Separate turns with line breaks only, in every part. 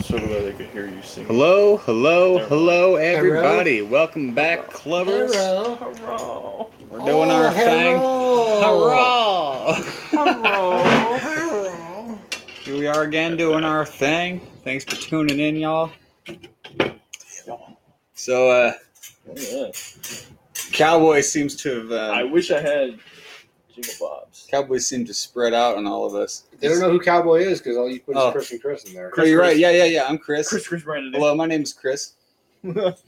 so that way they could hear you sing.
Hello, hello, hello, everybody. Welcome back, Clovers.
Hello.
Hello.
We're doing our thing. Hurrah!
Hello.
Here we are again doing our thing. Thanks for tuning in, y'all. So, uh,
yeah.
Cowboys seems to have.
I
Uh,
wish I had Jingle Bobs.
Cowboys seem to spread out on all of us.
They don't know who Cowboy is because all you put is
Oh.
Chris and Chris in there.
Oh, you're right. Yeah, yeah, yeah. I'm Chris.
Chris, Chris Brandon.
Hello, my name is Chris.
I don't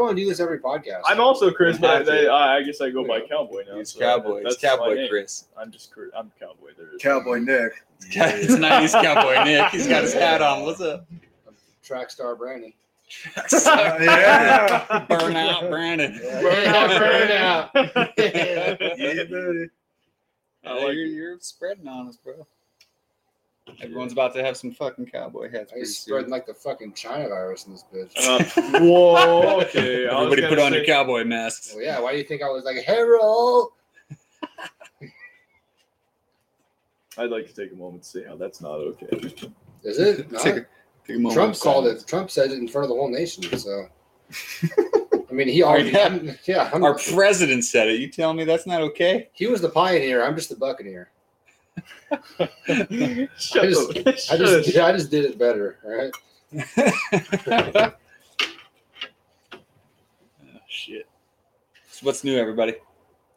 want to do this every podcast.
I'm also Chris, but they, I I guess I go by
Yeah.
Cowboy now.
It's
so
Cowboy.
that's
It's
my
Cowboy
name.
Chris.
I'm just Chris. I'm Cowboy. There is.
Cowboy Nick.
It's 90s Cowboy Nick. He's got his hat on. What's up?
track star Brandon.
Uh, yeah.
Burn out, Brandon.
Burn out, burn out.
Yeah, buddy.
Uh,
I like
you're, you're spreading on us, bro. Everyone's about to have some fucking cowboy hats.
I
pretty
was
soon.
spreading like the fucking China virus in this bitch.
Uh, whoa. Okay. I was
Everybody put
gonna
on
say-
your cowboy masks.
well, yeah, why do you think I was like, Harold?
I'd like to take a moment to say how that's not okay.
Is it? not?
Take a- take a moment
Trump
of
called
silence.
it. Trump said it in front of the whole nation. So, I mean, he
Oh,
already.
yeah.
I'm- yeah, I'm-
Our president said it. You tell me that's not okay?
he was the pioneer. I'm just the buccaneer.
Shut
I just-
the-
I
shut
just,
up.
I just did it better. All right.
oh, shit. So what's new, everybody?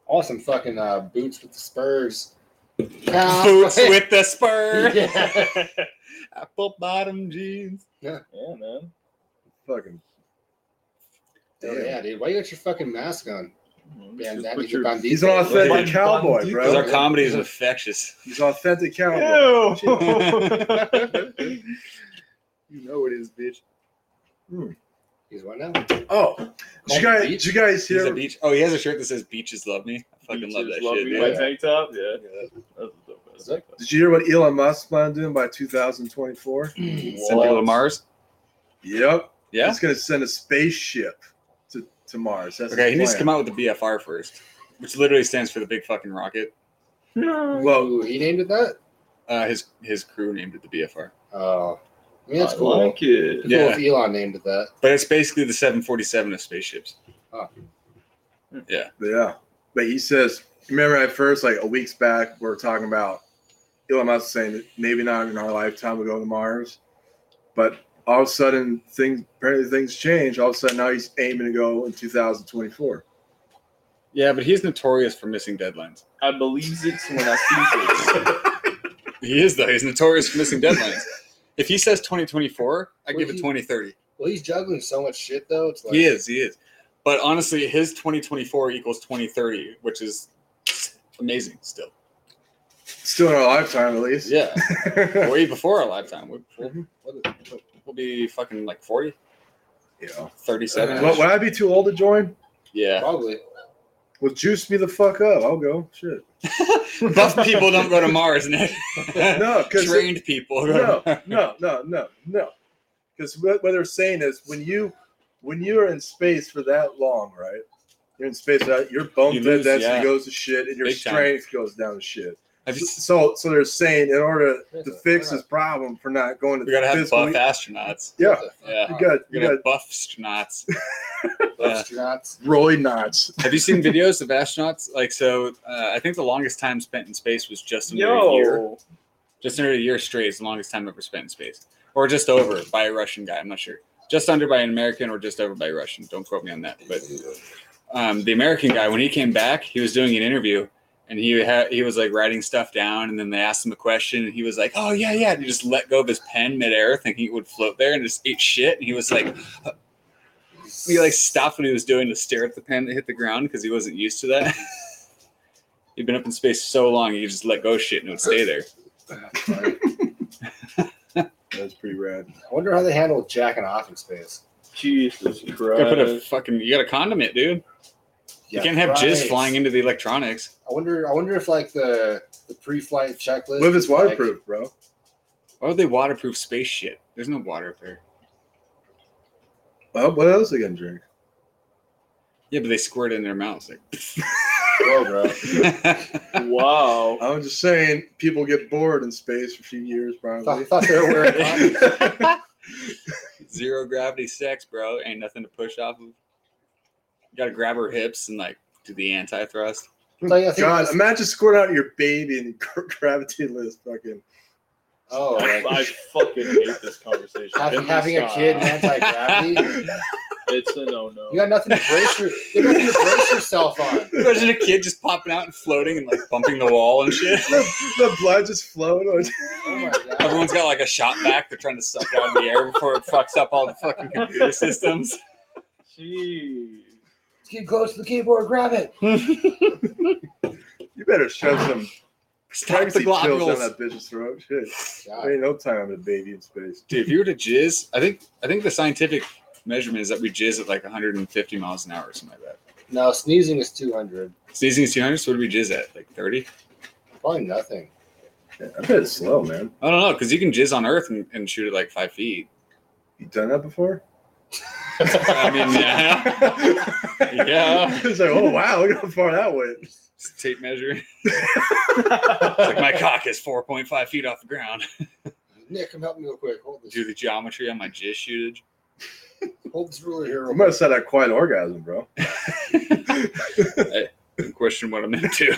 Awesome fucking uh, boots with the Spurs.
Boots with the spur.
Yeah.
Apple bottom jeans.
Yeah, man.
Fucking.
Oh, yeah, dude. Why you got your fucking mask on? Yeah,
Just
that
put
is your
your-
bandito.
He's an authentic
Dude.
cowboy,
Dude.
Because our
bro.
comedy is infectious.
He's an authentic cowboy.
Ew.
You know it is, bitch.
He's what now?
Oh, did you guys, did you guys
He's a
hear?
beach. Oh, he has a shirt that says "Beaches love me." I fucking love that
Beaches
shit,
love me.
dude.
My tank top. Yeah. That's a dope ass
Is that-
tank top.
Did you hear what Elon Musk's planning on doing by 2024?
Send people to Mars.
Yep.
Yeah.
He's gonna send a spaceship to, to Mars. That's
Okay, he needs to come
out.
out with the BFR first, which literally stands for the Big Fucking Rocket.
Well,
Ooh, he named it that?
Uh, his his crew named it the BFR,
Oh. I mean, that's
I
cool.
like it.
Cool if Elon named it that.
but it's basically the 747 of spaceships.
yeah. But he says, remember at first, like a weeks back, we were talking about Elon Musk saying that maybe not in our lifetime we'll go to Mars, but all of a sudden things apparently things change. All of a sudden now he's aiming to go in 2024.
Yeah, but he's notorious for missing deadlines.
I believes it when I sees it.
He is though. He's notorious for missing deadlines. If he says 2024, I
Well,
give it
he-
2030.
Well, he's juggling so much shit, though. It's like,
He is. He is. But honestly, his 2024 equals 2030, which is amazing still.
Still in our lifetime, at least.
Yeah. way before our lifetime. We'll, we'll,
Mm-hmm.
we'll- we'll be fucking like 40,
yeah.
37.
Well, would I be too old to join?
yeah.
Probably.
Well, juice me the fuck up. I'll go. Shit.
Buff people don't go to Mars, Nick.
No, because
Trained people. go to
no,
Mars.
no, no, no, no. Because what, what they're saying is when you when you are in space for that long, right? You're in space. uh, Your bone
You lose,
density
yeah.
goes to shit, and your
Big time.
strength goes down to shit.
Have you s-
So, so they're saying in order to
That's
fix
a-
this problem for not going to
we gotta have
physical- e-,
buff astronauts.
yeah,
Yeah.
you got
We
you
gotta
got
have buff astronauts. Yeah.
astronauts.
Roy knots.
Have you seen videos of astronauts? Like, so uh, I think the longest time spent in space was just under a year.
Yo.
Just under a year straight is the longest time ever spent in space, or just over by a Russian guy. I'm not sure. Just under by an American, or just over by a Russian. Don't quote me on that. But um, the American guy, when he came back, he was doing an interview and he had he was like writing stuff down, and then they asked him a question, and he was like, "Oh yeah, yeah," and he just let go of his pen midair, thinking it would float there, and just ate shit. And he was like, uh, he like stopped what he was doing to stare at the pen that hit the ground because he wasn't used to that. He'd been up in space so long, he could just let go of shit and it would stay there.
Like,
That's pretty rad.
I wonder how they handle jacking off in space.
Jesus
You gotta put a
Christ.
fucking, you got to condom it, dude. you can't have jizz
Right.
flying into the electronics.
I wonder. I wonder if like the the pre-flight checklist.
Live is
like,
waterproof, bro.
Why would they waterproof space shit? There's no water up there.
Well, what else they gonna drink?
Yeah, but they squirt it in their mouths. Like,
Whoa, bro.
Wow.
I'm just saying, people get bored in space for a few years,
I thought, I
probably.
thought they were wearing.
Zero gravity sex, bro. Ain't nothing to push off of. You gotta grab her hips and like do the anti thrust.
Like, I think
God,
that's-
imagine squirting out your baby and gra- gravity list fucking.
oh,
I, I
like,
fucking hate this conversation.
having,
Can we
having a
stop?
kid anti gravity.
It's a no no.
You got nothing to brace your, you got nothing to brace yourself on.
Imagine a kid just popping out and floating and like bumping the wall and shit.
the, the blood just flowed on.
Oh my god.
Everyone's got like a shot back. They're trying to suck it out of the air before it fucks up all the fucking computer systems.
Jeez.
Get close to the keyboard, grab it.
You better shove some
Stop the
pregnancy pills down
globules.
that bitch's throat. Shit,
God.
there ain't no time on the baby in space.
Dude, if you were to jizz, I think I think the scientific measurement is that we jizz at like 150 miles an hour or something like that.
No, sneezing is 200.
Sneezing is 200, so what do we jizz at? Like 30?
Probably nothing.
Yeah, I bet it's slow, man.
I don't know, because you can jizz on Earth and, and shoot it like five feet.
You done that before?
I mean, yeah. Uh. Yeah.
it's like, oh wow, look how far that went.
It's a tape measure. It's like my cock is 4.5 feet off the ground.
Nick, come help me real quick. Hold this.
Do the geometry on my jizz shootage.
Hold this ruler here.
I
real
must have had a quiet orgasm, bro.
Question what I'm into.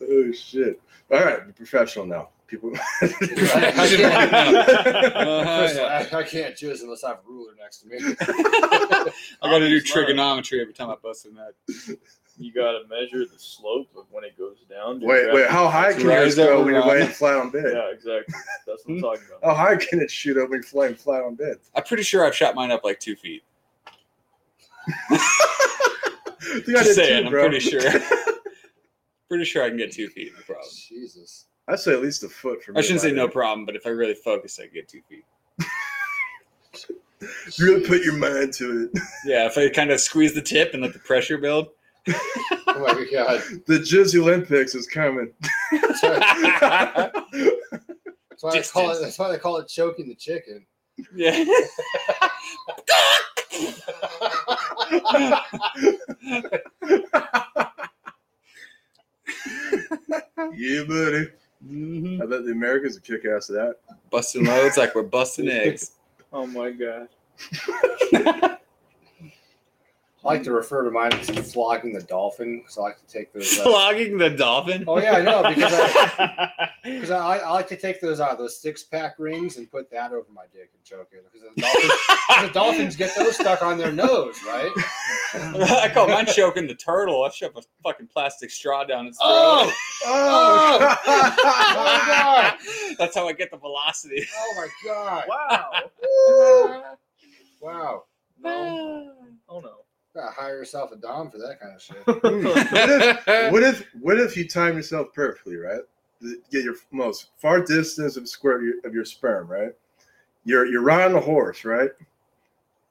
Oh shit! All right, we're professional now. People,
quick. I, I can't,
Uh,
first of all,
yeah.
I, I can't jizz unless I have a ruler next to me.
I gotta do
Obvious line.
trigonometry every time I bust in that.
You gotta measure the slope of when it goes down. to
wait, wait. How high can yours
Rise up
go
and
when you're
run.
laying flat on bed?
Yeah, exactly. That's what I'm talking about.
Oh.
How high can it shoot up when you're flying flat on bed?
I'm pretty sure I've shot mine up like two feet.
I think I
Just
did
saying,
too,
I'm
bro.
pretty sure. pretty sure I can get two feet, no problem.
Jesus.
I say at least a foot for me.
I shouldn't say
right?
no problem, but if I really focus, I can get two feet.
If You really put your mind to
Yeah, if I kind of squeeze the tip and let the pressure build.
Oh my god.
it. The Jizz Olympics is coming.
That's why,
yeah.
that's why, I call it, that's why they call it choking the chicken.
yeah, buddy.
Mhm.
I bet the Americans would kick ass at that.
Busting loads like we're busting eggs.
Oh my god.
I like to refer to mine as flogging the dolphin because I like to take those. uh,
Flogging the dolphin.
Oh yeah, I know because I because I, I like to take those out those six pack rings and put that over my dick and choke it because the dolphins, 'cause the dolphins get those stuck on their nose, right?
I call mine choking the turtle. I shove a fucking plastic straw down its throat.
Oh,
Oh,
Oh!
God.
That's how I get the velocity.
oh my god!
Wow.
Wow,
No. Oh no.
gotta hire yourself a dom for that kind of shit.
Oh
what if what if you time yourself perfectly, right? Th- Get your most far distance of square of your, of your sperm, right? You're you're riding a horse, right?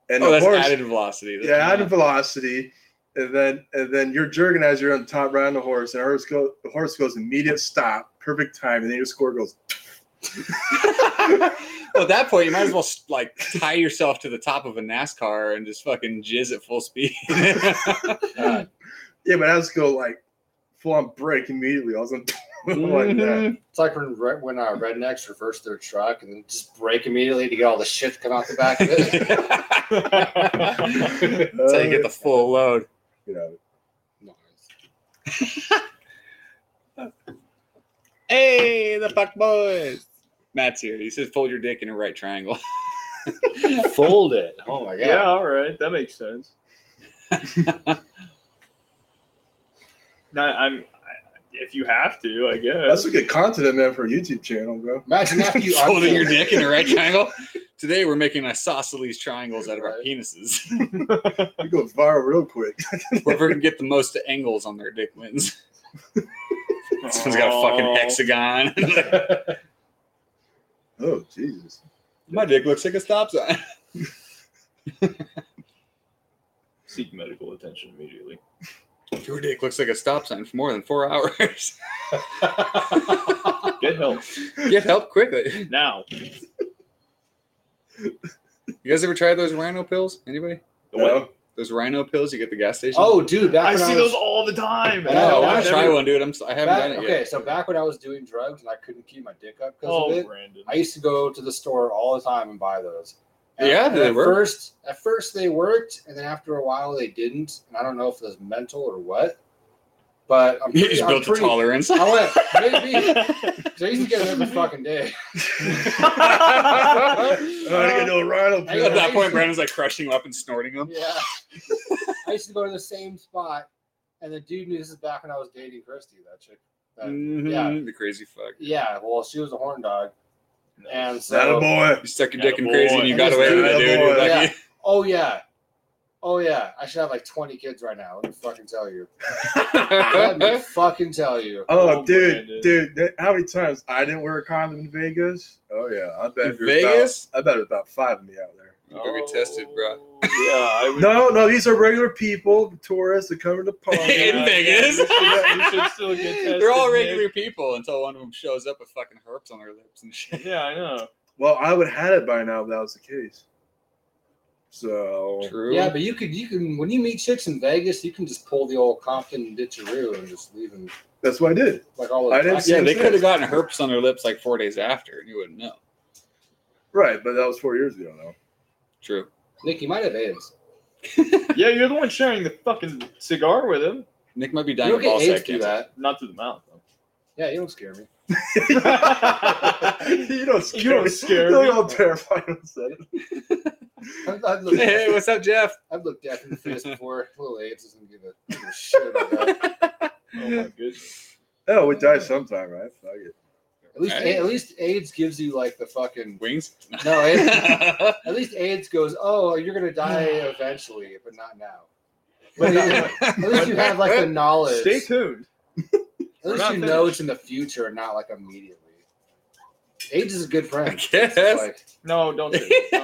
And
oh,
the
that's
horse,
added velocity. That's
yeah,
not-
added velocity, and then and then you're jerking as you're on top riding the horse, and the horse go the horse goes immediate stop, perfect time, and then your score goes.
well, at that point, you might as well like tie yourself to the top of a NASCAR and just fucking jizz at full speed.
God.
Yeah, but I just go like full on break immediately. I was on like
Mm-hmm.
that.
It's like when re- when uh, rednecks reverse their truck and then just brake immediately to get all the shit to come out the back of it.
That's how you get the full load.
You know,
Nice.
Hey, the fuck boys. Matt's here. He says, "Fold your dick in a right triangle."
Fold it.
Oh my god!
Yeah. all right. That makes sense. no, I'm. I, if you have to, I guess.
that's a good content, man, for a YouTube channel, bro.
Imagine after you
Folding your
unfold-
dick in a right triangle. Today, we're making isosceles triangles out of our penises.
You go viral real quick.
Whoever can get the most angles on their dick wins. This one's got a fucking hexagon.
Oh Jesus!
My dick looks like a stop sign.
Seek medical attention immediately.
Your dick looks like a stop sign for more than four hours.
Get help
Get help quickly.
now.
You guys ever tried those rhino pills? Anybody?
What?
No.
Those rhino pills you get at the gas station.
Oh, dude, back
I
when I
see
was-
those all the time.
I
man.
I,
know,
want
I've
to try
never-
one, dude. I'm. s- I haven't
back-
done it
okay,
yet.
so back when I was doing drugs and I couldn't keep my dick up because of
Oh,
it,
Brandon.
I used to go to the store all the time and buy those. And-
Yeah,
and
they
at
work.
first, at first they worked, and then after a while they didn't, and I don't know if it was mental or what. But I'm
You
pretty,
just
I'm
built
pretty-
a tolerance.
I went maybe 'cause I used to get them every fucking day.
I gotta get to a rhino
I
At
pill.
got-
that point, Brandon's like crushing them up and snorting them.
Yeah, I used to go to the same spot, and the dude knew this is back when I was dating Christy, that chick. That,
Mhm, The crazy fuck.
Yeah, well, she was a horn dog, and so
That a boy.
You stuck your dick in
Attaboy.
crazy and you got away with it, dude. You're
Attaboy.
lucky.
Oh yeah. Oh yeah. I should have like 20 kids right now. Let me fucking tell you. Let me fucking tell you.
Oh,
Oh,
dude,
Brandon.
dude, that- how many times I didn't wear a condom in Vegas? Oh yeah, I bet
In
there's about-
Vegas?
I bet there's about five of me out there.
You better get tested,
Oh,
bro.
Yeah, I would.
No, no, these are regular people, tourists that come to the park.
In
yeah,
Vegas?
you should- you should still get tested,
They're all
Nick.
regular people until one of them shows up with fucking herpes on their lips and shit.
Yeah, I know.
well, I would have had it by now if that was the case. So
True.
Yeah, but you could you can when you meet chicks in Vegas, you can just pull the old Compton ditcheroo and just leave them
that's what I did.
like all
I
the
didn't see
yeah, they
Same
could have
shit.
gotten herpes on their lips like four days after, and you wouldn't know.
Right, but that was four years ago now.
True.
Nick, you might have AIDS.
Yeah, you're the one sharing the fucking cigar with him.
Nick might be
You
dying
don't
of ball
get AIDS
sack
through
cancer.
that.
Not through the mouth. Though.
Yeah, you don't scare me.
you don't scare
don't
me.
scare
Look
me.
how terrified I said it.
I've, I've looked,
Hey, what's up, Jeff?
I've looked death in the face before. Little AIDS doesn't give a, give a shit about that.
Oh my goodness.
Oh, we die sometime, right? Fuck it.
At least
Right.
at least AIDS gives you like the fucking
Wings?
no. AIDS,
But
at least AIDS goes, oh, you're gonna die eventually, but not now.
But
But- At least you have like the knowledge.
Stay tuned.
At
We're
least
not
you know
finished.
it's in the future, not like immediately. AIDS is a good
I
friend.
guess.
It's like-
No, don't. Do it.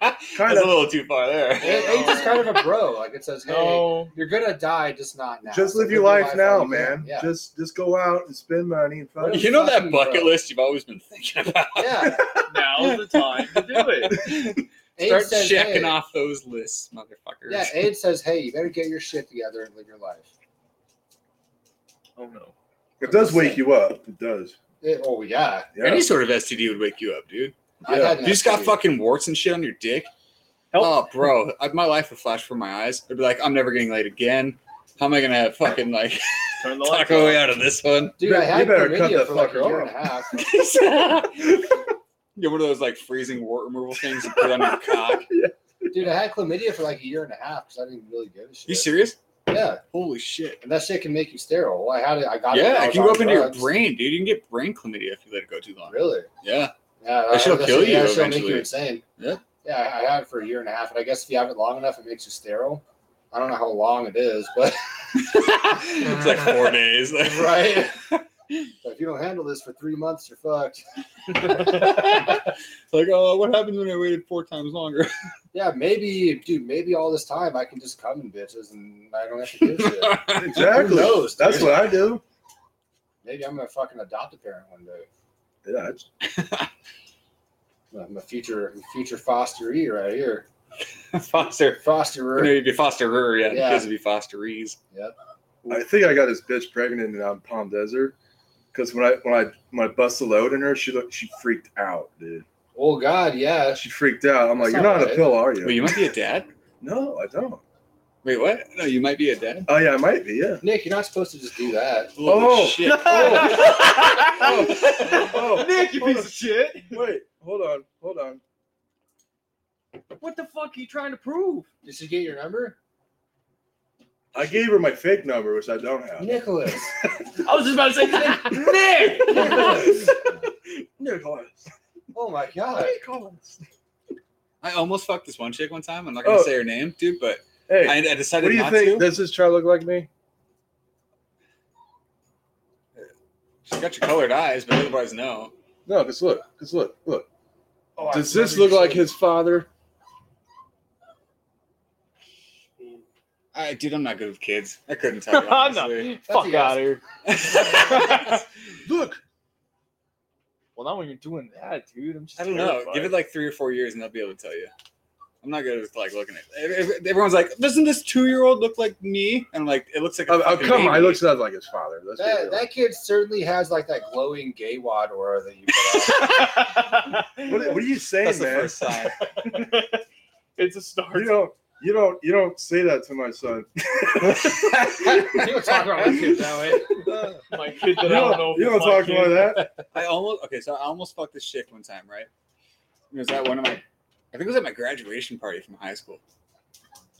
No,
That's
kind
a
of
little too far there.
A- AIDS is kind of a bro. Like it says, hey,
no.
you're gonna die, just not now.
just
So
live your life, now,
while you can.
man.
Yeah.
Just just go out and spend money and fuck.
What
it.
You know that
Fucking
bucket
bro.
list you've always been thinking about?
yeah.
Now's the time to do it.
AIDS
Start
says,
checking
hey.
off those lists, motherfuckers.
Yeah, AIDS says, hey, you better get your shit together and live your life.
Oh no.
It does wake you up. It does.
It- oh yeah.
Yeah.
Any sort of STD would wake you up, dude.
I
Yeah.
had an
You just got
STD.
fucking warts and shit on your dick.
Help.
Oh, bro, I, my life would flash from my eyes. I'd be like, I'm never getting laid again. How am I gonna fucking like
Turn the
talk
lights
my way
off.
out of this one?
Dude,
You
I had
better cut
chlamydia
that
for like a
fucker
year and
off.
a half.
Yeah, one of those like freezing wart removal things you put on your cock.
Dude, I had chlamydia for like a year and a half because I didn't really give a shit.
You serious?
Yeah,
Holy shit.
and that shit can make you sterile. Well, I had it. I got it. when
Yeah,
I
it
was
can go
on
up into your
drugs.
brain, dude. You can get brain chlamydia if you let it go too long.
Really?
Yeah.
Yeah, uh,
That shit'll kill you
yeah, that'll Make
eventually.
you insane.
Yeah.
Yeah, I I had it for a year and a half, and I guess if you have it long enough, it makes you sterile. I don't know how long it is, but
it's like four days.
right. So if you don't handle this for three months, you're fucked.
like, oh, what happened when I waited four times longer?
Yeah, maybe, dude. Maybe all this time I can just come in bitches and I don't have to do shit.
Exactly.
Who knows, dude?
That's what I do.
maybe I'm gonna fucking adopt a parent one day.
Yeah, it's-
I'm a future future fosteree right here.
Foster. You know,
Fosterer.
you'd be fosterer, yeah.
Yeah.
Kids would be fosterees.
I think I got this bitch pregnant in um, Palm Desert because when I when I when I bust a load in her, she looked she freaked out, dude.
Oh God, yeah.
She freaked out. I'm like,
That's
you're
not
not on a
right.
pill, are you?
Wait, you might be a dad?
no, I don't.
Wait, what? No, you might be a dad?
Oh yeah, I might be. Yeah.
Nick, you're not supposed to just do that.
Holy
Oh.
shit.
Oh,
Nick, you piece of shit.
Wait, hold on, hold on.
What the fuck are you trying to prove?
Did she get your number,
I gave her my fake number, which I don't have.
Nicholas?
I was just about to say, Nick.
Nicholas.
Nicholas.
Oh my God.
Nicholas.
I almost fucked this one chick one time. I'm not gonna
Oh.
say her name, dude, but
Hey,
I, I
what
decided
do you
not
think?
to.
Does this child look like me?
She's got your colored eyes, but otherwise no.
No, because look, because look, look.
Oh, I
Does this look
remember you
like
said-
his father?
I dude, I'm not good with kids. I couldn't tell you.
I'm not.
honestly.
Fuck
a yes.
out of here.
Look.
Well, not when you're doing that, dude. I'm just.
I don't know.
terrified.
Give it like three or four years, and they'll be able to tell you. I'm not good with like looking at. If, if- everyone's like, doesn't this two year old look like me? And I'm like, it looks like. a
Oh, oh,
fucking
come on, he
baby.
looks nothing like his father. Let's get
That,
real.
that kid certainly has like that glowing gay wad aura that you put out.
What, what are you saying,
That's the
man?
first sign.
it's a start.
You don't, you don't, you don't say that to my son.
you don't talk about that kid that way.
my kid that
You
I don't
don't,
know.
you
if
don't
it's my
talk
kid.
about that.
I almost okay, so I almost fucked this chick one time, right? It was at one of my, I think it was at my graduation party from high school.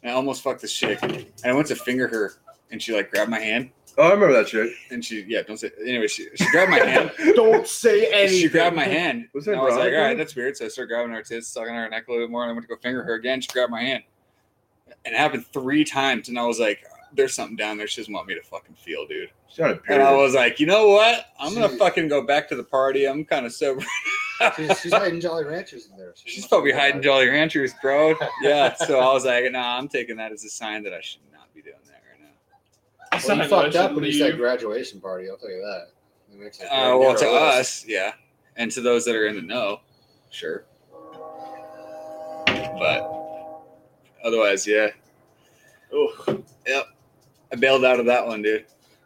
And I almost fucked this chick, and I went to finger her, and she like grabbed my hand,
Oh, I remember that chick.
and she yeah, don't say anyway. She, she grabbed my hand.
Don't say anything.
She grabbed my hand.
Was that
And I was like,
Veronica?
all right, that's weird. So I started grabbing her tits, sucking her neck a little bit more, and I went to go finger her again. She grabbed my hand, and it happened three times, and I was like, there's something down there. She doesn't want me to fucking feel, dude.
She's not a
And I
period.
was like, you know what? I'm gonna
She-
fucking go back to the party. I'm kind of sober.
She's, she's hiding Jolly Ranchers in there.
She's probably hiding Jolly Ranchers, bro. Yeah. So I was like, nah, I'm taking that as a sign that I should not be doing that right now.
It's
Well,
not
you
that I
fucked up
should
when you said
leave.
graduation party. I'll tell you that. It makes it
Uh,
very
well, to
narrow
us,
list.
yeah, and to those that are in the know, sure. But otherwise, yeah,
Ugh.
I bailed out of that one, dude.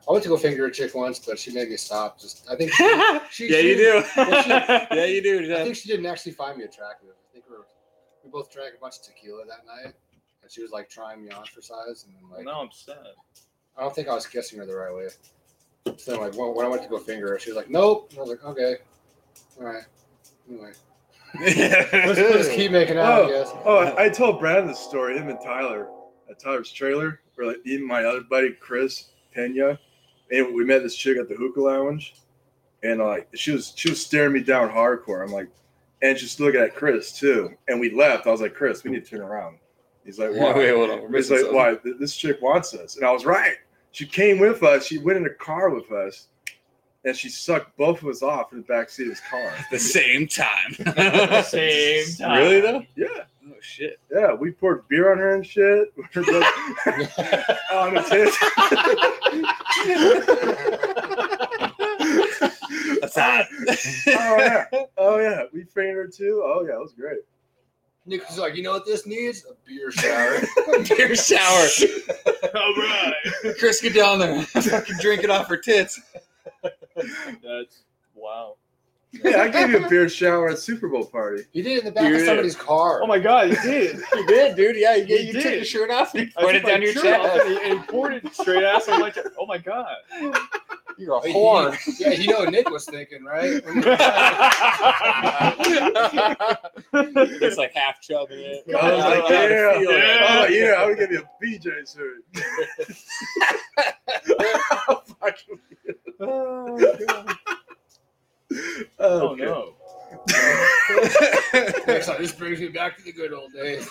I went to go finger a chick once, but she made me stop. Just I think. She,
yeah,
she, she-
you do.
Well,
Yeah, you do.
I
Jeff.
think she didn't actually find me attractive. I think we were, we both drank a bunch of tequila that night, and she was like trying me on for size, and then, like
now I'm sad.
I don't think I was kissing her the right way. So then, like when, when I went to go finger her, she was like, "Nope," and I was like, "Okay, all right." Anyway, let's, let's keep making out. I guess.
Oh, I, I told Brad this story. Him and Tyler at Tyler's trailer. We're like even my other buddy Chris Pena, and we met this chick at the hookah lounge, and like she was she was staring me down hardcore. I'm like, and she's looking at Chris too. And we left. I was like, Chris, we need to turn around. He's like, why?
Wait, hold on. We're
It's
missing
like,
something.
why? Th- This chick wants us. And I was right. She came with us. She went in a car with us. And she sucked both of us off in the backseat of his car.
At the same time.
same time.
Really though?
Yeah.
Oh shit.
Yeah. We poured beer on her and shit. We were both- on the tits.
That's hot.
Oh, yeah. Oh, yeah. We framed her too. Oh, yeah. It was great.
Nick was like, "You know what this needs? A beer shower."
Beer shower.
All right.
Chris, get down there. Fucking drink it off her tits.
That's wow.
Yeah. I gave you a beer shower at Super Bowl party.
He did it in the back
You
of
did.
somebody's car.
Oh my god, he did.
You did, dude. Yeah, you,
You
you took
did.
your shirt off and you
I
poured
took
it
my
down your
shirt
chest.
off and he- and he poured it straight ass. I'm like, oh my god.
You're a
He-
whore.
Yeah, you know what Nick was thinking, right?
it's like half chugging it.
I was like, yeah,
feel it.
oh yeah, I would give you a BJ shirt. Fucking-
Oh
okay.
no.
Nick's like, this brings me back to the good old days.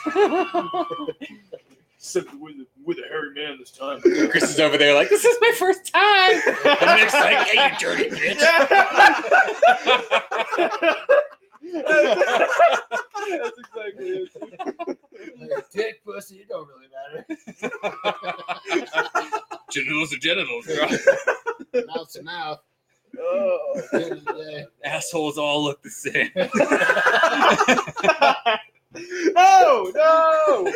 Except with with a hairy man this time.
Chris is over there like, this is my first time. And Nick's like, hey, you dirty bitch.
That's exactly it.
Like, Dick, pussy, it don't really matter.
genitals are genitals, bro.
Mouth to mouth.
Oh.
End of the day.
Assholes all look the same.
no, no.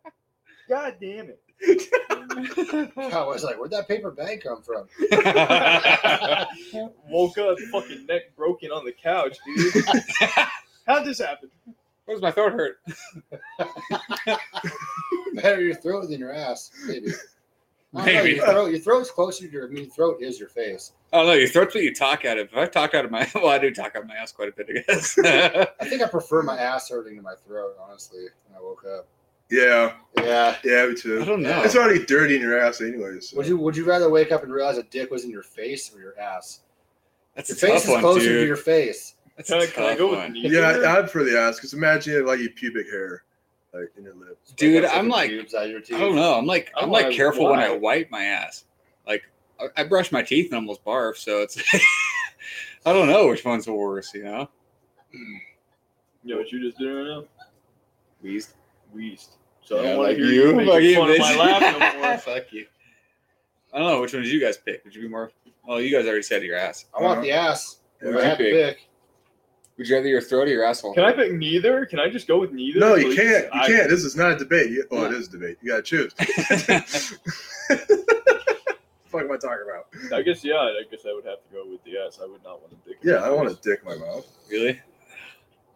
God damn it.
I was like, where'd that paper bag come from?
Woke up, fucking neck broken on the couch, dude. How'd this happen?
Where's my throat hurt?
Better your throat than your ass, maybe. I don't know,
Maybe.
your, throat, your throat's closer to your, I mean, throat is your face.
Oh no, your throat's what you talk out of. If I talked out of my, well, I do talk out of my ass quite a bit, I guess.
I think I prefer my ass hurting to my throat, honestly, when I woke up.
Yeah,
Yeah.
yeah, me
I
too.
don't know.
It's already dirty in your ass, anyways. so.
Would you would you rather wake up and realize a dick was in your face or your ass?
That's
Your
a
face
tough
is
one,
closer
dude.
to your face.
That's
Can I,
a
can I
tough
go with
one.
neither?
Yeah, I- I'd for the ass because imagine if, like your pubic hair, like in your lip.
Dude,
That's
I'm
the
like-
tubes out of your
I
teeth.
don't know. I'm like,
I'm
I'm like
like,
careful when I
why?
wipe my ass. Like, I, I brush my teeth and almost barf, so it's. I don't know which one's the worst, you know.
You know what you just did right now?
Wheezed.
Wheezed. So I
Yeah,
don't want
like
to hear you, making
fuck you,
fun of my
bitch.
laugh no more.
Fuck you. I don't know which one did you guys pick. Would you be more? Oh, you guys already said your ass.
I want the ass.
Yeah.
I had to pick.
Would you rather your throat or your asshole?
Can I pick neither? Can I just go with neither?
No, you
please?
can't. You
I-
can't. This is not a debate. You, oh, it
No.
is a debate. You gotta choose. fuck am I talking about?
I guess yeah. I guess I would have to go with the yes. I would not want to dick. in
Yeah,
my
I don't want
face.
a dick in my mouth.
really?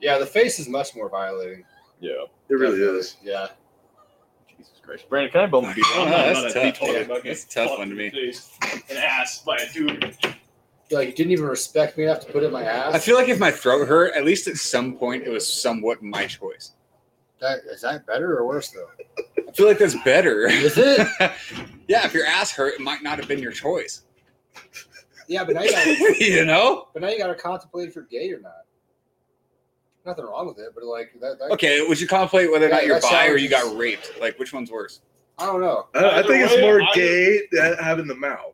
Yeah, the face is much more violating.
Yeah.
It really
Definitely.
is.
Yeah.
Jesus Christ, Brandon, can I bum a beat?
Oh, no, that's tough,
total
dude.
bucket.
That's a tough
Fuck
one to me.
please. An ass by a dude.
You're like, you didn't even respect me enough to put it in my ass.
I feel like if my throat hurt, at least at some point it was somewhat my choice.
that, is that better or worse though?
I feel like that's better.
Is it?
yeah, if your ass hurt, it might not have been your choice.
Yeah, but now you gotta,
you know?
but now you got to contemplate if you're gay or not. Nothing wrong with it, but like that. that
Okay, would you contemplate whether or not
Yeah,
you're
that
bi or
sounds-
you got raped? Like, which one's worse?
I don't know.
I, I
Either
think it's
way,
more
I-
gay than having the mouth.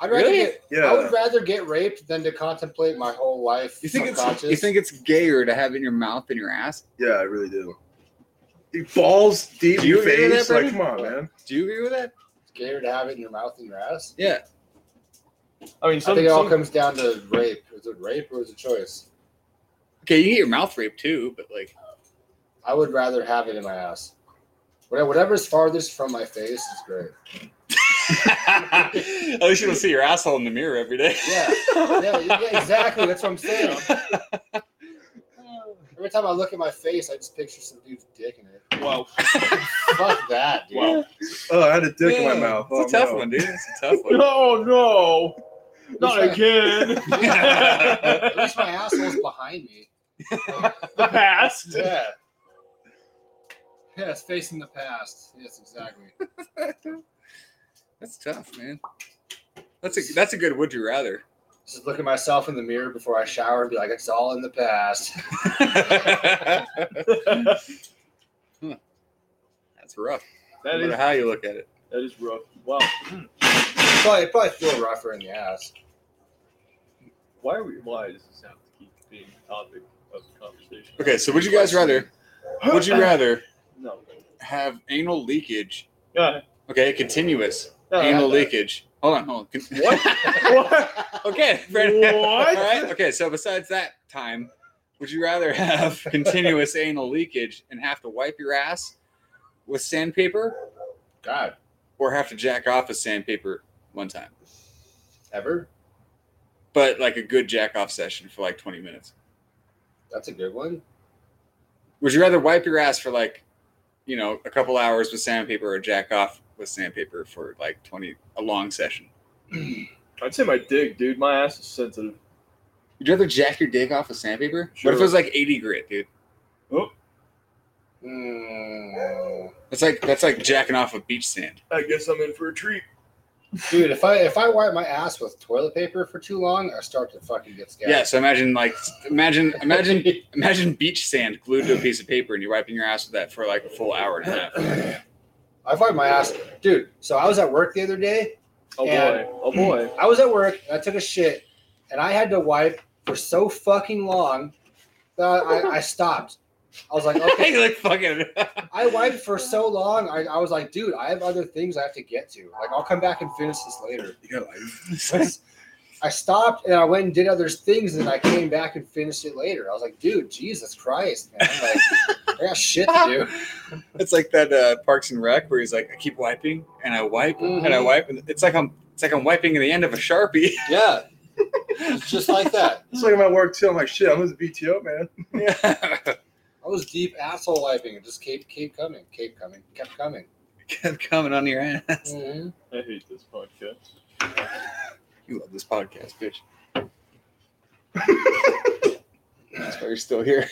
I'd rather
Really?
get. I
Yeah.
would rather get raped than to contemplate my whole life.
You think it's
subconscious.
you think it's gayer to have it in your mouth than your ass?
Yeah, I really do. He balls deep
Do
in your
you agree with
face.
that,
like,
Brandon?
come on, man.
Do you agree with that?
it's gayer to have it in your mouth than your ass?
Yeah.
I mean,
I
some,
think it all
some-
comes down to rape. Is it rape or is it choice?
Okay, you can get your mouth raped too, but like,
I would rather have it in my ass. Whatever- Whatever's farthest from my face is great.
at least you don't see your asshole in the mirror every day.
Yeah, yeah, yeah, exactly. That's what I'm saying. Every time I look at my face, I just picture some dude's dick in it.
Wow.
Fuck that, dude.
Wow.
Oh, I had a dick in my
Yeah,
mouth.
It's
Oh,
a tough
no.
one, dude. It's a tough one.
No, no. Not again.
At
the
least my asshole's behind me.
past.
Yeah. Yeah, it's facing the past. Yes, exactly.
That's tough, man. That's a that's a good would you rather.
Just look at myself in the mirror before I shower and be like, it's all in the past.
that's rough.
That
no matter
is
how you look at it.
that is rough. Wow.
Probably, it'd probably feel rougher in the ass.
Why are we? Why does this have to keep being the topic of conversation?
Okay, so would you guys rather? Would you rather
No.
have anal leakage?
Yeah.
Okay, continuous
Uh,
Yeah,
anal
I have that.
leakage. Hold on, hold on. Con-
What?
okay.
What?
All right. Okay. So besides that time, would you rather have continuous anal leakage and have to wipe your ass with sandpaper,
God,
or have to jack off with sandpaper one time?
ever?
But like a good jack off session for like twenty minutes.
That's a good one.
Would you rather wipe your ass for like, you know, a couple hours with sandpaper, or jack off with sandpaper for like twenty a long session?
I'd say my dick, dude. My ass is sensitive.
Would you rather jack your dick off with sandpaper?
Sure.
What if it was like eighty grit, dude?
Mm.
That's like that's like jacking off with beach sand.
I guess I'm in for a treat.
Dude, if I if I wipe my ass with toilet paper for too long, I start to fucking get
Yeah.
scared.
so imagine like imagine imagine imagine beach sand glued to a piece of paper and you're wiping your ass with that for like a full hour and a half.
I've wiped my ass, dude. So I was at work the other day.
Oh
Yeah.
boy. Oh boy.
I was at work. And I took a shit, and I had to wipe for so fucking long that I, I stopped. I was like, okay.
You're like fucking
I wiped for so long. I, I was like, dude, I have other things I have to get to. Like, I'll come back and finish this later.
You got life.
I stopped and I went and did other things, and I came back and finished it later. I was like, dude, Jesus Christ, man! Like, I got shit to do.
It's like that uh, Parks and Rec where he's like, I keep wiping and I wipe and I
Mhm.
wipe and it's like I'm it's like I'm wiping the end of a sharpie.
Yeah. It's just like that.
It's like my work too. I'm like, shit, I'm with the BTO, man.
Kept
I was deep asshole wiping and just keep keep coming, keep coming, kept coming.
coming on your ass.
Mhm.
I hate this podcast.
You love this podcast, bitch. That's why you're still here.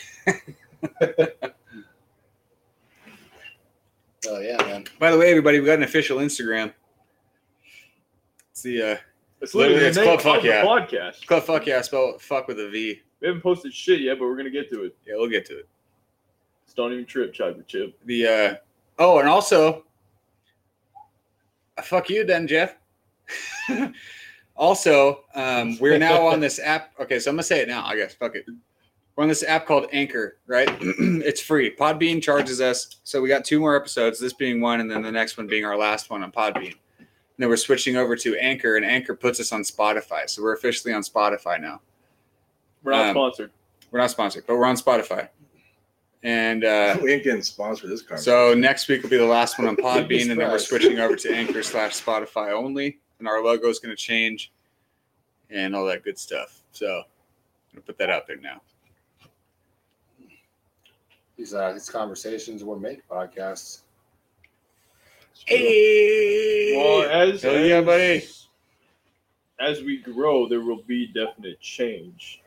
Oh yeah, man.
By the way, everybody, we got an official Instagram. It's the uh,
It's literally
Literally, it's
the name
Club Fuck
of the
Yeah.
podcast.
Club Fuck Yeah, spell fuck with a V.
We haven't posted shit yet, but we're gonna get to it.
Yeah, we'll get to it.
Just don't even trip, Chiver Chip.
The uh, oh, and also, uh, fuck you, then Jeff. also, um, we're now on this app. Okay, so I'm gonna say it now. I guess fuck it. We're on this app called Anchor, right? it's free. Podbean charges us, so we got two more episodes. This being one, and then the next one being our last one on Podbean. And then we're switching over to Anchor, and Anchor puts us on Spotify. So we're officially on Spotify now.
We're not
Um,
sponsored.
We're not sponsored, but we're on Spotify. And uh,
we ain't getting sponsored this conversation.
so next week will be the last one on Podbean, and then we're
Surprise.
switching over to Anchor slash Spotify only. And our logo is going to change and all that good stuff. So I'm going to put that out there now.
These uh, these conversations were make podcasts.
Well,
Hey!
as
Hell yeah,
as-
buddy.
As we grow, there will be definite change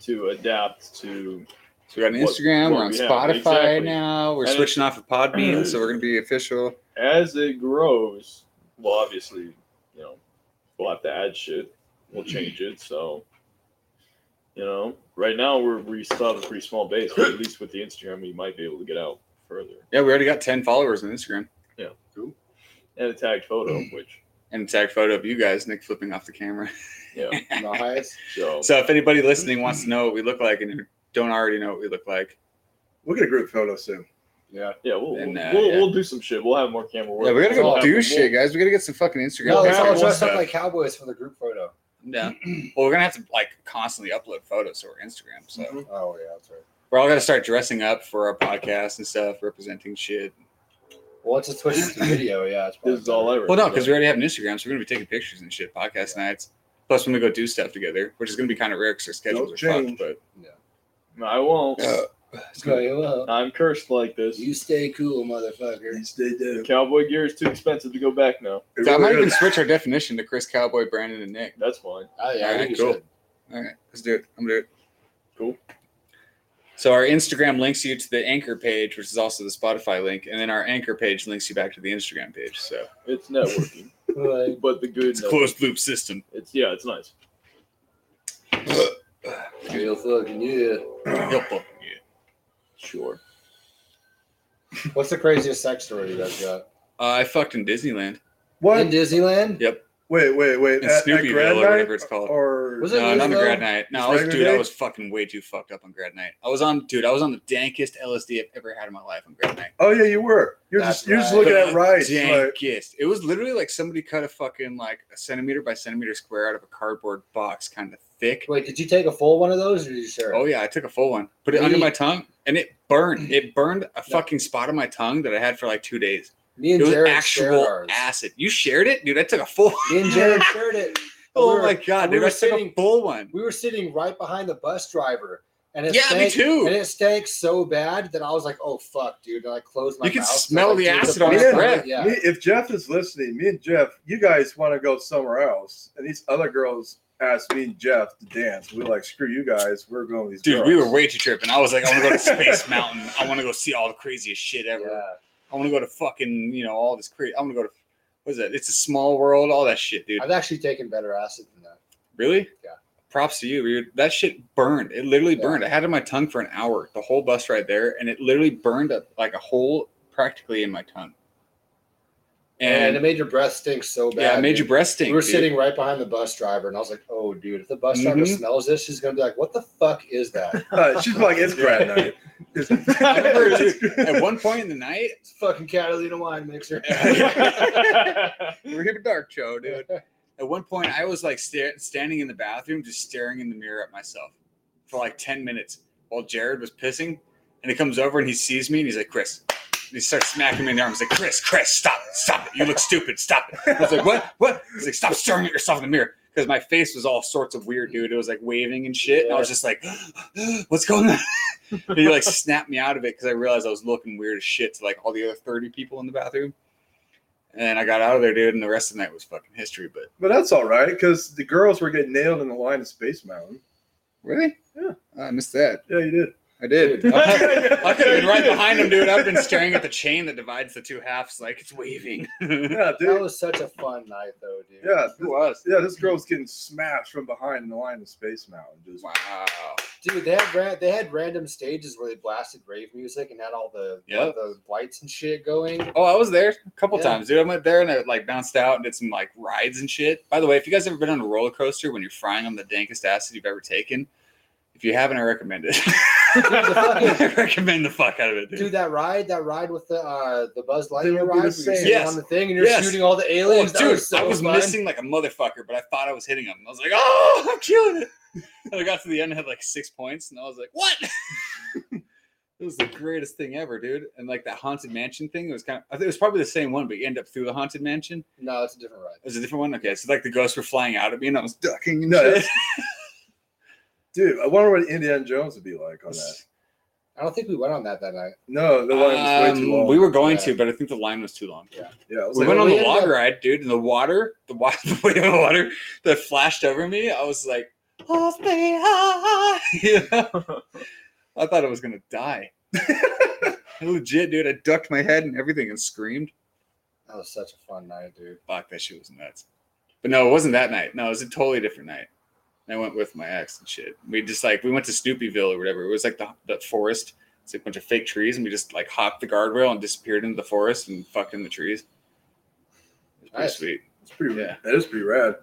to adapt to.
So we're on
What-
Instagram,
what
we're on
we have,
Spotify
exactly.
now. We're
And it-
switching off of Podbean, so we're going to be official.
As it grows, well, obviously, you know, we'll have to add shit. We'll change it. So, you know, right now we're we still have a pretty small base, but at least with the Instagram, we might be able to get out further.
Yeah, we already got 10 followers on Instagram
And a tagged photo,
Mm.
which
and a tag photo of you guys, Nick flipping off the camera.
yeah.
Nice.
So
So if anybody listening wants to know what we look like and don't already know what we look like,
we'll get a group photo soon.
yeah.
yeah, we'll
And, uh,
we'll,
yeah.
we'll do some shit. We'll have more camera work.
yeah, we gotta
We'll
go
have-
do
we'll-
shit, guys. We gotta get some fucking Instagram.
No,
pictures
let's all
and
dress up
stuff.
like cowboys for the group photo.
yeah. Well, we're gonna have to like constantly upload photos to our Instagram. So
Mhm.
Oh yeah, that's right.
we're all gonna start dressing up for our podcast and stuff, representing shit.
Well, let's just switch it to video. Yeah, it's
This is all I.
Well, no, because we already have an Instagram, so we're gonna be taking pictures and shit, podcast nights. Plus, when we go do stuff together, which is gonna be kind of rare because our schedules
Don't
are
change.
fucked.
No, I won't.
But uh,
Let's go. you up.
I'm cursed like this.
You stay cool, motherfucker.
Yes, they do.
Cowboy gear is too expensive to go back now.
It
so I might
really
even
is.
switch our definition to Chris Cowboy, Brandon, and Nick.
That's fine.
Oh yeah, I
All
think
right,
you
cool.
should.
All right, let's do it. I'm gonna do it.
Cool.
So our Instagram links you to the Anchor page, which is also the Spotify link, and then our Anchor page links you back to the Instagram page. So
It's networking,
Like,
but the good.
it's a
network-
closed loop system.
It's yeah, it's nice.
real fucking yeah.
Yep.
Sure.
What's the craziest sex story you guys got?
Uh, I fucked in Disneyland.
What?
In Disneyland?
Yeah.
Wait, wait, wait.
In
At, at
Snoopyville
grad
or
night?
whatever it's called.
Or
Was it
No,
really
not the
though?
grad night. No,
Just
I was
regular
dude. I
day?
was fucking way too fucked up on grad night. I was on, dude. I was on the dankest LSD I've ever had in my life on grad night.
Oh yeah, you were. You're
That's
just you're just
right.
looking at
The
rights. Like,
Dankest. It was literally like somebody cut a fucking like a centimeter by centimeter square out of a cardboard box, kind of thick.
Wait, did you take a full one of those, or did you share? it?
Oh yeah, I took a full one. Put it
Me-
under my tongue, and it burned.
Mm.
It burned a fucking spot on my tongue that I had for like two days.
Me
It
and
was
Jared shared
actual
ours.
acid. You shared it, dude. I took a full.
Me and Jared shared it.
Oh
We were-
my god,
we
dude!
were
I took a
sitting-
full one.
We were sitting right behind the bus driver, and it
Yeah,
stank,
me too.
And it stank so bad that I was like, "Oh fuck, dude!" And I closed my.
You could
mouth, so
smell
like,
the
dude,
acid on
bus
his
driver-
breath.
Yeah.
me, if Jeff is listening, me and Jeff, you guys want to go somewhere else, and these other girls asked me and Jeff to dance. We're like, screw you guys, we're going with these
Dude,
girls.
we were way too tripping. I was like, I want to go to Space Mountain. I want to go see all the craziest shit ever.
yeah.
I want to go to fucking, you know, all this crazy. I want to go to, what is it? It's a small world, all that shit, dude.
I've actually taken better acid than that.
Really?
Yeah.
Props to you, dude. That shit burned. It literally
Yeah.
burned. I had it in my tongue for an hour, the whole bus right there, and it literally burned up like a hole practically in my tongue.
And,
And,
it made your breath stink so bad.
yeah, it made your
dude.
breath stink.
We were
dude.
sitting right behind the bus driver, and I was like, "Oh, dude, if the bus driver
Mhm.
smells this, she's gonna be like, what the fuck is that?'"
Uh, she's like, it's grad night. It's-
remember, at one point in the night.
it's fucking Catalina wine mixer.
We were here at Dark Show, dude. At one point, I was like sta- standing in the bathroom, just staring in the mirror at myself for like 10 minutes while Jared was pissing. And he comes over and he sees me and he's like, Chris. And he starts smacking me in the arm. He's like, Chris, Chris, stop, stop it. You look stupid. Stop it. I was like, what? What? He's like, stop staring at yourself in the mirror. Because my face was all sorts of weird, dude. It was like waving and shit. And I was just like, what's going on? and he like snapped me out of it because I realized I was looking weird as shit to like all the other 30 people in the bathroom. And I got out of there, dude. And the rest of the night was fucking history. But
but that's all right because the girls were getting nailed in the line of Space Mountain.
Really?
Yeah.
Oh, I missed that.
Yeah, you did.
I did. I could have been right behind him, dude. I've been staring at the chain that divides the two halves like it's waving. it
Yeah,
that
dude.
was such a fun night, though, dude.
Yeah, th-
was.
yeah. This girl's getting smashed from behind in the line of Space Mountain. Just
Wow.
Dude, they had ran- they had random stages where they blasted rave music and had all the
Yep.
the lights and shit going.
Oh, I was there a couple
Yeah.
times, dude. I went there and I like bounced out and did some like rides and shit. By the way, if you guys ever been on a roller coaster when you're frying on the dankest acid you've ever taken, if you haven't, I recommend it. I recommend the fuck out of it, dude.
Dude, that ride, that ride with the uh the Buzz Lightyear
would be
ride,
the
where you're
same.
sitting
Yes.
on the thing and you're
Yes.
shooting all the
Oh,
aliens. that
dude,
was so
I was
fun.
missing like a motherfucker, but I thought I was hitting him. I was like, oh, I'm killing it. And I got to the end, I had like six points, and I was like, "What?" it was the greatest thing ever, dude. And like that haunted mansion thing, it was kind of. I think it was probably the same one, but you end up through the haunted mansion.
No, it's a different ride.
It was a different one. Okay, so like the ghosts were flying out at me, and I was ducking. And
No,
shit.
that's- Dude, I wonder what Indiana Jones would be like on that.
I don't think we went on that that night.
No, the line was way too
Um,
long.
we were going
Yeah.
to, but I think the line was too long.
yeah, it was
We
like-
went on
"Oh, we
the
ended
log
up-
ride, dude, and the water, the water, the wave of water that flashed over me. I was like, "I'll stay high." You know? I thought I was gonna die. Legit, dude. I ducked my head and everything and screamed.
That was such a fun night, dude.
Fuck, that shit was nuts. But no, it wasn't that night. No, it was a totally different night. And I went with my ex and shit. We just like we went to Snoopyville or whatever. It was like the, the forest. It's like a bunch of fake trees, and we just like hopped the guardrail and disappeared into the forest and fucked in the trees. It was pretty
Nice.
sweet.
It's pretty.
Yeah.
That is pretty rad.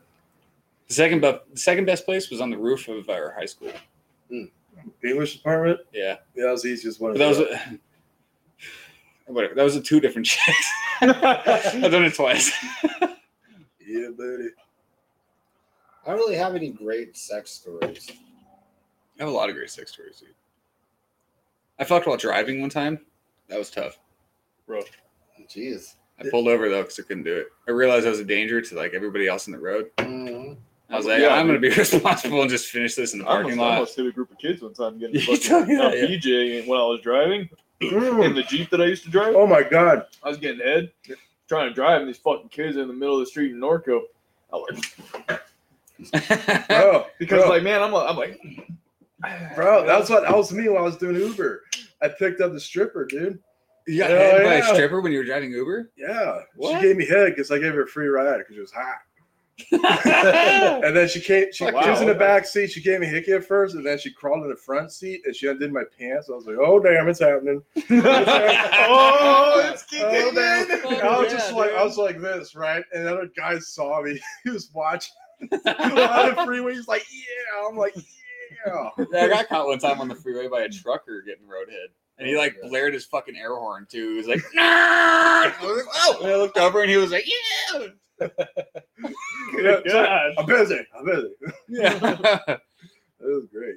The second, bu- the second best place was on the roof of our high school.
English department.
Yeah,
Yeah, that was the easiest one.
but that was a, whatever. That was a two different chicks. I've done it twice.
yeah, buddy.
I don't really have any great sex stories.
I have a lot of great sex stories, dude. I fucked while driving one time. That was tough.
Jeez.
I pulled over though because I couldn't do it. I realized I was a danger to like everybody else in the road.
Mhm.
I was like,
Yeah,
I'm gonna be responsible and just finish this in the
I almost,
parking
I
lot.
almost hit a group of kids one time getting
You
fucking
told me that,
uh,
yeah.
PJ when I was driving in the Jeep that I used to drive.
Oh my god.
I was getting head trying to drive, and these fucking kids in the middle of the street in Norco. I was like,
Bro,
because
bro,
like man, I'm like, I'm like,
bro, that's what that was me when I was doing Uber. I picked up the stripper, dude.
You got
Hell
hit by a
yeah.
stripper when you were driving Uber.
Yeah,
What?
she gave me head because I gave her a free ride because she was hot. and then she came. She,
Oh,
Wow.
she was in the back seat. She gave me a hickey at first, and then she crawled in the front seat and she undid my pants. I was like, "Oh damn, it's happening!"
oh, it's
Oh,
kicking
man.
in.
And I was just like, I was like this, right? And the other guy saw me. He was watching on the freeway. He's like, "Yeah," I'm like, "Yeah."
Yeah, I got caught one time on the freeway by a trucker getting roadhead. And he like
Yeah.
blared his fucking air horn too. He was like, "Nah!" I was like, oh! And I looked over and he was like, yeah.
Yeah, it's like,
God.
I'm busy. I'm busy.
Yeah.
It was great.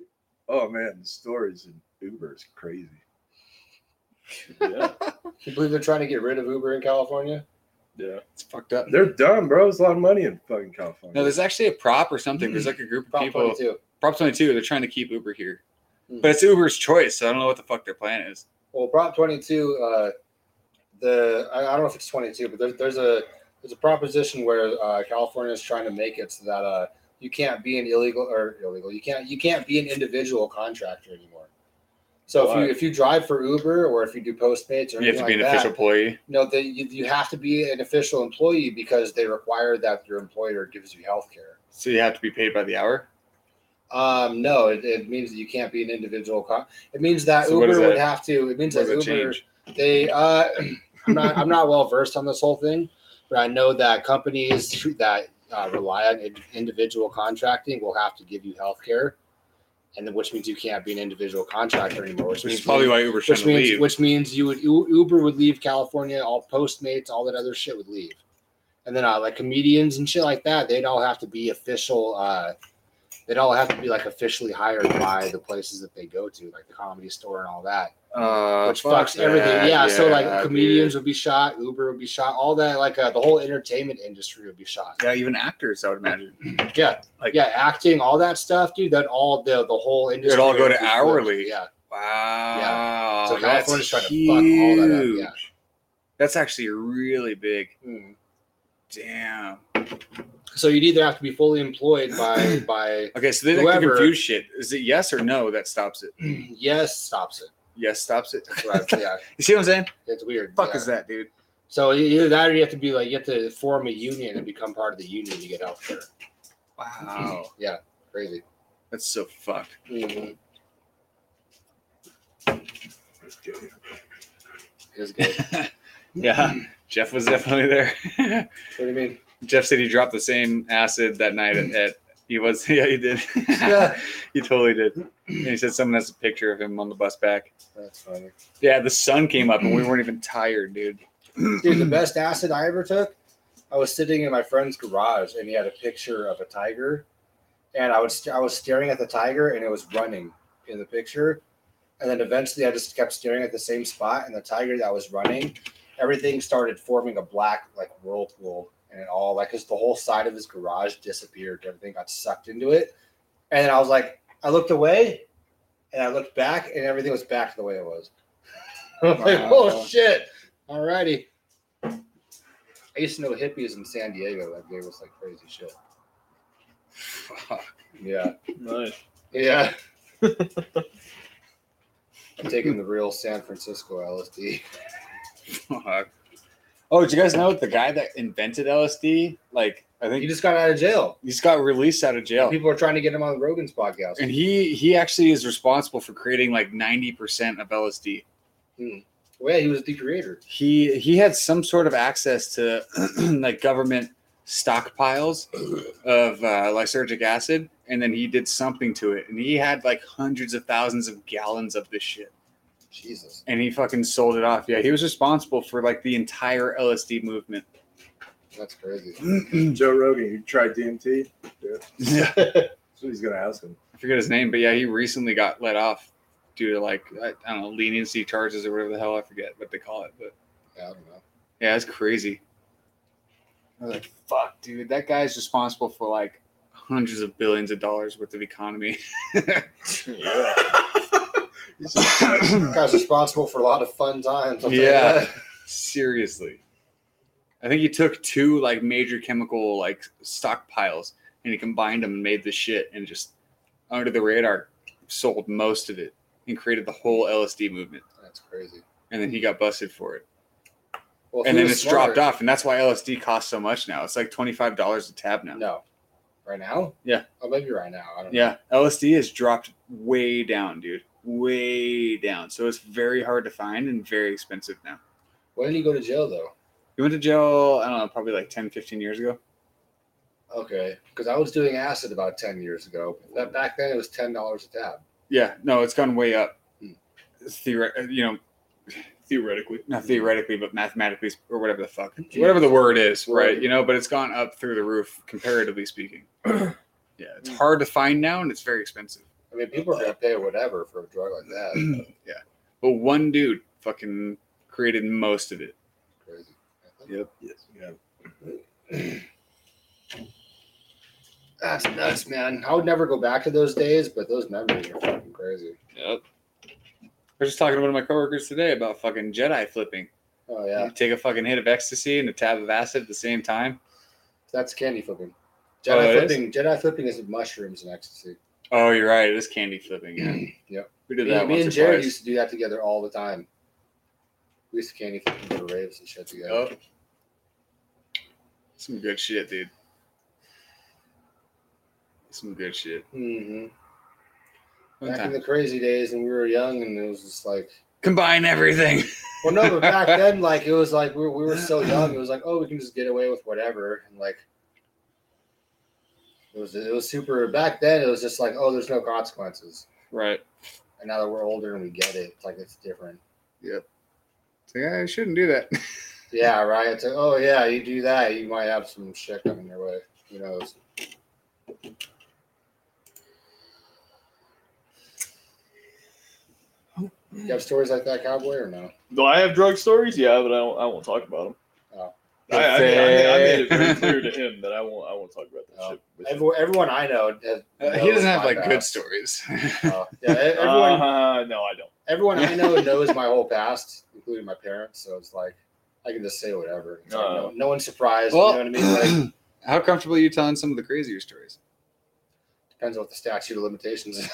Oh man, the stories in Uber is crazy.
Yeah,
You believe they're trying to get rid of Uber in California?
yeah.
it's fucked up.
They're dumb, bro. There's a lot of money in fucking California.
No, there's actually a prop or something. There's like a group of
Mm. Prop
people.
22.
Prop 22, they're trying to keep Uber here.
Hmm.
But it's Uber's choice, so I don't know what the fuck their plan is.
Well, Prop 22, uh, the I, I don't know if it's 22, but there's there's a there's a proposition where uh, California is trying to make it so that uh, you can't be an illegal or illegal. You can't you can't be an individual contractor anymore. So if
Why?
you if you drive for Uber or if you do Postmates or
You have to
anything
be an
like
official
that,
employee.
no, they, you, you have to be an official employee because they require that your employer gives you health care.
So you have to be paid by the hour.
Um, no, it, it means that you can't be an individual. Co- it means that
So what
Uber
is
would
that?
have to. It means
What
that
does that
Uber
change?
they uh i'm not i'm not well versed on this whole thing but i know that companies that uh, rely on ind- individual contracting will have to give you health care and then which means you can't be an individual contractor anymore which,
Which is
means
probably why Uber's trying
which
to
means
leave.
which means you would U- uber would leave california all postmates all that other shit would leave and then uh, like comedians and shit like that they'd all have to be official uh they'd all have to be like officially hired by the places that they go to like the comedy store and all that
Uh,
which
fuck
fucks everything.
that,
yeah, so like
dude.
comedians would be shot, Uber would be shot, all that like uh, the whole entertainment industry would be shot.
Yeah, even actors, I would imagine.
Yeah,
Like-
yeah, acting, all that stuff, dude. That all the the whole industry.
all go
would
to
be
hourly.
flipped, Yeah,
Wow.
so California's trying to fuck all
huge.
that up. Yeah.
That's actually really big.
Mm.
Damn.
So you'd either have to be fully employed by by
Okay, so they like to
Whoever-
confuse shit. Is it yes or no that stops it?
yes stops it.
Yes stops it.
Right, yeah,
You see what I'm saying?
it's weird.
Fuck
yeah.
is that, dude?
So e-, either that or you have to be like you have to form a union and become part of the union to get health care.
Wow.
Crazy.
That's so fucked.
Mhm. It is good.
yeah. Jeff was definitely there.
what do you mean?
Jeff said he dropped the same acid that night at, at he was yeah he did
Yeah.
he totally did and he said someone has a picture of him on the bus back
That's funny.
yeah the sun came up and we weren't even tired dude
Dude, the best acid I ever took, I was sitting in my friend's garage and he had a picture of a tiger and I was I was staring at the tiger, and it was running in the picture, and then eventually I just kept staring at the same spot, and the tiger that was running, everything started forming a black like whirlpool, and it all like because the whole side of his garage disappeared, everything got sucked into it, and then I was like, I looked away, and I looked back, and everything was back to the way it was. I was like,
Wow.
oh shit! Alrighty. I used to know hippies in San Diego that gave us like crazy shit. Yeah.
Nice.
Yeah. I'm taking the real San Francisco LSD.
Fuck. Oh, did you guys know that the guy that invented LSD, like I
He
think
just got out of jail.
he just got released out of jail,
People are trying to get him on the Rogan's podcast.
and he he actually is responsible for creating like ninety percent of LSD.
Well, yeah, he was the creator.
He he had some sort of access to like government stockpiles of uh, lysergic acid, and then he did something to it, and he had like hundreds of thousands of gallons of this shit.
Jesus.
and he fucking sold it off. Yeah, he was responsible for like the entire LSD movement.
That's crazy.
Joe Rogan, you tried DMT?
I
That's what he's gonna ask him.
forget his name, but yeah, he recently got let off due to like I, I don't know leniency charges or whatever the hell I forget what they call it. But
Yeah, I don't know.
yeah, it's crazy. I was like, fuck, dude, that guy's responsible for like hundreds of billions of dollars worth of economy.
Yeah.
Guy's responsible for a lot of fun times. I'll tell you
Yeah.
that.
Seriously. I think he took two like major chemical like stockpiles and he combined them and made the shit and just under the radar sold most of it and created the whole LSD movement.
That's crazy.
And then he got busted for it.
Well, if
and
he
then
was
it's
smart-
dropped off. And that's why LSD costs so much now. It's like $25 a tab now.
No. Right now?
Yeah.
Oh, maybe right now. I don't know.
Yeah. LSD has dropped way down, dude. Way down. So it's very hard to find and very expensive now.
When did he go to jail, though?
He went to jail, I don't know, probably like 10, 15 years ago.
Okay. Because I was doing acid about 10 years ago. That Back then, it was $10 a tab.
Yeah, no, it's gone way up.
Hmm.
Theoret- you know,
Theoretically.
not theoretically, but mathematically, or whatever the fuck,
Yeah.
whatever the word is,
Right.
right? You know, but it's gone up through the roof, comparatively speaking. yeah, it's hard to find now, and it's very expensive.
I mean, people are gonna pay whatever for a drug like that.
But one dude fucking created most of it.
Crazy.
Yes. Yeah.
That's nuts, man. I would never go back to those days, but those memories are fucking crazy.
Yep.
I was just talking to one of my coworkers today about fucking Jedi flipping.
Oh yeah,
You take a fucking hit of ecstasy and a tab of acid at the same time.
that's candy flipping.
Oh,
Jedi
it is?
flipping. Jedi flipping is mushrooms and ecstasy.
Oh, you're right. It is candy flipping. Yeah.
Yep.
We did
Me,
that
me
once
and
or
Jared
twice.
used to do that together all the time. We used to candy flip and go to raves and shit together.
Oh. Some good shit, dude. Some good shit.
hmm
One
Back in
time.
the crazy days when we were young, and it was just like,
Combine everything.
well, no, but back then, like it was like we were, we were so young. It was like, oh, we can just get away with whatever, and like it was it was super. Back then, it was just like, oh, there's no consequences.
Right.
And now that we're older and we get it, it's like it's different.
So, yeah, I shouldn't do that.
Yeah, right. It's like, oh yeah, you do that, you might have some shit coming your way. Who knows? You have stories like that, cowboy, or no?
Do I have drug stories? Yeah, but I, won't- I won't talk about them.
Oh.
I, I, made, I, made, I made it very clear to him that I won't. I won't talk about that
Oh.
shit. with him.
Everyone, everyone I know, has,
Uh, he doesn't
knows
have
my
like good
past.
stories.
Oh, yeah, e- everyone,
Uh, no, I don't.
everyone I know knows my whole past, including my parents. So it's like I can just say whatever. It's like, no, no one's surprised.
Uh. well,
you know what I mean? Like,
how comfortable are you telling some of the crazier stories?
depends on what the statute of limitations is.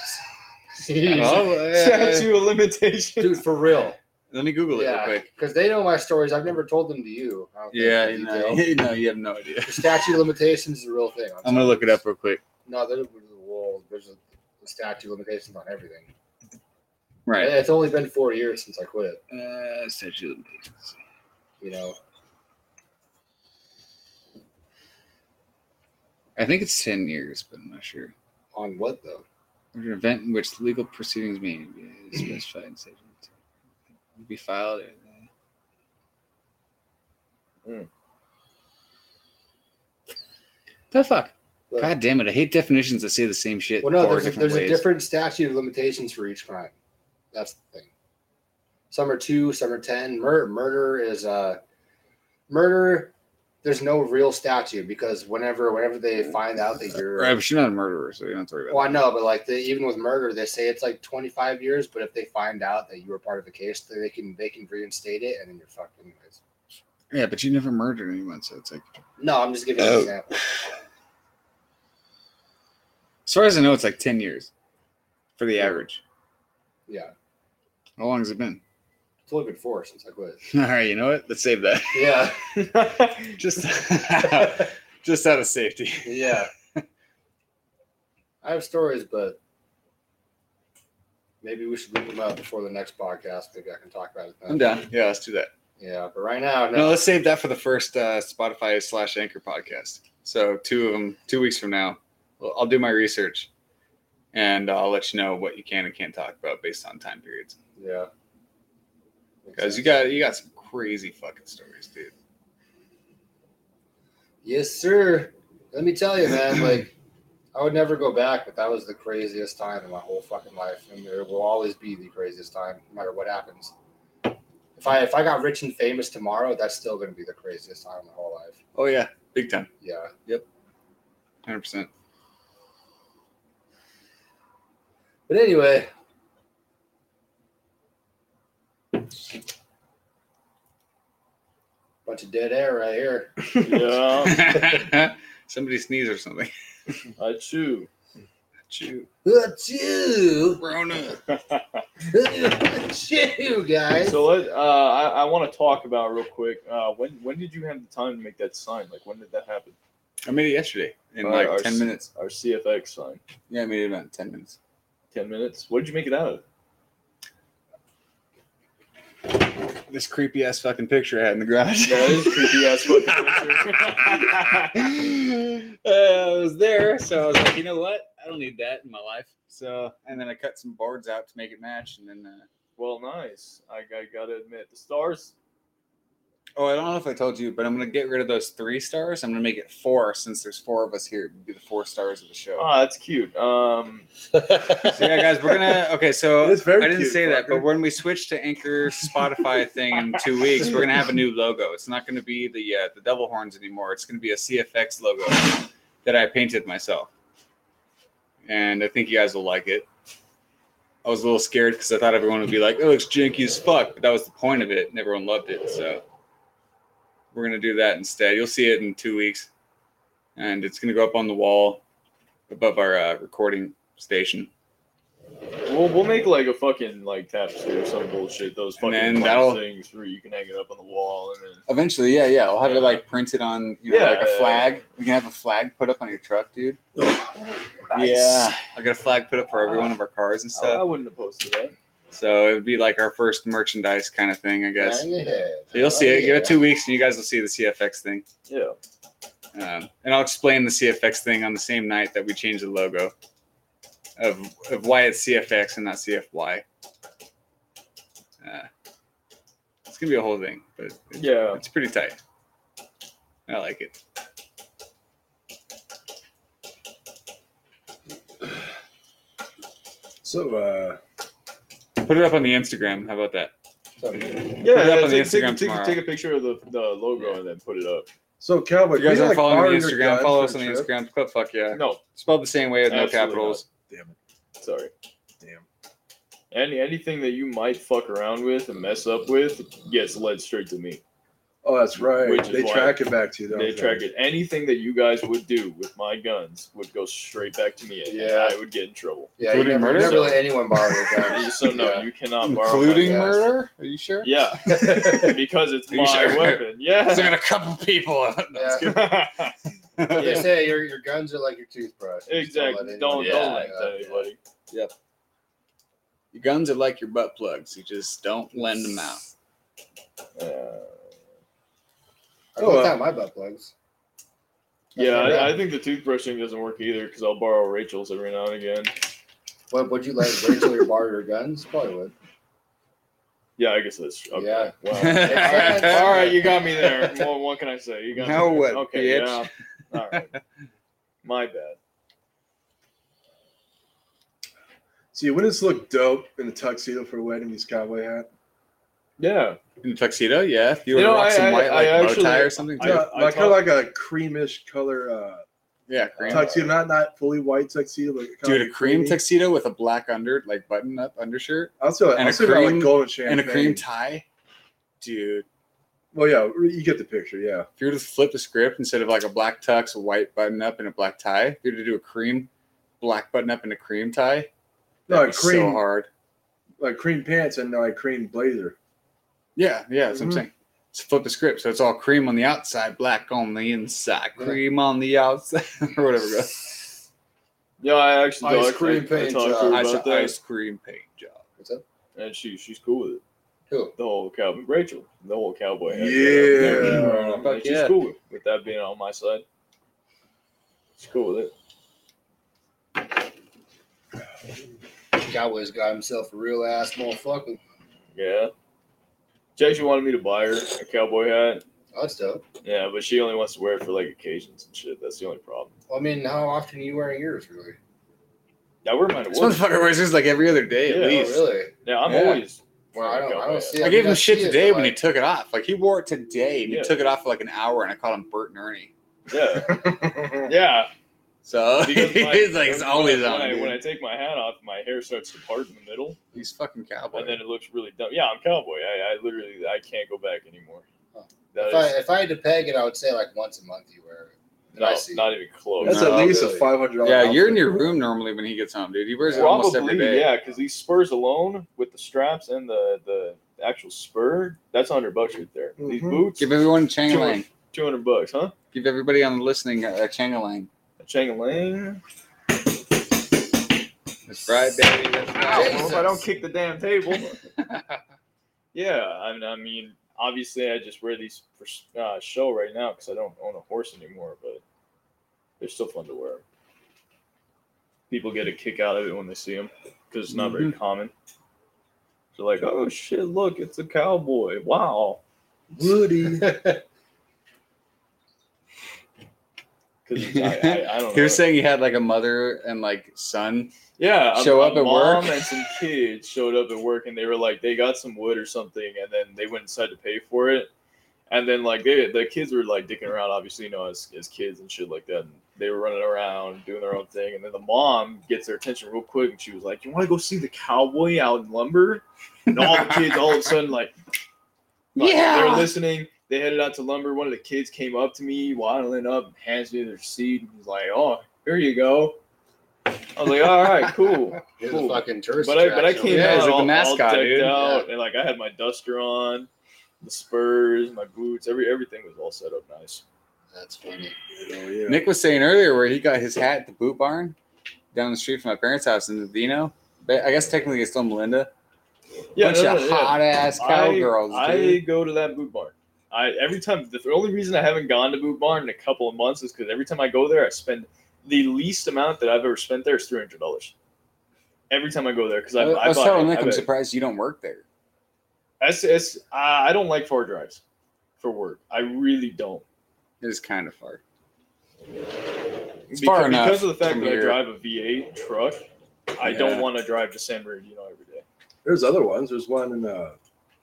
Oh, yeah.
Statue of limitations.
Dude, for real.
Let me Google it real
Yeah,
quick.
because they know my stories. I've never told them to you. I don't think
Yeah,
in
you know,
detail.
you know, you have no idea.
The statute of limitations is a real thing.
I'm gonna look it up real quick.
No, there's the world. There's a the statute of limitations on everything.
Right.
It's only been four years since I quit.
Uh, statute of limitations.
You know,
I think it's ten years, but I'm not sure.
on what though?
Or an event in which legal proceedings may be specified in section two. be filed.
Hmm.
The fuck?
But-
God damn it! I hate definitions that say the same shit.
Well, no,
four
there's, a,
different
there's a
ways.
different statute of limitations for each crime. That's the thing. Some are two, some are ten. Murder, murder is uh, murder. There's no real statute because whenever whenever they find out that you're
Right, but she's not a murderer, so you don't have to worry
well,
about
I know, but like they, even with murder, they say it's like 25 years. But if they find out that you were part of the case, then they can they can reinstate it, and then you're fucked anyways.
that. Yeah, but you never murdered anyone, so it's like.
No, I'm just giving you an
Oh.
example.
As far as I know, it's like ten years for the average.
Yeah,
How long has it been?
it's only been four since I quit.
All right, you know what? Let's save that.
Yeah,
just, just out of safety.
yeah. I have stories, but maybe we should leave them out before the next podcast. Maybe I can talk about it. Then.
I'm down. Yeah, let's do that.
Yeah, but right now,
No,
no.
let's save that for the first uh, Spotify slash Anchor podcast. So two of them, two weeks from now, Well, I'll do my research, and I'll let you know what you can and can't talk about based on time periods.
yeah.
Because you got you got some crazy fucking stories, dude.
Yes, sir. Let me tell you, man, like I would never go back, but that was the craziest time in my whole fucking life. And it will always be the craziest time, no matter what happens. If I if I got rich and famous tomorrow, that's still gonna be the craziest time in my whole life.
Oh yeah, big time,
Yeah.
hundred percent.
But anyway. Bunch of dead air right here.
yeah,
Oh. Somebody sneeze or something.
I too.
Chew,
Achoo!
Rona.
Achoo, guys.
So let, uh, I, I want to talk about real quick. Uh, when when did you have the time to make that sign? Like when did that happen?
I made it yesterday in
Uh,
like
our
ten
s-
minutes.
Our CFX sign.
Yeah, I made it about in ten minutes.
Ten minutes. What did you make it out of?
This creepy ass fucking picture I had in the garage.
That is creepy ass fucking
uh, I was there, so I was like, you know what? I don't need that in my life. So, and then I cut some boards out to make it match, and then. Uh,
Well, nice. I, I gotta admit, the stars.
oh, I don't know if I told you, but I'm gonna get rid of those three stars. I'm gonna make it four since there's four of us here. It'd be the four stars of the show.
Ah, that's cute. Um,
So yeah, guys, we're gonna. Okay, so
It is very
I didn't
cute,
say that, but
Parker.
when we switch to Anchor Spotify thing in two weeks, we're gonna have a new logo. It's not gonna be the uh, the devil horns anymore. It's gonna be a CFX logo that I painted myself, and I think you guys will like it. I was a little scared because I thought everyone would be like, "It looks janky as fuck," but that was the point of it, and everyone loved it. So we're gonna do that instead. You'll see it in two weeks, and it's gonna go up on the wall above our uh, recording station.
we'll we'll make like a fucking like tapestry or some bullshit. Those
And
fucking
then
plant
that'll-
things where you can hang it up on the wall and then.
Eventually, yeah, yeah. I'll have it like printed on, you know,
Yeah.
like a flag. We can have a flag put up on your truck, dude. Yeah, I got a flag put up for every one of our cars and
I, I
stuff.
wouldn't oppose to that.
So it would be like our first merchandise kind of thing, I guess.
Bang your head.
So you'll see it. Give it
Yeah.
two weeks, and you guys will see the CFX thing.
Yeah.
Um, and I'll explain the CFX thing on the same night that we change the logo of of why it's CFX and not CFY. Uh, it's gonna be a whole thing, but it's,
Yeah.
it's pretty tight. I like it.
So, uh,
Put it up on the Instagram. How about that?
Yeah.
Put it up on the
take, take-
Instagram
take-
tomorrow.
take a picture of the, the logo and then put it up.
so Cowboy,
If you guys
can
aren't
like,
following
borrow
the
your
Instagram,
guns
follow
for
us
a
on the
trip?
Instagram. Club fuck yeah.
No,
Spelled the same way with no
Absolutely not.
capitals.
sorry.
Damn.
Any anything that you might fuck around with and mess up with gets led straight to me.
Oh, that's right.
Which is
they
why
track it back to you. Don't
They track it. Anything that you guys would do with my guns would go straight back to me, and
Yeah.
I would get in trouble.
Yeah, you
Including
never,
murder?
you never let anyone borrow your gun.
so no, you cannot borrow. my
Including
gun.
guys.
murder? Are you sure?
Yeah, because it's
Are you
my
sure?
weapon.
There's
Yeah.
a couple people.
Yeah. They
Yeah.
say your, your guns are like your toothbrush. You just
Exactly.
let
Don't don't
anyone-
Yeah,
lend to anybody.
Your guns are like your butt plugs. You just don't lend them out.
Uh,
I don't
Oh,
have my butt plugs.
yeah,
That's
I,
right.
I think the toothbrushing doesn't work either because I'll borrow Rachel's every now and again.
What would you let Rachel your borrow your guns? Probably would.
Yeah, I guess that's okay.
Yeah.
Wow. All right, all right, you got me there. What, what can I say? You got me
Now
there.
what,
Okay,
bitch?
yeah. All right. My bad.
See, wouldn't this look dope in a tuxedo for a wedding? This cowboy hat.
Yeah.
in a tuxedo. Yeah, if you
You
were to
know,
rock
I-
some
I-
white like
I
bow tie
actually-
or something.
I-
too.
Yeah, like
taught-
kind of like a creamish color uh,
yeah, cream.
Uh,
tuxedo, not not fully white tuxedo, but kinda
Dude,
like
a cream
creamy.
tuxedo with a black under, like button up undershirt,
Also,
and a
also got
cream-
like golden champagne.
and a cream tie. Dude,
well, yeah, you get the picture. Yeah,
if you were to flip the script instead of like a black tux, a white button up, and a black tie, if you were to do a cream black button up and a cream tie,
No,
that'd
a
be so
cream-
hard.
like cream pants and like cream blazer.
Yeah, yeah, that's what I'm
Mhm.
saying. Just flip the script, so it's all cream on the outside, black on the inside,
Yeah.
cream on the outside, or whatever. it goes.
Yeah, I actually
Ice
talked- I-
cream
I
paint
talked to
job.
her
Ice,
about that,
ice cream paint job.
What's up?
and she she's cool with it.
Who?
The whole cowboy, Rachel, the whole cowboy. hat.
Yeah.
And
Fuck
she's
yeah.
cool with, with that being on my side. She's cool with it.
Cowboys got himself a real ass motherfucker.
Yeah. She actually wanted me to buy her a cowboy hat.
Oh, that's dope.
Yeah, but she only wants to wear it for like occasions and shit. That's the only problem.
Well, I mean, how often are you wearing yours, really?
I wear mine at
This
work.
motherfucker wears this like every other day at
Yeah.
least.
Oh, really?
Yeah, I'm
Yeah.
always.
Well, I don't, I don't see. it.
I gave
mean,
him shit
see it,
today
but,
when he
like,
took it off. Like he wore it today and
Yeah.
he took it off for like an hour and I called him Bert and Ernie.
Yeah,
Oh,
yeah.
So
because my-
he's like he's
when I-
always
when
on.
I,
dude.
when I take my hat off, my hair starts to part in the middle,
he's fucking cowboy.
and then it looks really dumb. Yeah, I'm cowboy. I, I literally I can't go back anymore.
Huh.
That
If I,
is-
if I had to peg it, I would say like once a month you wear it. That
no,
I see.
not even close.
That's
No,
at least
really.
a five hundred dollars.
yeah, you're in your room normally when he gets home, dude. He wears it almost every
Probably,
day.
yeah, because these spurs alone with the straps and the the actual spur, that's hundred bucks right there. These
Mm-hmm.
Mhm.
boots,
Give everyone a Chang
Sure.
Lang.
two hundred bucks, huh?
Give everybody on the listening a a Chang Lang.
A Chang Lang.
That's right, baby. That's
Ow,
right.
I hope I don't kick the damn table. yeah, I mean, I mean, obviously, I just wear these for s- uh, show right now because I don't own a horse anymore, but they're still fun to wear. People get a kick out of it when they see them because it's not very common. They're like, "Oh shit, look, it's a cowboy! Wow!"
Woody.
Because I, I, I don't.
he was
know.
saying he had like a mother and like son.
Yeah, a-
show
a
up at
mom
work.
and some kids showed up at work, and they were like, they got some wood or something, and then they went inside to pay for it, and then like they, the kids were like dicking around, obviously, you know, as, as kids and shit like that. And they were running around doing their own thing, and then the mom gets their attention real quick, and she was like, "You want to go see the cowboy out in lumber?" And all the kids all of a sudden like, like,
Yeah.
they're listening. They headed out to lumber. One of the kids came up to me, waddling up, and hands me their seed, and was like, "Oh, here you go." I was like, "All right, cool."
You're
Cool.
the fucking tourist.
But I, but I
attraction.
came
Yeah,
out
he's like the
all,
mascot,
all decked
dude.
out, and like I had my duster on, the spurs, my boots, every everything was all set up nice.
That's funny.
Oh, yeah.
Nick was saying earlier where he got his hat at the boot barn down the street from my parents' house in Vino. But I guess technically it's still Melinda.
Yeah,
Bunch
no,
of
no, yeah.
hot ass cowgirls,
I, I
dude.
go to that boot barn. I every time the only reason I haven't gone to boot barn in a couple of months is because every time I go there, I spend the least amount that I've ever spent there is three hundred dollars. Every time I go there, because
I,
I,
I was
buy-
telling Nick,
I
I'm
buy-
surprised you don't work there.
It's, it's, I I don't like far drives for work. I really don't.
It's kind of far.
because,
It's far enough
because of the fact
from
that I
here.
drive a V8 truck, I
Yeah.
don't want to drive to San Bernardino every day.
There's other ones. There's one in uh,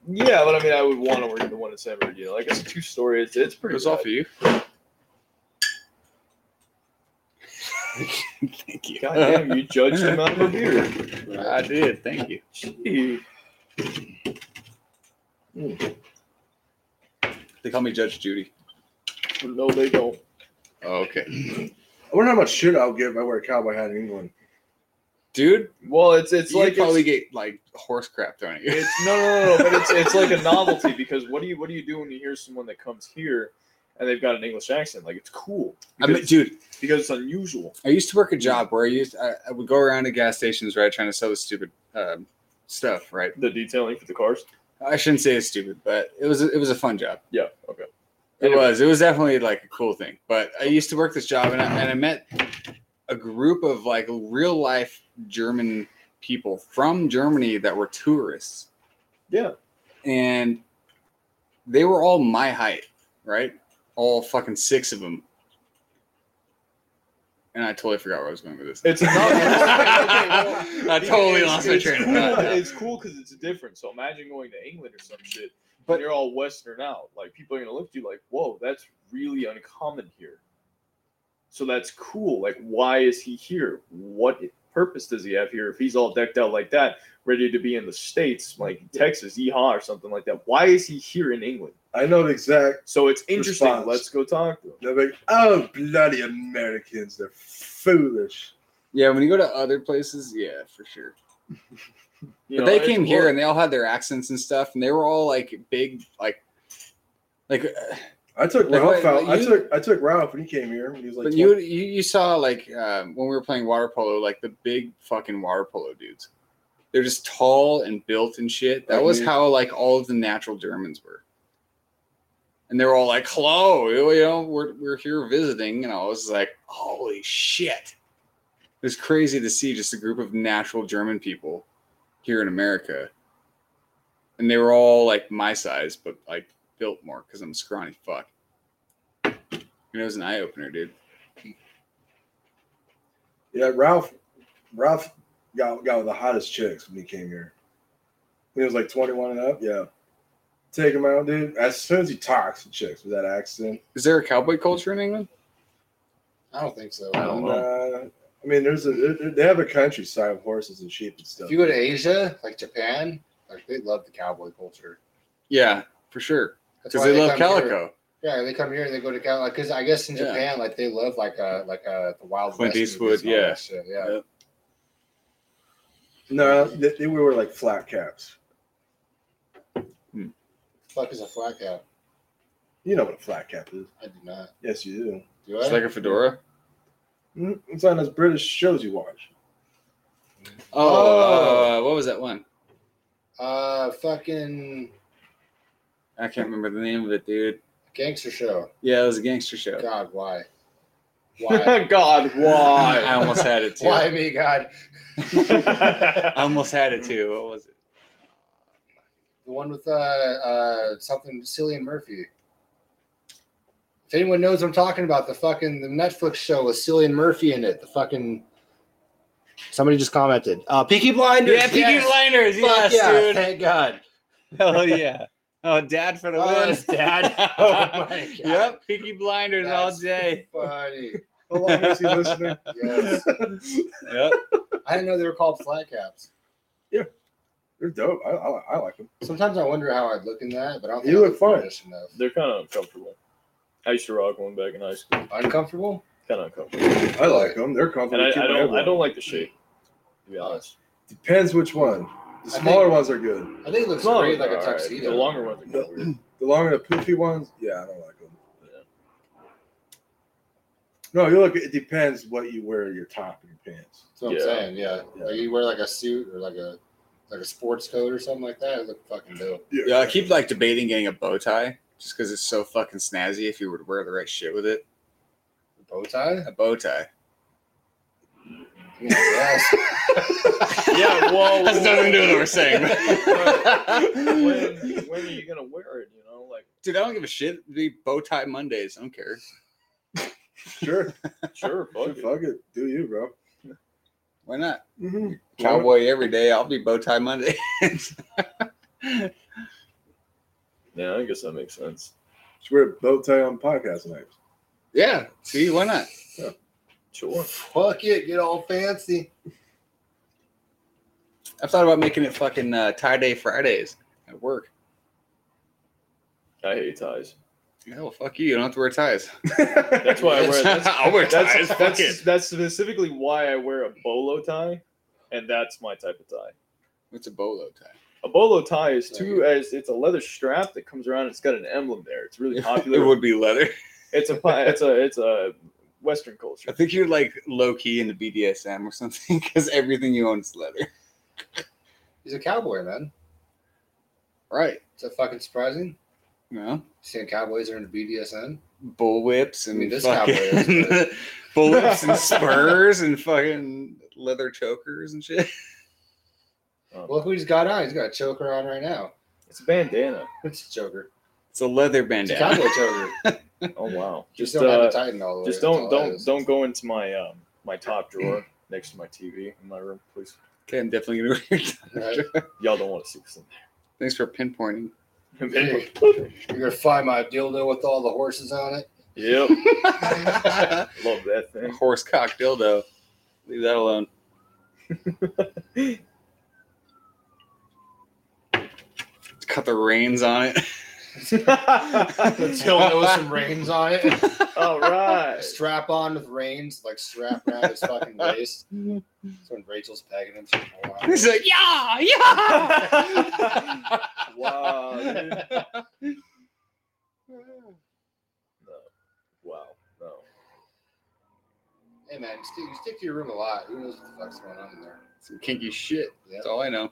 Yeah, but I mean, I would want to work the one in San Bernardino. Like it's a two story. It's, it's pretty.
It's
bad.
all for you. Thank you.
God damn, you judged him out of a beer.
I did. Thank you.
Gee.
They call me Judge Judy.
No, they don't.
Oh, okay.
I wonder how much shit I'll get if I wear a cowboy hat in England.
Dude,
Well, it's it's
you
like
probably
it's,
get like horse crap thrown at you.
it's no, no, no, no, but it's it's like a novelty because what do you what do you do when you hear someone that comes here and they've got an English accent? Like it's cool
I
because,
mean, dude,
because it's unusual.
I used to work a job where I used I, I would go around to gas stations right trying to sell the stupid um, stuff right.
The detailing for the cars.
I shouldn't say it's stupid, but it was it was a fun job.
Yeah. Okay.
It was it was definitely like a cool thing. But I used to work this job and I, and I met a group of like real life German people from Germany that were tourists
Yeah.
and they were all my height, right? All fucking six of them. and I totally forgot where I was going with this.
It's not.
I totally
It's-
lost my
it's
train of
cool-
thought. now.
It's cool because it's different. So imagine going to England or some shit, but you're all Western out. Like people are gonna look at you like, "Whoa, that's really uncommon here." So that's cool. Like, why is he here? What purpose does he have here? If he's all decked out like that, ready to be in the states, like Texas, Yeehaw, or something like that, why is he here in England?
I know the exact.
So it's interesting.
Response.
Let's go talk to him.
They're like, oh bloody Americans, they're foolish.
Yeah, when you go to other places, yeah, for sure.
You
but
know,
they
it's
came here
cool.
and they all had their accents and stuff, and they were all like big, like, like. uh,
I took
Like,
Ralph
wait,
out.
like
I
you-
took I took Ralph when he came here. When he was like,
But you, you you saw like um, when we were playing water polo, like the big fucking water polo dudes. They're just tall and built and shit. That
Like
was
me.
how like all of the natural Germans were. And they were all like, "Hello, you know, we're we're here visiting," and I was like, "Holy shit!" It was crazy to see just a group of natural German people here in America, and they were all like my size, but like built more because I'm a scrawny fuck. And it was an eye opener, dude.
Yeah, Ralph. Ralph got got with the hottest chicks when he came here. When he was like twenty one and up. Yeah, take him out, dude. As soon as he talks to chicks with that accent,
Is there a cowboy culture in England?
I don't think so.
I don't know.
uh, I mean, there's a there- they have a countryside of horses and sheep and stuff.
If you go to Asia, like Japan, like they love the cowboy culture.
Yeah, for sure.
That's
Because
why
they love
come here.
calico.
Yeah, they come here and they go to Cal. Like, cause I guess in
Yeah.
Japan, like they love like uh like uh the wild
Clint
West movies
Eastwood,
and all
yeah.
that shit, yeah.
Yeah.
no, they, they wear like flat caps.
Fuck is a flat cap?
You know what a flat cap is?
I do not.
Yes, you do.
Do I?
It's like a fedora.
Mm, It's on those British shows you watch.
Oh, uh, what was that one?
uh, fucking
I can't remember the name of it, dude.
gangster show.
Yeah, it was a gangster show. Oh,
God, why? Why?
God,
I
why?
almost had it too.
why me? God,
I almost had it too. What was it?
the one with uh uh something Cillian Murphy. If anyone knows what I'm talking about, the fucking the Netflix show with Cillian Murphy in it. The fucking somebody just commented. Uh, Peaky Blinders.
Yeah, Peaky
yes.
Blinders.
Fuck
Yes,
yeah,
dude.
Thank God.
Hell yeah. Oh, dad for the
Oh,
win.
it's Dad. Oh, my God.
Yep, Peaky Blinders all
That's
day.
Funny.
How long is he listening?
Yes.
Yep.
I didn't know they were called flat caps.
They're dope. I, I, I like them.
Sometimes I wonder how I'd look in that, but I don't think
You
I
look fine.
British enough.
They're kind of uncomfortable. I used to rock one back in high school.
Uncomfortable?
Kind of uncomfortable,
I like them. They're
and
comfortable.
I,
Keep
I
them
don't. I
everywhere.
don't like the shape. To be honest,
Depends which one. The
I think-
smaller ones are good.
I think it looks
Long
great like
ones
a
are alright.
tuxedo.
The longer ones are kind of weird.
The longer the poofy ones, yeah, I don't like them.
Yeah.
No, you look. It depends what you wear your top and your pants.
That's what I'm
Yeah.
saying. Yeah.
Yeah.
Like you wear like a suit or like a like a sports coat or something like that. It look fucking dope.
Yeah, I keep like debating getting a bow tie just because it's so fucking snazzy if you were to wear the right shit with it.
Bow tie?
A bow tie.
I mean, yes.
Yeah, well,
That's nothing to do with what we're saying.
when, when are you gonna wear it? You know, like
Dude, I don't give a shit. It'd be bow tie Mondays. I don't care.
sure,
sure, fuck
sure,
it.
fuck it, do you, bro?
Why not?
Mm-hmm.
Cowboy every day. I'll be bow tie Monday.
Yeah, I guess that makes sense.
Just wear a bow tie on podcast nights.
yeah. See, why not?
Sure.
Fuck it. Get all fancy.
I've thought about making it fucking uh, tie day Fridays at work.
I hate ties.
Hell, fuck you. You don't have to wear ties.
That's why I wear. That's,
I'll wear ties.
that's,
Fuck
that's,
it.
that's specifically why I wear a bolo tie, and that's my type of tie.
It's a bolo tie.
A bolo tie is two as it's a leather strap that comes around. It's got an emblem there. It's really popular.
It would be leather.
It's a pi- it's a it's a Western culture.
I think you're like low key into BDSM or something because everything you own is leather.
He's a cowboy, man.
Right.
Is that fucking surprising?
You know?
Seeing cowboys are into BDSM.
bull whips and
I mean, this
fucking
cowboy is good.
bull whips and spurs and fucking leather chokers and shit.
Well, look who he's got on. He's got a choker on right now.
It's a bandana.
It's a choker.
It's a leather
It's a
bandana.
cowboy toad.
Oh wow.
You
Just
just don't have
uh,
to tighten all the way.
just
that's
don't
all it
don't
is.
don't go into my um my top drawer next to my TV in my room, please.
okay, I'm definitely gonna wear it.
Right?
Y'all don't want to see this in
Thanks for pinpointing.
there.
You're gonna find my dildo with all the horses on it.
yep.
A
Love that thing.
horse cock dildo. Leave that alone. Cut the reins on it.
Dildo with some reins on it.
All right.
Strap on with reins, like strap around his fucking waist. That's when Rachel's pegging him. she's like, "Hold on."
He's like, yeah, yeah.
Wow. dude. No. Wow. No.
Hey man, you stick, you stick to your room a lot. Who knows what the fuck's going on in there?
Some kinky shit.
Yeah.
That's all I know.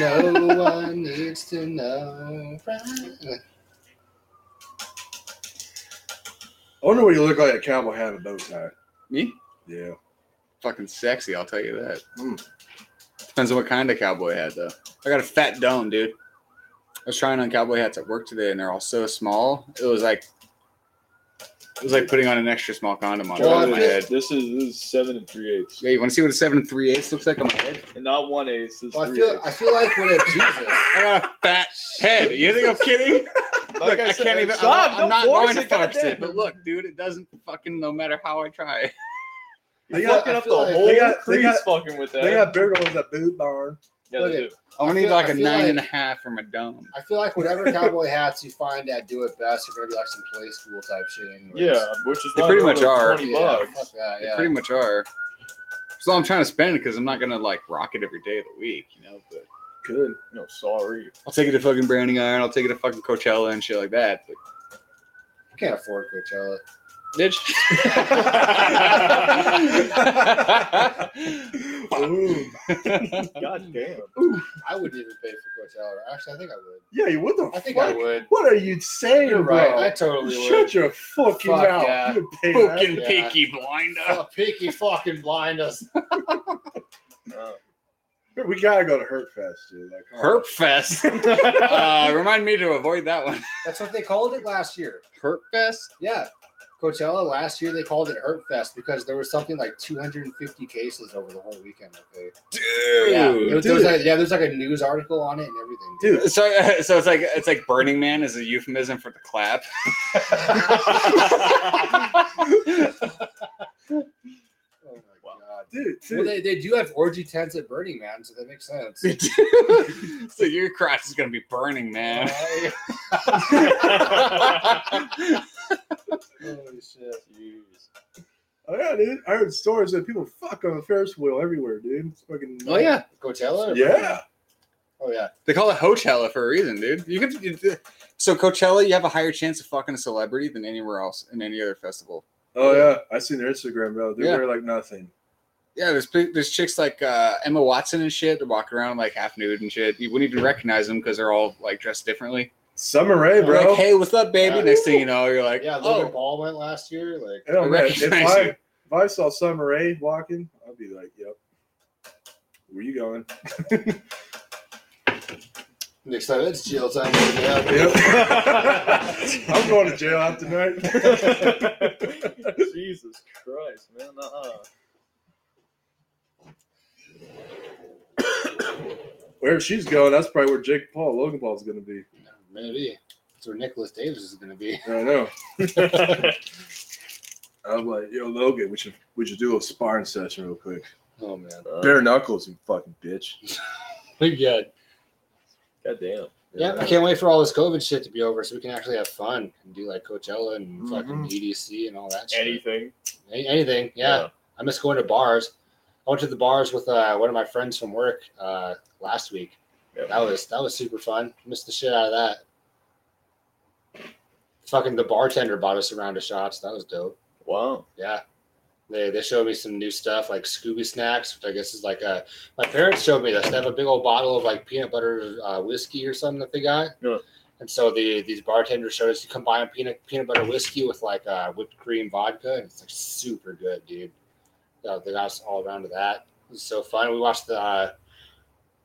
No one needs to know. Right?
I wonder what you look like a cowboy hat and a bow tie.
Me?
Yeah.
Fucking sexy, I'll tell you that.
Mm.
Depends on what kind of cowboy hat, though. I got a fat dome, dude. I was trying on cowboy hats at work today, and they're all so small. It was like, it was like putting on an extra small condom on top
Well,
of my
this-
head.
This is, this is seven and three eighths,
Yeah, you want to see what a seven and three eighths looks like on my head?
and not one eighth. It's
Well, I
three
feel I
eighths.
feel like when a Jesus.
I got a fat head. You think I'm kidding? Look, I, can't even.
Stop,
I'm,
don't
I'm not
force
going to
it,
force it,
goddamn.
but look, dude, it doesn't fucking. No matter how I try,
They
You're
got-
fucking
I
up the
feel like-
whole
They got- they
crease
got-
fucking with that.
They got bigger ones at Boot Barn.
yeah, they
Okay.
do.
I'm gonna
I
need
feel-
like
I
a
feel
nine
like-
and a half for my dome.
I feel like whatever cowboy hats you find that do it best are gonna be like some play school type shit. anyways.
Yeah, which is
They
why
pretty
they're
much are.
only Twenty
Yeah, fuck
bucks.
that,
They
yeah.
pretty much are. So I'm trying to spend it because I'm not gonna like rock it every day of the week, you know. But
Good.
No, sorry.
I'll take it to fucking Branding Iron. I'll take it to fucking Coachella and shit like that. But,
You can't afford Coachella.
Ooh.
God damn.
I wouldn't even pay for Coachella. Actually, I think I would.
Yeah, you what the
I think
fuck?
I would.
What are you saying,
You're right.
bro?
I totally would.
Shut your fucking
Fuck
mouth.
yeah.
You pay that.
fucking
Yeah.
Peaky Blinder.
Oh, Peaky fucking blind us.
No.
We gotta go to Hurt Fest, dude. Like, come on.
Herp Fest. Uh, remind me to avoid that one.
That's what they called it last year.
Herp Fest.
Yeah. Coachella last year they called it Hurt Fest because there was something like 250 cases over the whole weekend. Okay.
Dude.
Yeah, it was, there was
dude.
like, yeah, there's like a news article on it and everything.
Dude,
So, uh, so it's like it's like Burning Man is a euphemism for the clap.
Oh my
Wow.
god.
dude,
Well,
dude.
they, they do have orgy tents at Burning Man, so that makes sense.
so your crotch is gonna be burning, man.
Right? Holy shit.
Jeez.
Oh, yeah, dude. I heard stories that people fuck on the Ferris wheel everywhere, dude. It's fucking.
Oh yeah,
Coachella? or Burning Man?
Yeah.
Oh, yeah.
they call it Coachella for a reason, dude. You could you- so Coachella, you have a higher chance of fucking a celebrity than anywhere else in any other festival.
Oh yeah. I seen their Instagram, bro. They
Yeah.
wear like nothing.
Yeah, there's pe- there's chicks like uh, Emma Watson and shit that walk around like half nude and shit. You wouldn't even recognize them because they're all like dressed differently.
Summer Rae,
You're
bro.
like, hey, what's up, baby?
Yeah.
Next thing you know, you're like,
Yeah, Logan
oh,
Paul went last year. Like,
Hell,
I
man, if,
recognize
I,
you.
if I saw Summer Rae walking, I'd be like, yep. Where you going?
next time it's jail time. Yeah.
Yep. I'm going to jail out tonight.
Jesus Christ, man. Uh-uh.
where she's going, that's probably where Jake Paul, Logan Paul's going to be.
Maybe. That's where Nicholas Davis is going to be.
I know. I was like, yo, Logan, we should we should do a sparring session real quick.
Oh, man.
Bare knuckles, you fucking bitch.
Pretty good.
God damn.
Yeah, I can't wait for all this COVID shit to be over so we can actually have fun and do like Coachella and fucking
Mhm.
EDC and all that shit.
Anything.
Any- anything. yeah. I miss going to bars. I went to the bars with uh, one of my friends from work uh, last week.
Yeah.
That was that was super fun. Missed the shit out of that. Fucking the bartender bought us a round of shots. That was dope.
Wow.
Yeah. They, they showed me some new stuff like Scooby snacks, which I guess is like a. My parents showed me this. They have a big old bottle of like peanut butter uh, whiskey or something that they got.
Yeah.
And so the these bartenders showed us to combine peanut peanut butter whiskey with like uh, whipped cream vodka, and it's like super good, dude. So they got us all around to that. It was so fun. We watched the uh,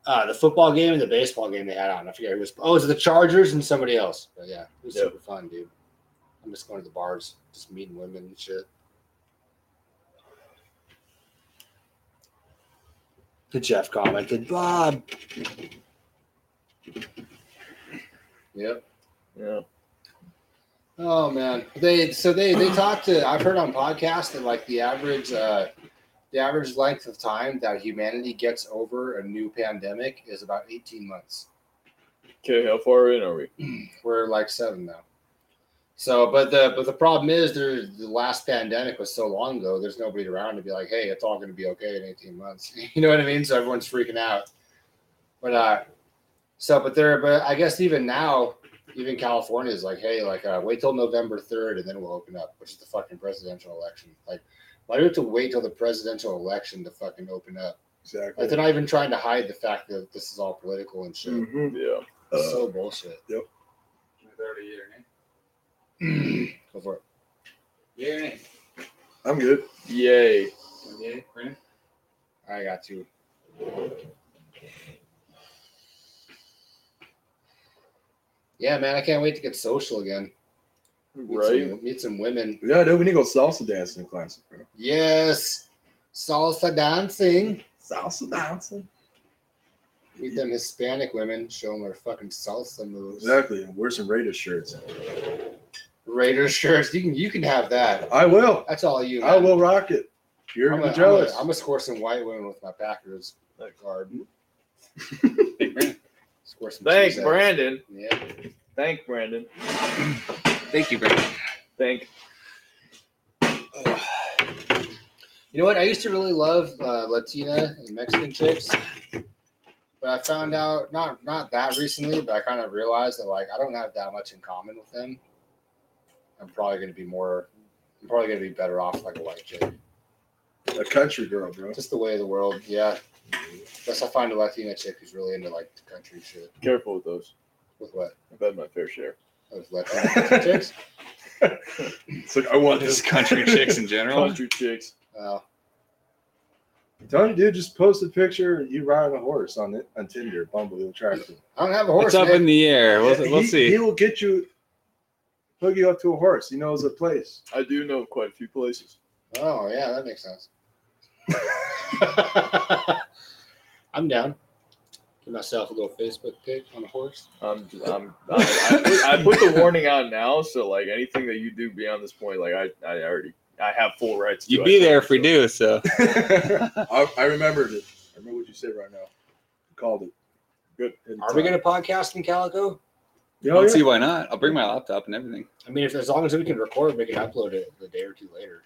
uh, the football game and the baseball game they had on. I forget who was. Oh, it was the Chargers and somebody else. But yeah, it was
Yep.
super fun, dude. I'm just going to the bars, just meeting women and shit. Jeff commented, Bob. Yep.
Yeah.
Oh man, they so they they talked to. I've heard on podcasts that like the average uh, the average length of time that humanity gets over a new pandemic is about eighteen months.
Okay, how far in are we?
We're like seven now. So, but the but the problem is, there the last pandemic was so long ago. There's nobody around to be like, hey, it's all going to be okay in eighteen months. You know what I mean? So everyone's freaking out. But uh, so but there, but I guess even now, even California is like, hey, like uh, wait till November third and then we'll open up, which is the fucking presidential election. Like, why do we have to wait till the presidential election to fucking open up? Like
Exactly.
they're not even trying to hide the fact that this is all political and shit.
Mhm.
Yeah.
It's
Uh,
so bullshit. Go for it.
I'm good.
Yay.
I got you. Yeah, man, I can't wait to get social again. Meet
Right?
Some, meet some women.
Yeah, dude, we need to go salsa dancing class, bro.
Yes. Salsa dancing.
Salsa dancing.
Meet them Hispanic women. Show them their fucking salsa moves.
Exactly. And wear some Raiders shirts.
Raider shirts. You can you can have that.
I will.
That's all you.
I
man.
will rock it. You're
I'm
gonna
gonna,
be jealous.
I'm gonna score some white women with my Packers card.
Thank you.
Score some.
Thank
cheese.
Brandon.
Yeah.
Thank Brandon.
Thank you, Brandon.
Thank.
You know what? I used to really love uh, Latina and Mexican chicks, but I found out not not that recently, but I kind of realized that like I don't have that much in common with them. I'm probably going to be more. I'm probably going to be better off like a white chick.
A country girl, bro.
Just the way of the world, yeah. Unless I find a Latina chick who's really into like the country shit.
Careful with those.
With what?
I've had my fair share.
Those Latina chicks?
It's like I want this
Just
country.
country chicks in general.
Country chicks.
Oh,
Tell you, dude, just post a picture of you riding a horse on it on Tinder. Bumble, you'll attract him.
I don't have a horse.
It's up
man.
in the air. We'll, we'll
he,
see.
He will get you, hook you up to a horse. He knows a place.
I do know quite a few places.
Oh yeah, that makes sense. I'm down. Give myself a little Facebook pic on a horse.
I'm, I'm, i I, put, I put the warning on now, so like anything that you do beyond this point, like I, I already, I have full rights. to
You'd
it.
be there if we do. So
I, I remembered it. I remember what you said right now. I called it.
Good.
Are we gonna podcast in Calico?
I
You know,
don't see
Oh, yeah.
why not. I'll bring my laptop and everything.
I mean, if as long as we can record, we can upload it a day or two later.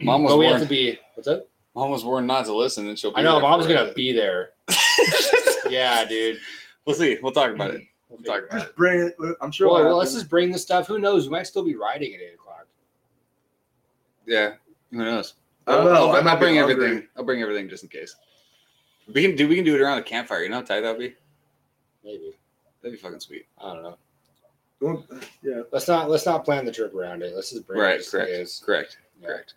mom was
but we
warned.
have to be. What's up?
mom was warned not to listen, and she'll. Be
I know.
there
Mom's
for it.
gonna be there. Yeah, dude.
we'll see. We'll talk about it.
We'll
We'll talk
figure it out.
about it.
Just bring it. I'm sure.
Well,
it'll
well, let's
happen.
just bring the stuff. Who knows? We might still be riding at eight o'clock.
Yeah. Who knows?
I don't
I'll-
know.
I'll,
I might
I'll
be
bring
hungry.
everything. I'll bring everything just in case. We can do. We can do it around the campfire. You know how tight that'd be.
Maybe.
That'd be fucking sweet.
I don't know.
Well, uh, Yeah.
Let's not. Let's not plan the trip around it. Let's just bring
Right,
it. just in
correct.
case.
Correct.
Yeah.
Correct.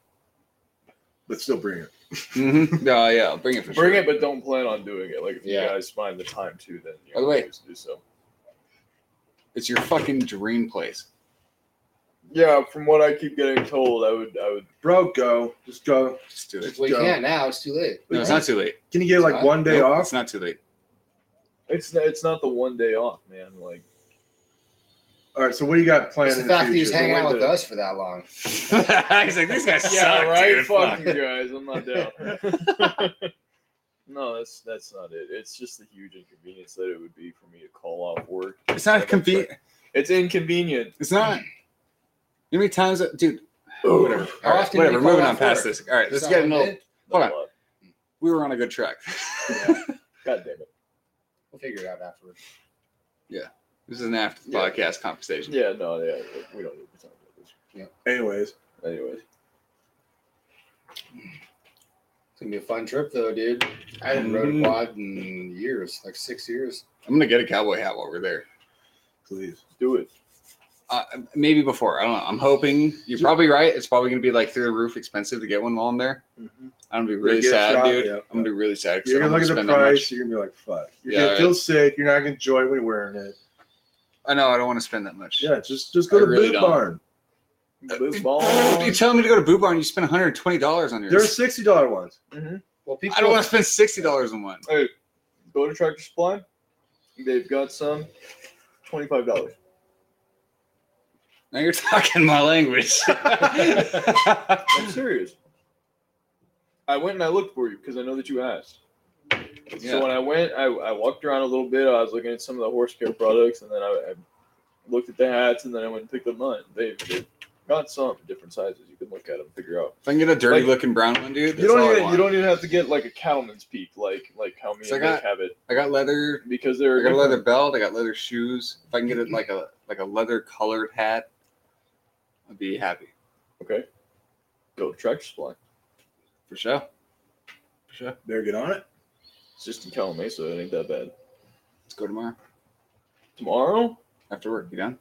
But still bring it.
Mm-hmm. No, yeah, I'll bring it for
Bring
sure.
it, but don't plan on doing it. Like if
Yeah.
you guys find the time to, then you
By the way-
always do so.
It's your fucking dream place.
Yeah, from what I keep getting told, I would, I would.
Bro, go. Just go.
Just do it.
Well, you
Go.
can't now. It's too late.
No, it's not too late.
Can you get like
It's not.
one day
Nope,
off?
It's not too late.
It's, it's not the one day off, man. Like
All right. So what do you got planned?
It's the
in the
fact that he's
future?
hanging out
window.
with us for that long.
He's like, these guys suck, dude.
Fuck
Fuck.
you guys. I'm not down. no, that's that's not it. It's just the huge inconvenience that it would be for me to call off work.
It's not convenient.
It's inconvenient.
It's not. You know how many times, that- dude? Whatever.
How
All right,
often do
whatever.
we call
Moving
out
on past
for?
this. All right,
Is
let's
that
get an
one
old.
day?
Hold
Not
on.
a lot.
We were on a good track.
God damn it.
We'll figure it out afterwards.
this is an after
Yeah.
podcast conversation.
Yeah, no, yeah, we don't need to talk about this.
Anyways,
Anyways,
It's gonna be a fun trip though, dude. I haven't rode a
Mhm.
quad in years, like six years.
I'm gonna get a cowboy hat while we're there.
please.
do it.
uh, maybe before. I don't know. I'm hoping you're probably right. It's probably going to be like through the roof expensive to get one while I'm there.
Mm-hmm.
Mhm.
I'm gonna be really
get a
sad,
shot,
dude.
yeah.
I'm gonna be really sad. 'cause I
You're
don't
gonna look
wanna
at the
spend that much.
price. You're gonna be like, "Fuck." You're
Yeah,
gonna
right.
feel sick. You're not gonna enjoy when you're wearing it.
I know. I don't want to spend that much.
Yeah, just just
I
go to
really
Boot
don't.
Barn.
Boot
You
barn.
tell me to go to Boot Barn, you spend 120 dollars on yours.
There are sixty dollar ones.
Well, people.
I don't want to spend 60 dollars on one.
Go to Tractor Supply. They've got some. Twenty-five dollars.
Now you're talking my language.
I'm serious. I went and I looked for you because I know that you asked.
Yeah.
So when I went, I, I walked around a little bit. I was looking at some of the horse care products, and then I, I looked at the hats, and then I went and picked them up. They've, they've got some different sizes. You can look at them, figure out.
If I can get a dirty
Like-
looking brown one, dude, that's
you
all
don't
I
even
want.
you don't even have to get like a cattleman's peak, like like how me
So I
and Nick
got-
have it,
I got leather.
because
I
they're
got a leather belt. I got leather shoes. If I can get it like a like a leather colored hat, I'd be happy
okay. Go to Tractor Supply.
for sure. For sure.
Better get on it.
It's just in Calamasa. It ain't that bad.
Let's go tomorrow
Tomorrow,
after work. You done?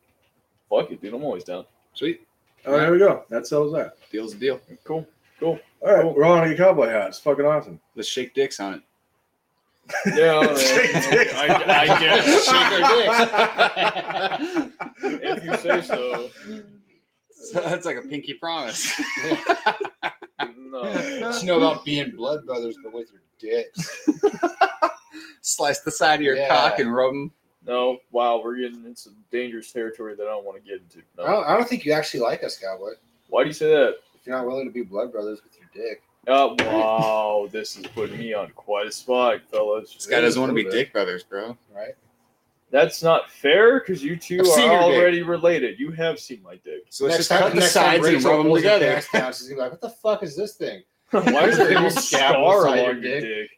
fuck it, dude. I'm always down.
Sweet.
Oh, there we go. That sells that.
Deal's a deal.
Cool, cool.
All right,
Cool.
we're on your cowboy hat. It's fucking awesome.
Let's shake dicks on it.
Yeah,
Shake dicks.
I, I guess.
Shake our dicks.
if you say so.
So that's like a pinky promise.
No.
you know about being blood brothers, but with your dicks.
Slice the side of your
Yeah.
cock and rub them.
No, wow, we're getting into some dangerous territory that I don't want to get into.
I
No.
Oh.
don't, I don't think you actually like us, cowboy.
Why do you say that?
If you're not willing to be blood brothers with your dick,
Uh, wow, this is putting me on quite a spot, fellas.
This guy doesn't want to be
Little bit.
dick brothers, bro.
right?
That's not fair because you 2
I've seen
are
your dick.
already related. You have seen my dick.
So let's just cut the sides and
Rachel
rub them
pulls her
together.
pants down, she's gonna be like, "What the fuck is this thing?"
Why is
There's a
there
little
a
scab
scar
inside your
along your dick?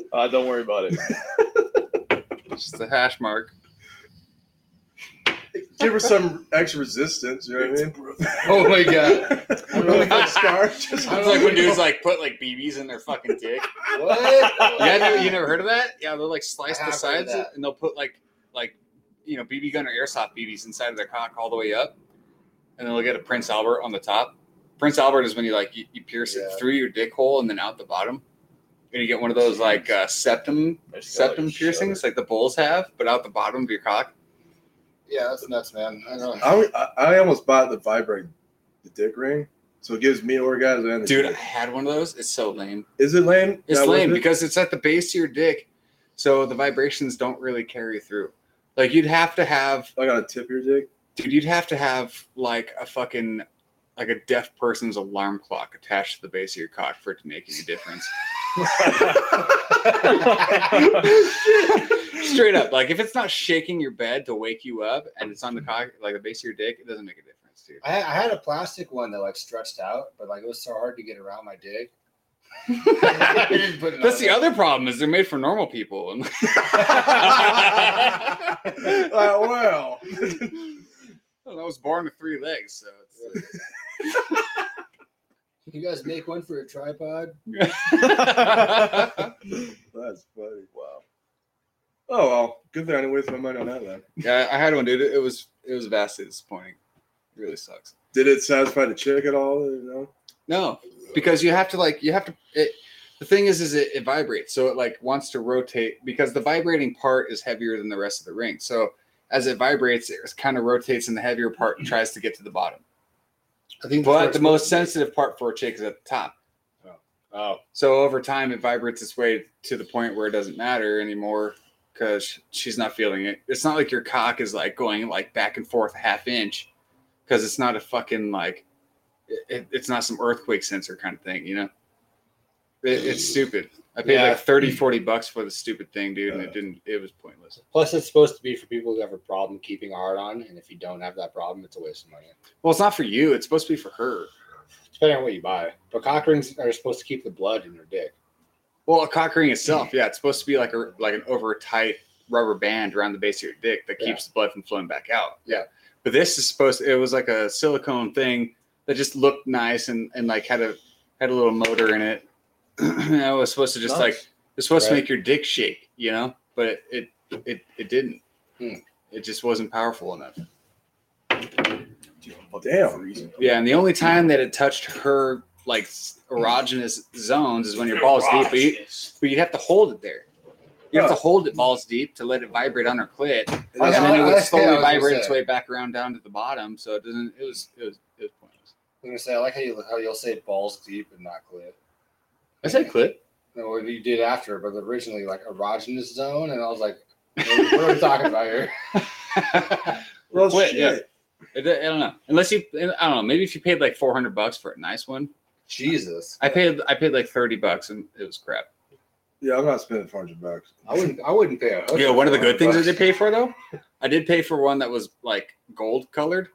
uh, don't worry about it.
It's just a hash mark.
Give her some extra resistance. You know what I mean?
Oh my god!
Really good scar. Just
It's like when dudes like put like BBs in their fucking dick.
What?
yeah, you, you never heard of that? Yeah, they'll like slice
I
the
have heard of
sides
that.
and they'll put like like you know BB gun or airsoft BBs inside of their cock all the way up, and then they'll get a Prince Albert on the top. Prince Albert is when you like you, you pierce
Yeah.
it through your dick hole and then out the bottom, and you get one of those like uh, septum
I just got, like,
septum
a
piercings like the bulls have, but out the bottom of your cock.
Yeah, that's nuts, man. I know.
I, I I almost bought the vibrate, the dick ring, so it gives me orgasm. And the
Dude, I
dick.
had one of those. It's so lame.
is it lame?
It's
That
lame
was it?
because it's at the base of your dick, so the vibrations don't really carry through. Like you'd have to have,
like on a tip of your dick.
dude, you'd have to have like a fucking, like a deaf person's alarm clock attached to the base of your cock for it to make any difference.
shudder.
Straight up, like if it's not shaking your bed to wake you up and it's on the cock, like the base of your dick, it doesn't make a difference, dude.
I, I had a plastic one that like stretched out, but like it was so hard to get around my dick. I didn't put it
That's
on
the
there.
other problem is they're made for normal people. And
like, wow.
Well, I was born with three legs, so it's,
You guys make one for a tripod?
yeah,
That's funny. Wow. Oh well, good thing I didn't waste my money on that then.
I had one, dude. It was it was vastly disappointing. It really sucks.
Did it satisfy the chick at all? You know?
No, because you have to like you have to. It, the thing is, is it, it vibrates, so it like wants to rotate because the vibrating part is heavier than the rest of the ring. So as it vibrates, it kind of rotates in the heavier part and tries to get to the bottom.
I think
But the most sensitive part for a chick is at the top.
Oh,
So over time, it vibrates its way to the point where it doesn't matter anymore because she's not feeling it. It's not like your cock is like going like back and forth a half inch because it's not a fucking like it, it- it's not some earthquake sensor kind of thing, you know? It, it's stupid. I paid
Yeah. Uh.
like 30, 40 bucks for the stupid thing, dude, and it didn't, it was pointless.
plus it's supposed to be for people who have a problem keeping hard on, and if you don't have that problem, it's a waste of money.
Well, it's not for you. It's supposed to be for her.
Depending on what you buy, but cock rings are supposed to keep the blood in your dick.
Well, a cock ring itself, yeah, it's supposed to be like a like an over tight rubber band around the base of your dick that
Yeah.
keeps the blood from flowing back out.
Yeah.
But this is supposed it was like a silicone thing that just looked nice and and like had a had a little motor in it. and it was supposed to just like it's supposed to
Right.
make your dick shake, you know? But it it it didn't.
Hmm.
It just wasn't powerful enough.
fucking
Damn.
freezing.
Yeah, and the only time that it touched her like s- erogenous zones is when your ball's deep, but you, but you have to hold it there. You have to
Oh.
Yeah.
hold it balls deep to let it vibrate on her clit, and
And that's
Yeah,
then it
I-
would
I- yeah, I
slowly
was gonna
vibrate its
say.
way back around down to the bottom. So it doesn't. It was. It was. It was pointless.
I'm gonna say I like how you how you'll say balls deep and not clit.
I said clit.
No, what you did after, but originally like erogenous zone, and I was like, what are what are we talking about here?
well,
Quit,
shit.
yeah. I don't- I don't know. Unless you, I don't know. Maybe if you paid like four hundred bucks for a nice one,
Jesus,
I paid. I paid like thirty bucks, and it was crap.
Yeah, I'm not spending 400 bucks.
I wouldn't I wouldn't pay a. hooker
You know, one of the good things I
400
did pay for though, I did pay for one that was like gold colored,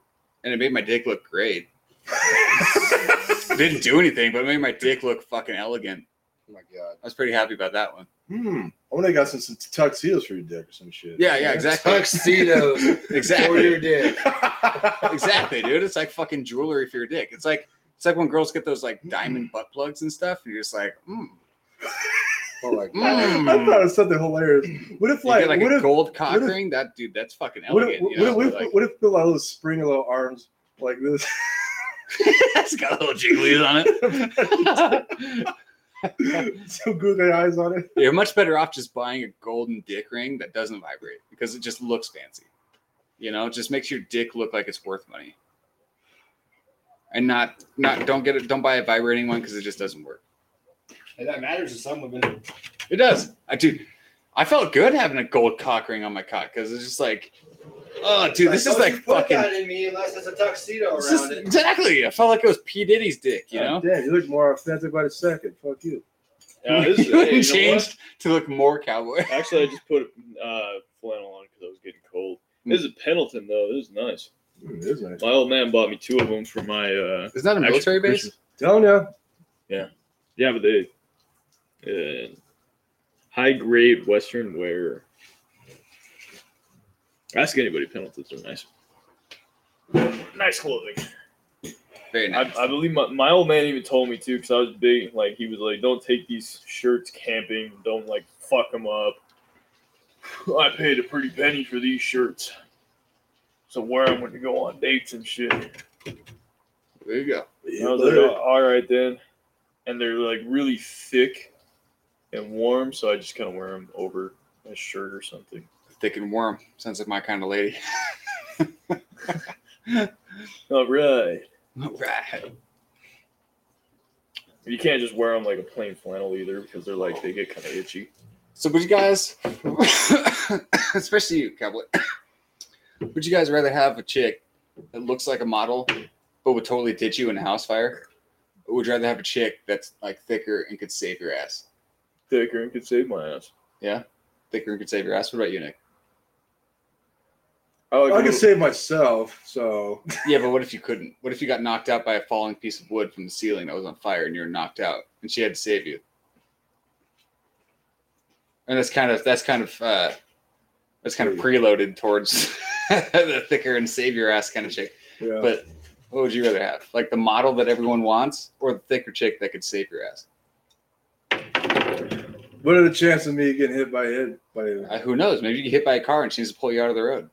and it made my dick look great. It didn't do anything, but it made my dick look fucking elegant.
bucks. Oh my god.
I was pretty happy about that one.
hmm. I would have got some, some tuxedos for your dick or some shit.
Yeah, yeah, exactly,
Tuxedos for
exactly,
your dick.
exactly, dude. It's like fucking jewelry for your dick. It's like it's like when girls get those like diamond
Mm.
butt plugs and stuff, and you're just like, mm.
Oh my god.
Mm.
I thought it was something hilarious. What if,
You
like,
get like
what
a
if
gold cock
what if-
ring. That dude, that's fucking
What
elegant.
if, what,
you know?
if, what, if,
like,
what if Bill Lillo's spring little arms like this?
it's got little jigglies on it.
Some googly eyes on it.
You're much better off just buying a golden dick ring that doesn't vibrate because it just looks fancy. You know, it just makes your dick look like it's worth money. And not, not, don't get it, don't buy a vibrating one because it just doesn't work.
And that matters to some women.
It does. I do. I felt good having a gold cock ring on my cock because it's just like, oh, dude, this is
Don't
like
you put
fucking.
that in me unless it's a tuxedo around
This is,
it.
exactly. I felt like it was P Diddy's dick. You know.
Oh, damn, you look more authentic by the second. Fuck you.
Yeah, this is,
You
hey, you know what?
changed to look more cowboy.
Actually, I just put uh, flannel on because I was getting cold.
Hmm.
This is a Pendleton though. This is nice.
Mm, it is nice.
My old man bought me two of them for my. Uh,
Is
Actually,
that a Hmm, military base?
Christian-
Telling ya,
yeah, but they uh, high grade Western wear. Ask anybody. Pendletons are nice. Nice clothing.
Very nice.
I, I believe my, my old man even told me too because I was big. Like he was like, "Don't take these shirts camping. Don't like fuck them up." I paid a pretty penny for these shirts, so wear them when you go on dates and shit. And
there you go.
I was like, "Oh, "All right then," and they're like really thick and warm, so I just kind of wear them over a shirt or something.
Thick and warm. Sounds like my kind of lady.
All right,
right.
you can't just wear them like a plain flannel either because they're like they get kind of itchy.
So, would you guys, especially you, Cowboy, would you guys rather have a chick that looks like a model but would totally ditch you in a house fire? Or would you rather have a chick that's like thicker and could save your ass?
Thicker and could save my ass.
Thicker and could save your ass? What about you, Nick?
I, like
I
a
can
little-
save myself, so
Yeah, but what if you couldn't? What if you got knocked out by a falling piece of wood from the ceiling that was on fire and you were knocked out and she had to save you? And that's kind of that's kind of uh that's kind of preloaded towards the thicker and save your ass kind of chick.
yeah.
But- What would you rather have? Like the model that everyone wants or the thicker chick that could save your ass?
what are the chances of me getting hit by hit by
Uh, who knows? Maybe you get hit by a car and she needs to pull you out of the road.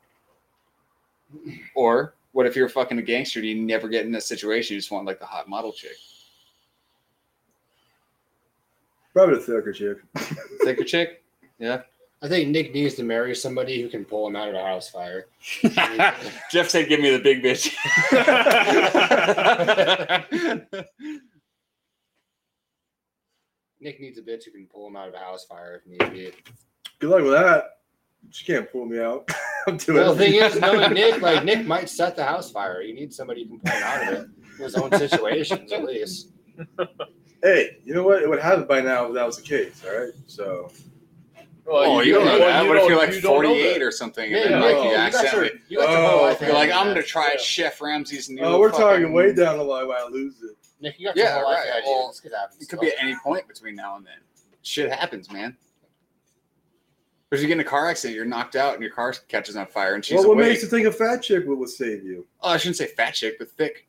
Or what if you're fucking a gangster and you never get in that situation? You just want like the hot model chick.
probably the thicker chick?
Thicker chick?
I think Nick needs to marry somebody who can pull him out of a house fire.
Jeff said, "Give me the big bitch."
Nick needs a bitch who can pull him out of a house fire if need be.
Good luck with that. She can't pull me out. I'm doing
Well, the
it.
thing is, knowing Nick, like Nick might set the house fire. You need somebody who can pull him out of it in his own situations, at least.
Hey, you know what? It would happen by now if that was the case. All right, so
Well,
oh, you don't know
well,
that.
you
What if
don't-
you're like
you don't know
48
that.
or something?
Yeah,
And then,
no,
like,
you
you
got
accidentally.
you got your
Oh,
whole life
You're like, I'm gonna
man.
try
Yeah.
Chef Ramsey's new.
oh, we're talking
fucking-
way down the line. Why I lose it?
Nick, you got
Yeah,
your whole life
right.
ahead of
Well,
you. This could happen.
It could be at any point between now and then. Shit happens, man. But if you get in a car accident, you're knocked out and your car catches on fire and she's
well, what
awake.
makes you think a fat chick would, would save you?
oh, I shouldn't say fat chick, but thick.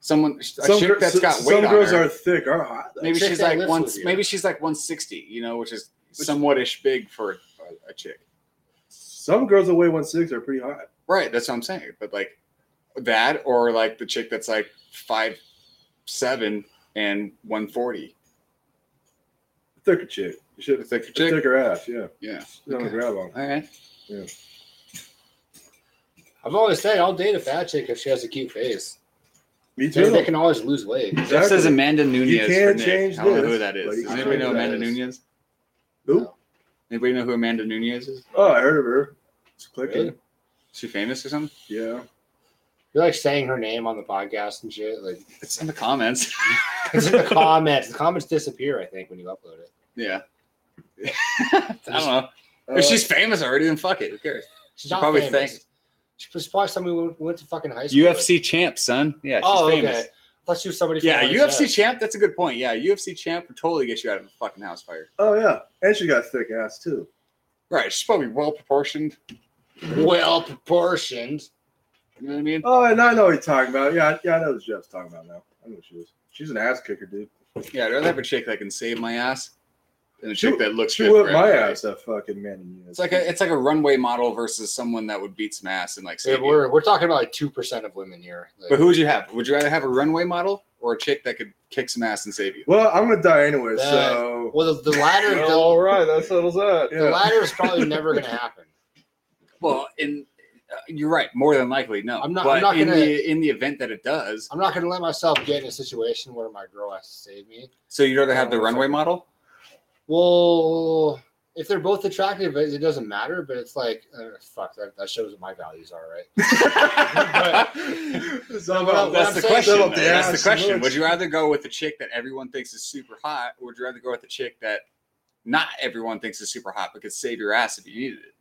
Someone, a
gir-
chick that's
so-
got
some
weight on
girls
her.
are thick, are hot. though.
maybe
chick
she's
that
like
lives
one.
with you.
Maybe she's like 160. You know, which is somewhat ish big for a, a chick.
Some girls that weigh one six are pretty hot.
Right. That's what I'm saying. But like, that or like the chick that's like five seven and one forty.
Thicker chick. You should
A
have
thicker chick?
thicker ass, yeah.
Yeah.
You don't
Okay.
grab on.
All right.
I've always said I'll date a fat chick if she has a cute face.
Me
They,
too.
they can always lose weight.
Jeff says
Exactly.
Amanda Nunez.
You
for
can't
Nick.
change
I don't know
this.
who that is.
Like, you
Does
can't
anybody know
change
Amanda
this.
Nunez?
Who?
Anybody know who Amanda Nunez is? Is
Oh, I heard of her. It's clicking.
Really?
she famous or something?
Yeah.
You're like saying her name on the podcast and shit. Like
It's in the comments.
it's in the comments. The comments disappear, I think, when you upload it.
yeah. I don't know.
Uh,
if she's famous already, then fuck it. Who cares?
She's
You
not
probably
famous.
think-
She was probably somebody we went to fucking
uh,
high school. with.
UFC champ, son. Yeah, she's
Oh,
famous.
okay. I thought she was somebody. from
Yeah,
Arizona.
UFC champ. That's a good point. Yeah, UFC champ would totally get you out of a fucking house fire.
Oh yeah, and she got a thick ass too.
Right. She's probably well proportioned.
well proportioned.
You know what I mean?
Oh, and I know what you're talking about. Yeah, yeah, I know what Jeff's talking about now. I know what she is. She's an ass kicker, dude.
Yeah, I'd rather have a chick that can save my ass than a
She-
chick that looks
She
good
whipped
for
my
everybody.
ass. That fucking man.
It's like a it's like a runway model versus someone that would beat some ass and like
Yeah,
save you.
we're, we're talking about like two percent of women here. Like,
But who would you have? Would you rather have a runway model or a chick that could kick some ass and save you?
Well, I'm gonna die anyway,
That-
so
well, the, the latter, the,
All right, that settles that.
the
yeah.
latter is probably never going to happen.
Well, in uh, you're right, more than likely, no.
I'm not-
But
I'm not
in
gonna-
the in the event that it does,
I'm not going to let myself get in a situation where my girl has to save me.
so you'd rather have the
Oh,
runway
fuck.
model.
Well, if they're both attractive, it it doesn't matter. But it's like, uh, fuck, that, that shows what my values are, right?
it's all
Well,
about
That's
I'm
the
saying-
question.
Fill
though.
up the
That's
ass
the
and
question.
looks.
Would you rather go with the chick that everyone thinks is super hot, or would you rather go with the chick that not everyone thinks is super hot but could save your ass if you needed it?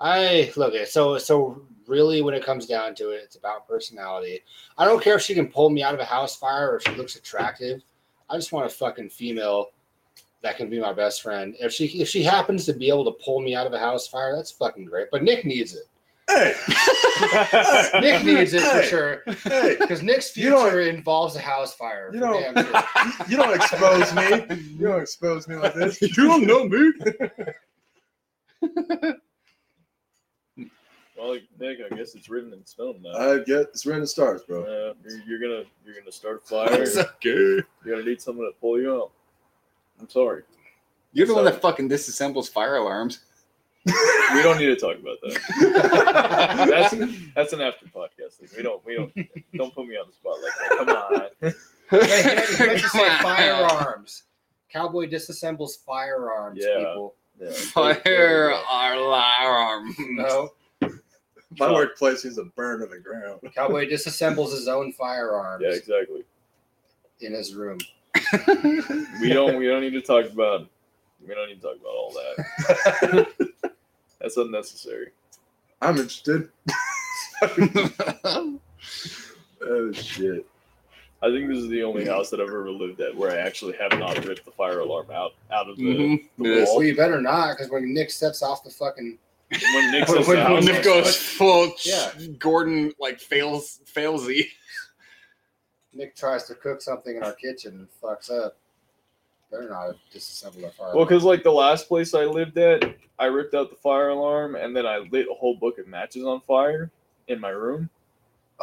I look at so so really when it comes down to it, it's about personality. I don't care if she can pull me out of a house fire or if she looks attractive. I just want a fucking female that can be my best friend. If she if she happens to be able to pull me out of a house fire, that's fucking great. But Nick needs it.
Hey, hey,
Nick needs it for
Hey.
sure
hey,
because Nick's
You don't-
future involves a house fire.
You
for
don't-
damn sure.
you- you don't expose me. You don't expose me like this.
don't know me.
Well, Nick, I guess it's written in stone now.
I get it's written in stars, bro.
Uh, you're, you're gonna you're gonna start a fire. you're gonna need someone to pull you out. I'm sorry.
You're the one
So-
that fucking disassembles fire alarms.
We don't need to talk about that. That's that's an after podcast. Like, we don't we don't don't put me on the spot like that. Come on.
Wait, you have- you have to
Come
say
on.
firearms. Cowboy disassembles firearms.
Yeah.
People.
Yeah.
Fire alarm.
No,
My workplace needs a burn to the ground.
cowboy disassembles his own firearms
Yeah, exactly.
in his room.
We don't we don't need to talk about we don't need to talk about all that. That's unnecessary.
I'm interested. Oh shit.
I think this is the only house that I've ever lived at where I actually have not ripped the fire alarm out out of the
Mhm.
the
Yes.
wall.
Well, you better not, because when Nick steps off the fucking,
When Nick
When-
says
when-
the
when
house,
Nick goes full
Yeah.
Gordon like fails failsy.
Nick tries to cook something in our kitchen and fucks up. Better not disassemble the fire.
Well, because like the last place I lived at, I ripped out the fire alarm and then I lit a whole book of matches on fire in my room.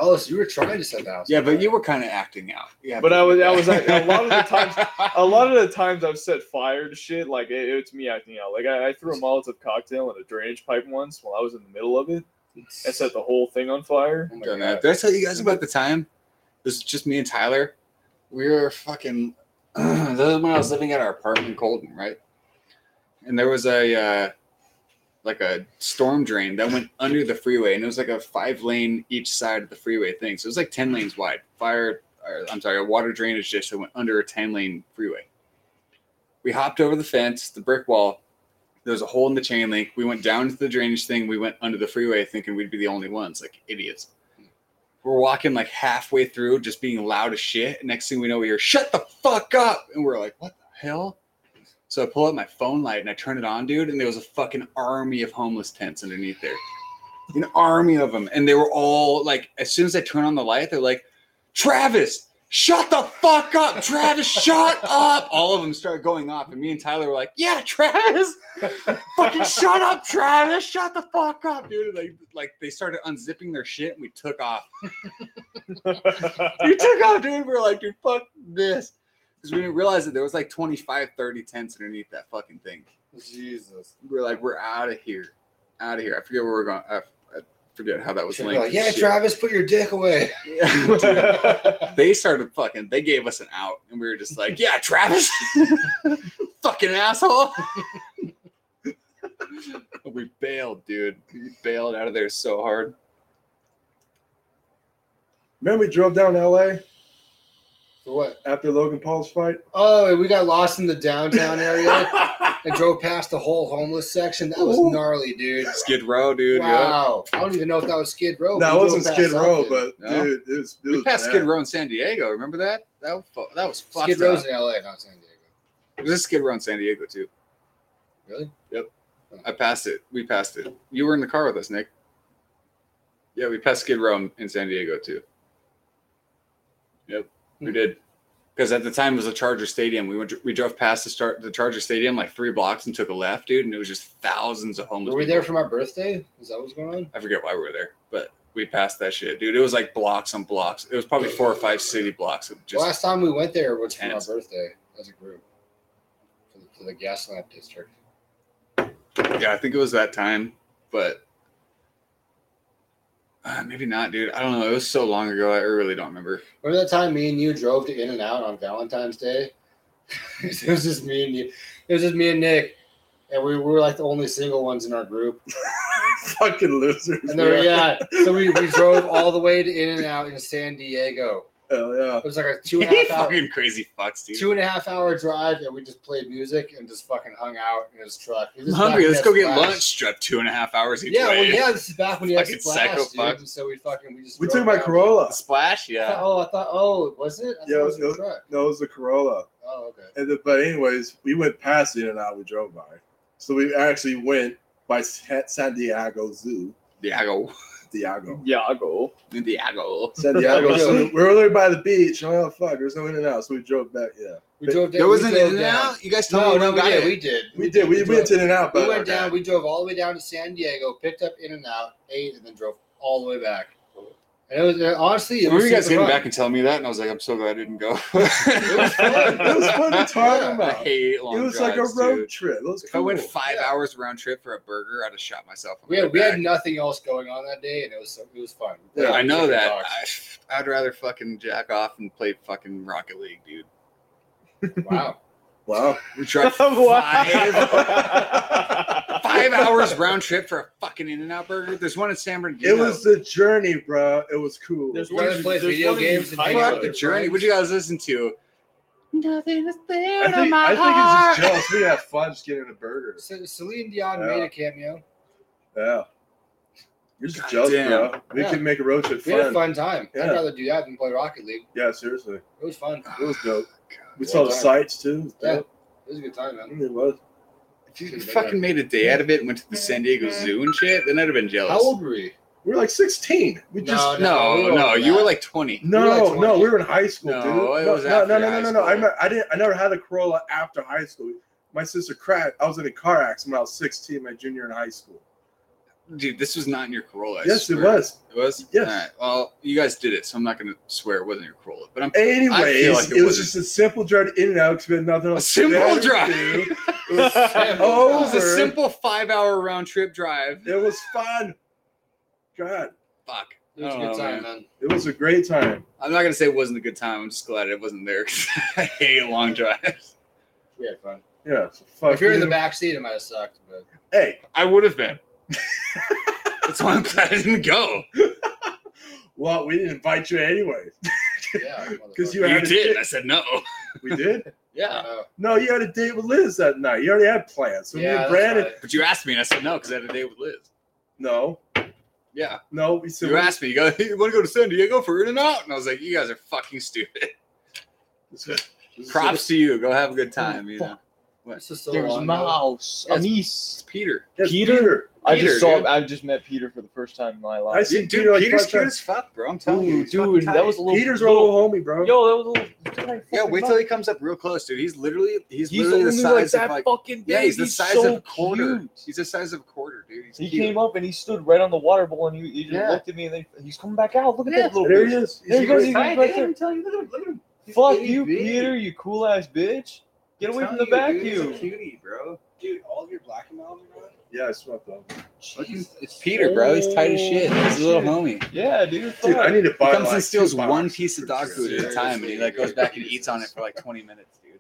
oh, so you were trying to set the house.
Yeah,
on
but
fire.
you were kind of acting out. Yeah,
But I was, I was like, a lot of the times, a lot of the times I've set fire to shit. Like it, it's me acting out. Like I, I threw a Molotov cocktail in a drainage pipe once while I was in the middle of it and set the whole thing on fire.
Oh my
Done
God.
that. Did I tell you guys about the time? It was just me and Tyler. We were fucking. that was when I was living at our apartment in Colton, right? And there was a uh, like a storm drain that went under the freeway, and it was like a five lane each side of the freeway thing. So it was like ten lanes wide. Fire, or, I'm sorry, a water drainage ditch that went under a ten lane freeway. We hopped over the fence, the brick wall. There was a hole in the chain link. We went down to the drainage thing. We went under the freeway, thinking we'd be the only ones, like idiots we're walking like halfway through, just being loud as shit. Next thing we know, we hear "Shut the fuck up," and we're like, "What the hell?" So I pull up my phone light and I turn it on, dude, and there was a fucking army of homeless tents underneath there, an army of them, and they were all like, as soon as I turn on the light, they're like, "Travis." Shut the fuck up, Travis! Shut up! All of them started going off, and me and Tyler were like, "Yeah, Travis, fucking shut up, Travis! Shut the fuck up, dude!" Like, like they started unzipping their shit, and we took off you took off, dude. We were like, dude, fuck this. Because we didn't realize that there was like 25, 30 tents underneath that fucking thing.
Jesus.
We are like, we're out of here. Out of here. I forget where we're going. I, I forget how that was
Should be
linked.
like,
and
yeah,
shit.
Travis, put your dick away.
Dude, they started fucking, they gave us an out. And we were just like, yeah, Travis. fucking asshole. we bailed, dude. We bailed out of there so hard.
Remember we drove down to LA
For what?
after Logan Paul's fight?
Oh, we got lost in the downtown area and drove past the whole homeless section. That was
Ooh.
gnarly, dude.
Skid Row, dude. yeah.
Wow. I don't even know if that was Skid
Oh,
Row.
No,
We
it
drove
wasn't
past
Skid Row,
something.
but
No.
dude, it was, it
We
was
passed
bad.
Skid Row in San Diego. Remember that? That was fu- that was fucked
Skid
up.
Row's in LA, not San Diego.
It was a Skid Row in San Diego too.
Really?
I passed it. We passed it. You were in the car with us, Nick. Yeah, we passed Skid Row in- in San Diego too. Yep, we
Hmm.
did. Because at the time it was a Charger Stadium. We went. We drove past the start the Charger Stadium like three blocks and took a left, dude. And it was just thousands of homeless.
Were we
people.
there for my birthday? Is that what's going on?
I forget why we were there, but we passed that shit, dude. It was like blocks on blocks. It was probably four or five city blocks of just
Last time we went there was for my
Tense.
birthday as a group for the, for the gas lamp district.
Yeah, I think it was that time, but uh, maybe not, dude. I don't know. It was so long ago. I really don't remember.
Remember that time me and you drove to In and Out on Valentine's Day? it was just me and you. It was just me and Nick, and we were like the only single ones in our group.
Fucking losers.
And there,
man.
yeah, so we, we drove all the way to In and Out in San Diego.
Hell yeah.
It was like a two and a
You
half hour,
fucking crazy fucks, dude.
two and a half hour drive, and we just played music and just fucking hung out in his truck. It
I'm
was
hungry.
back
Let's
when
go
he
get
had Splash.
lunch. Drive two and a half hours each
Yeah, well,
way.
yeah, this is back when he had
Fucking
Splash,
psycho
dude.
fuck.
And so we fucking we just
We
drove
took my
back.
Corolla.
Splash.
I thought-
Yeah.
Oh, I thought. Oh, was it? I thought
Yeah,
it
it
was
was-
the truck.
No, it was the Corolla.
Oh, okay.
And the, but anyways, we went past In and Out. We drove by. So we actually went by Sa- San Diego Zoo.
Diago.
Diego.
Yeah, I'll go.
Diago.
San Diego Zoo. We were literally by the beach. Oh fuck, there's no In and Out. So we drove back. Yeah.
We drove.
There was an
we drove
in and
down.
out. You guys told
No,
me
no, we
got
did.
it.
We did.
We did. We,
We
went to In and Out,
We
but
went down. We drove all the way down to San Diego, picked up In and Out, ate, and then drove all the way back. And it was uh, honestly, it
Remember
was
you guys
super
getting
fun.
back and telling me that, and I was like, I'm so glad I didn't go.
was fun. It was fun to talk
Yeah.
I
about.
hate long
it was like a
drives,
road
dude.
trip. It was
If I went
cool.
five
Yeah.
hours round trip for a burger, I'd have shot myself. on
We
the
had,
way
we
back.
had nothing else going on that day, and it was so- it was fun. We
Yeah,
played
I know
Jack in the
that.
Box.
I, I'd rather fucking jack off and play fucking Rocket League, dude.
Wow.
Wow.
We tried five, five hours round trip for a fucking In and Out burger. There's one in San Bernardino.
It was the journey, bro. It was cool.
There's
one-
one.
plays
there's
video
one in
games and
Thailand.
hangs out
fuck the
with
journey.
friends.
What you guys listen to? Nothing is there
I think, I think it's just jealous. We have fun just getting a burger.
So, Celine Dion
Yeah.
made a cameo.
Yeah. You're just
God
jealous,
damn.
bro. We
Yeah.
can make a road trip
We
fun.
had a fun time. I'd
Yeah.
rather do that than play Rocket League.
Yeah, seriously.
It was fun.
It was dope. We
Well
saw the
done.
sights too.
Yeah.
Dope.
It was a good time, man.
Mm, It was.
Dude, we fucking made a day out of it and went to the San Diego Zoo and shit. Then I'd have been jealous.
How old were we?
We were like 16. We
No,
just
we
No,
were
no,
over
you
that.
were like 20.
no,
we were like
no,
20.
we were in high school,
No,
dude.
it
no,
was
no, no,
after
no, no,
high
no, no. I,
school.
ne- I didn't. I never had a Corolla after high school. My sister crashed. I was in a car accident when I was 16, my junior in high school.
Dude, this was not in your Corolla. I
yes, it
swear.
was.
It was?
Yes.
All right. Well, you guys did it, so I'm not going to swear it wasn't your Corolla. But I'm
Anyways,
feel like
it,
it
was
wasn't.
just a simple drive in and out because we had nothing
a
else. to
simple
do.
drive.
It
It was a
Over.
simple five hour round trip drive.
was fun. God,
Fuck.
It was a
I don't
good
know,
time,
Oh, man.
man.
it was a great time.
I'm not gonna say it wasn't a good time. I'm just glad it wasn't there. 'cause I hate long drives.
We had fun.
Yeah. so fuck
if you're in
you.
the back seat, it might have sucked, but
Hey,
I would have been. That's why I'm glad I didn't go.
well, we didn't invite you anyways.
yeah.
'Cause you
You,
had a
did.
dick.
I said no.
We did?
Yeah,
No, you had a date with Liz that night. You already had plans. So
Yeah,
me and
that's
Brandon.
right.
but you asked me, and I said no because I had a date with Liz.
No,
Yeah,
no, we said
you asked me. You go. You want to go to San Diego for In and Out? And I was like, you guys are fucking stupid. Props to you. Go have a good time. You know,
This is so long. ago.
mouse,
a
niece.
it's Peter.
Yes,
Peter?
Peter.
I just
Peter,
saw.
dude.
I just met Peter for the first time in my
I
life.
see
Dude,
Peter like
Peter's
five
cute
times.
as fuck, bro. I'm telling you.
Ooh,
he's fucking
dude,
tight.
that was a little.
Peter's our
little,
little homie, bro.
Yo, that was a little. dude, I
Yeah,
fucking
wait
love-
till he comes up real close, dude. He's literally, he's,
He's
literally the
only like
size
that
of like,
fucking big.
yeah, he's the
He's
size
so
of quarter.
cute.
He's the size of a quarter, dude. He's
He
cute.
came up and he stood right on the water bowl and he, he just
Yeah.
looked at me and then he's coming back out. Look at
Yeah.
that little.
There
bitch.
he is. He's
There he goes.
great.
He's right there.
I'm telling you, look at him, look at him. He's
Fuck
itty
you,
bitty.
Peter, you cool ass bitch. Get
I'm
away from the
telling you, dude,
vacuum.
He's a cutie, bro.
Dude, all of your black and miles are gone?
Yeah, I swept them.
Look, he's,
Jesus.
it's Peter, bro. He's tight as shit. He's a little homie.
Yeah, dude.
Dude, I
fuck.
need to
He
buy.
comes
like,
and steals
two boxes
one piece of
for
dog
sure.
food at a time, and he like goes back and eats on it for like 20 minutes, dude.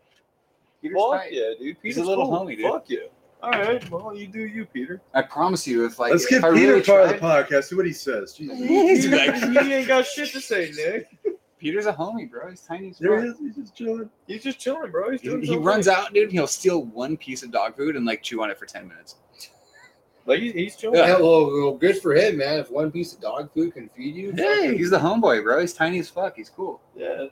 Peter's
Fuck
tight.
yeah, dude.
He's
Peter's
a little
cool.
homie, dude.
Fuck yeah. All right, well, you do you, Peter.
I promise you, if like
Let's
if
get
I
Peter
really tried-
part of the podcast. See what he says. Jesus.
He's
Peter,
like-
he ain't got shit to say, Nick.
Peter's a homie, bro. He's tiny as
There
fuck.
he is. He's just chilling.
He's just chilling, bro. He's doing
He, he runs out, dude. And he'll steal one piece of dog food and like chew on it for ten minutes.
Like he's, he's chilling.
Yeah, well, well, good for him, man. If one piece of dog food can feed you,
Hey, he's the homeboy, bro. He's tiny as fuck. He's cool.
Yeah.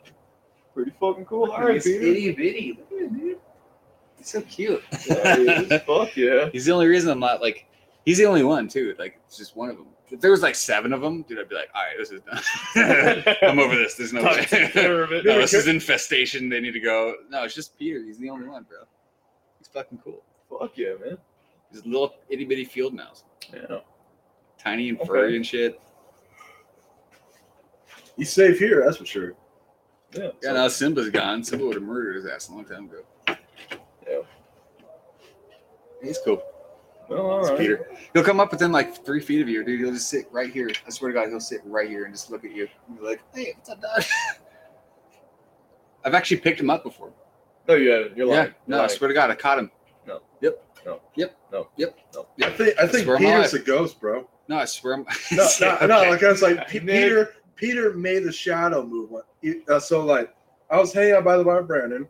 Pretty fucking cool. All right, Peter.
itty bitty. Look at him, dude. He's so cute.
Yeah, he is. Fuck yeah.
He's the only reason I'm not like. He's the only one too. Like it's just one of them. If there was like seven of them, dude, I'd be like, all right, this is done. I'm over this. There's no way.
Fuck, take care of it.
no, this is infestation. They need to go. No, it's just Peter. He's the only one, bro. He's fucking cool.
Fuck yeah, man.
He's a little itty bitty field mouse,
Yeah.
tiny and
Okay.
furry and shit.
He's safe here, that's for sure.
Yeah.
Yeah, now Simba's gone. Simba would have murdered his ass a long time ago.
Yeah.
He's cool.
Well, all
It's
right.
Peter. He'll come up within like three feet of you, dude. He'll just sit right here. I swear to God, he'll sit right here and just look at you. And be like, hey, what's up, dog? I've actually picked him up before.
No, yeah, you're lying.
yeah. No,
You're
I
lying.
swear to God, I caught him.
No.
Yep.
No.
Yep.
No.
Yep.
No.
I
Yep.
think I think
Swear I'm
Peter's a ghost, bro.
No, I swear. I'm...
No, no, no,
Okay.
like I was like P-
Nick.
Peter. Peter made the shadow movement. He- uh, so like I was hanging out by the bar, Brandon,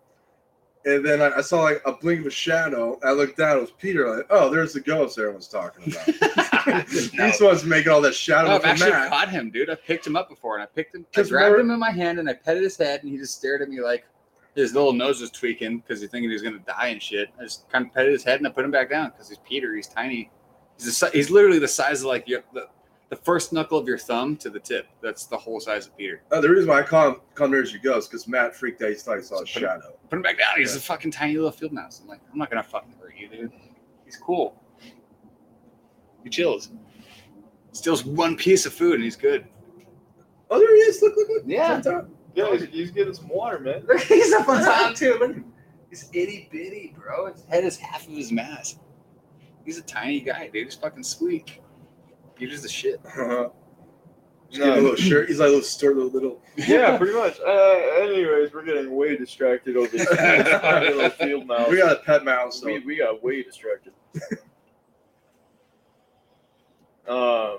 and then I, I saw like a blink of a shadow. I looked down. It was Peter. Like, oh, there's the ghost everyone's talking about.
No.
He's the one's making all that shadow
No, I've
movement.
actually
Matt.
caught him, dude. I picked him up before, and I picked him, I
Just
grabbed
remember-
him in my hand, and I petted his head, and he just stared at me like his little nose was tweaking because he's thinking he's gonna die and shit. I just kind of petted his head, and I put him back down because he's Peter. He's tiny. He's the, si- he's literally the size of like your, the the first knuckle of your thumb to the tip. That's the whole size of Peter.
Uh, the reason why I call him call him there's your ghost because Matt freaked out. He thought he saw
So
a
put him-
shadow.
Put him back down. He's
Yeah.
a fucking tiny little field mouse. I'm like, I'm not gonna fucking hurt you, dude. He's cool. He chills. Steals one piece of food and he's good.
Oh, there he is! Look, look, look!
Yeah.
Up top.
Yeah, he's, he's getting some water, man.
He's up on top too. Look, he's itty bitty, bro. His head is half of his mass. He's a tiny guy, dude. He's fucking sweet. Peter's the shit.
Uh-huh. He's got a little shirt. He's like a little store, little, little.
Yeah, pretty much. Uh, anyways, we're getting way distracted over this fucking little field mouse.
We got a pet mouse. So.
we, we got way distracted. um.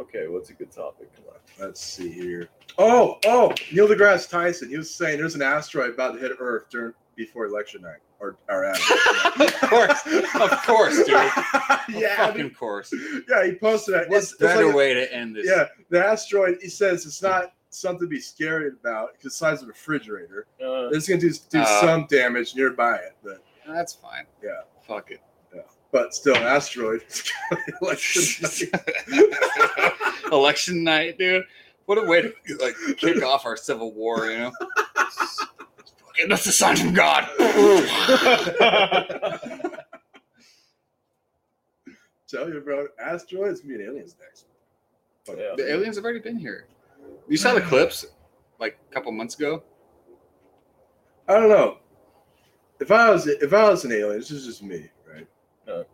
Okay, what's a good topic?
Let's see here. Oh, oh, Neil deGrasse Tyson. He was saying there's an asteroid about to hit Earth during before election night or or after. Oh,
of course, of course, dude. Of
yeah,
fucking course.
dude. yeah. He posted that.
What's
It's- it's
better
like-
way to end this?
Yeah, the asteroid. He says it's not something to be scared about. 'cause It's the size of a refrigerator.
Uh,
It's gonna do do
Uh,
some damage nearby it, but
that's fine.
Yeah.
fuck it.
but still, an asteroid. election night.
Election night, dude. What a way to like kick off our civil war, you know? Fucking, that's a sign from God.
Tell you, bro. Asteroids mean aliens next.
yeah.
The aliens have already been here. You saw the clips like a couple months ago.
I don't know. If I was if I was an alien, this is just me, right?
Yeah.
Uh.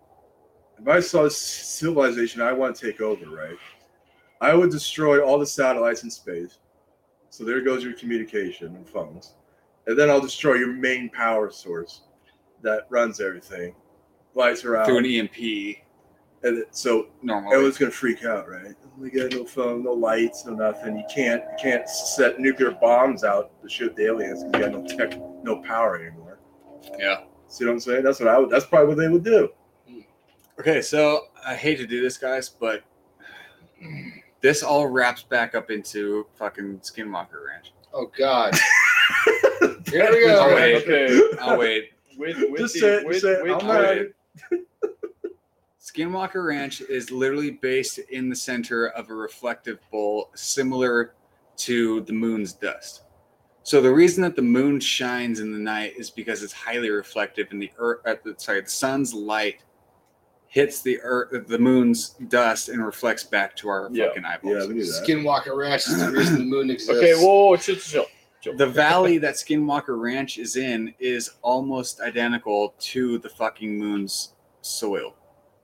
If I saw a civilization I want to take over, right? I would destroy all the satellites in space. So there goes your communication and phones. And then I'll destroy your main power source that runs everything, lights are out.
through an E EMP
And Uh, it, so
normally.
everyone's gonna freak out, right? We got no phone, no lights, no nothing. You can't you can't set nuclear bombs out to shoot the aliens because you got no tech, no power anymore.
Yeah.
See what I'm saying? That's what I would. That's probably what they would do.
okay, so I hate to do this, guys, but this all wraps back up into fucking Skinwalker Ranch.
Oh God. Here we go.
Alright.
Okay.
I'll wait.
With with
Oh,
Just
the,
say it,
with,
say it.
with,
I'm
with-
not-
Skinwalker Ranch is literally based in the center of a reflective bowl similar to the moon's dust. So the reason that the moon shines in the night is because it's highly reflective and the earth at the sorry, the sun's light hits the earth the moon's dust and reflects back to our
Yeah.
fucking eyeballs.
Yeah, we knew that.
Skinwalker Ranch is the reason the moon exists.
Okay, whoa, whoa, chill, chill, chill.
The valley that Skinwalker Ranch is in is almost identical to the fucking moon's soil.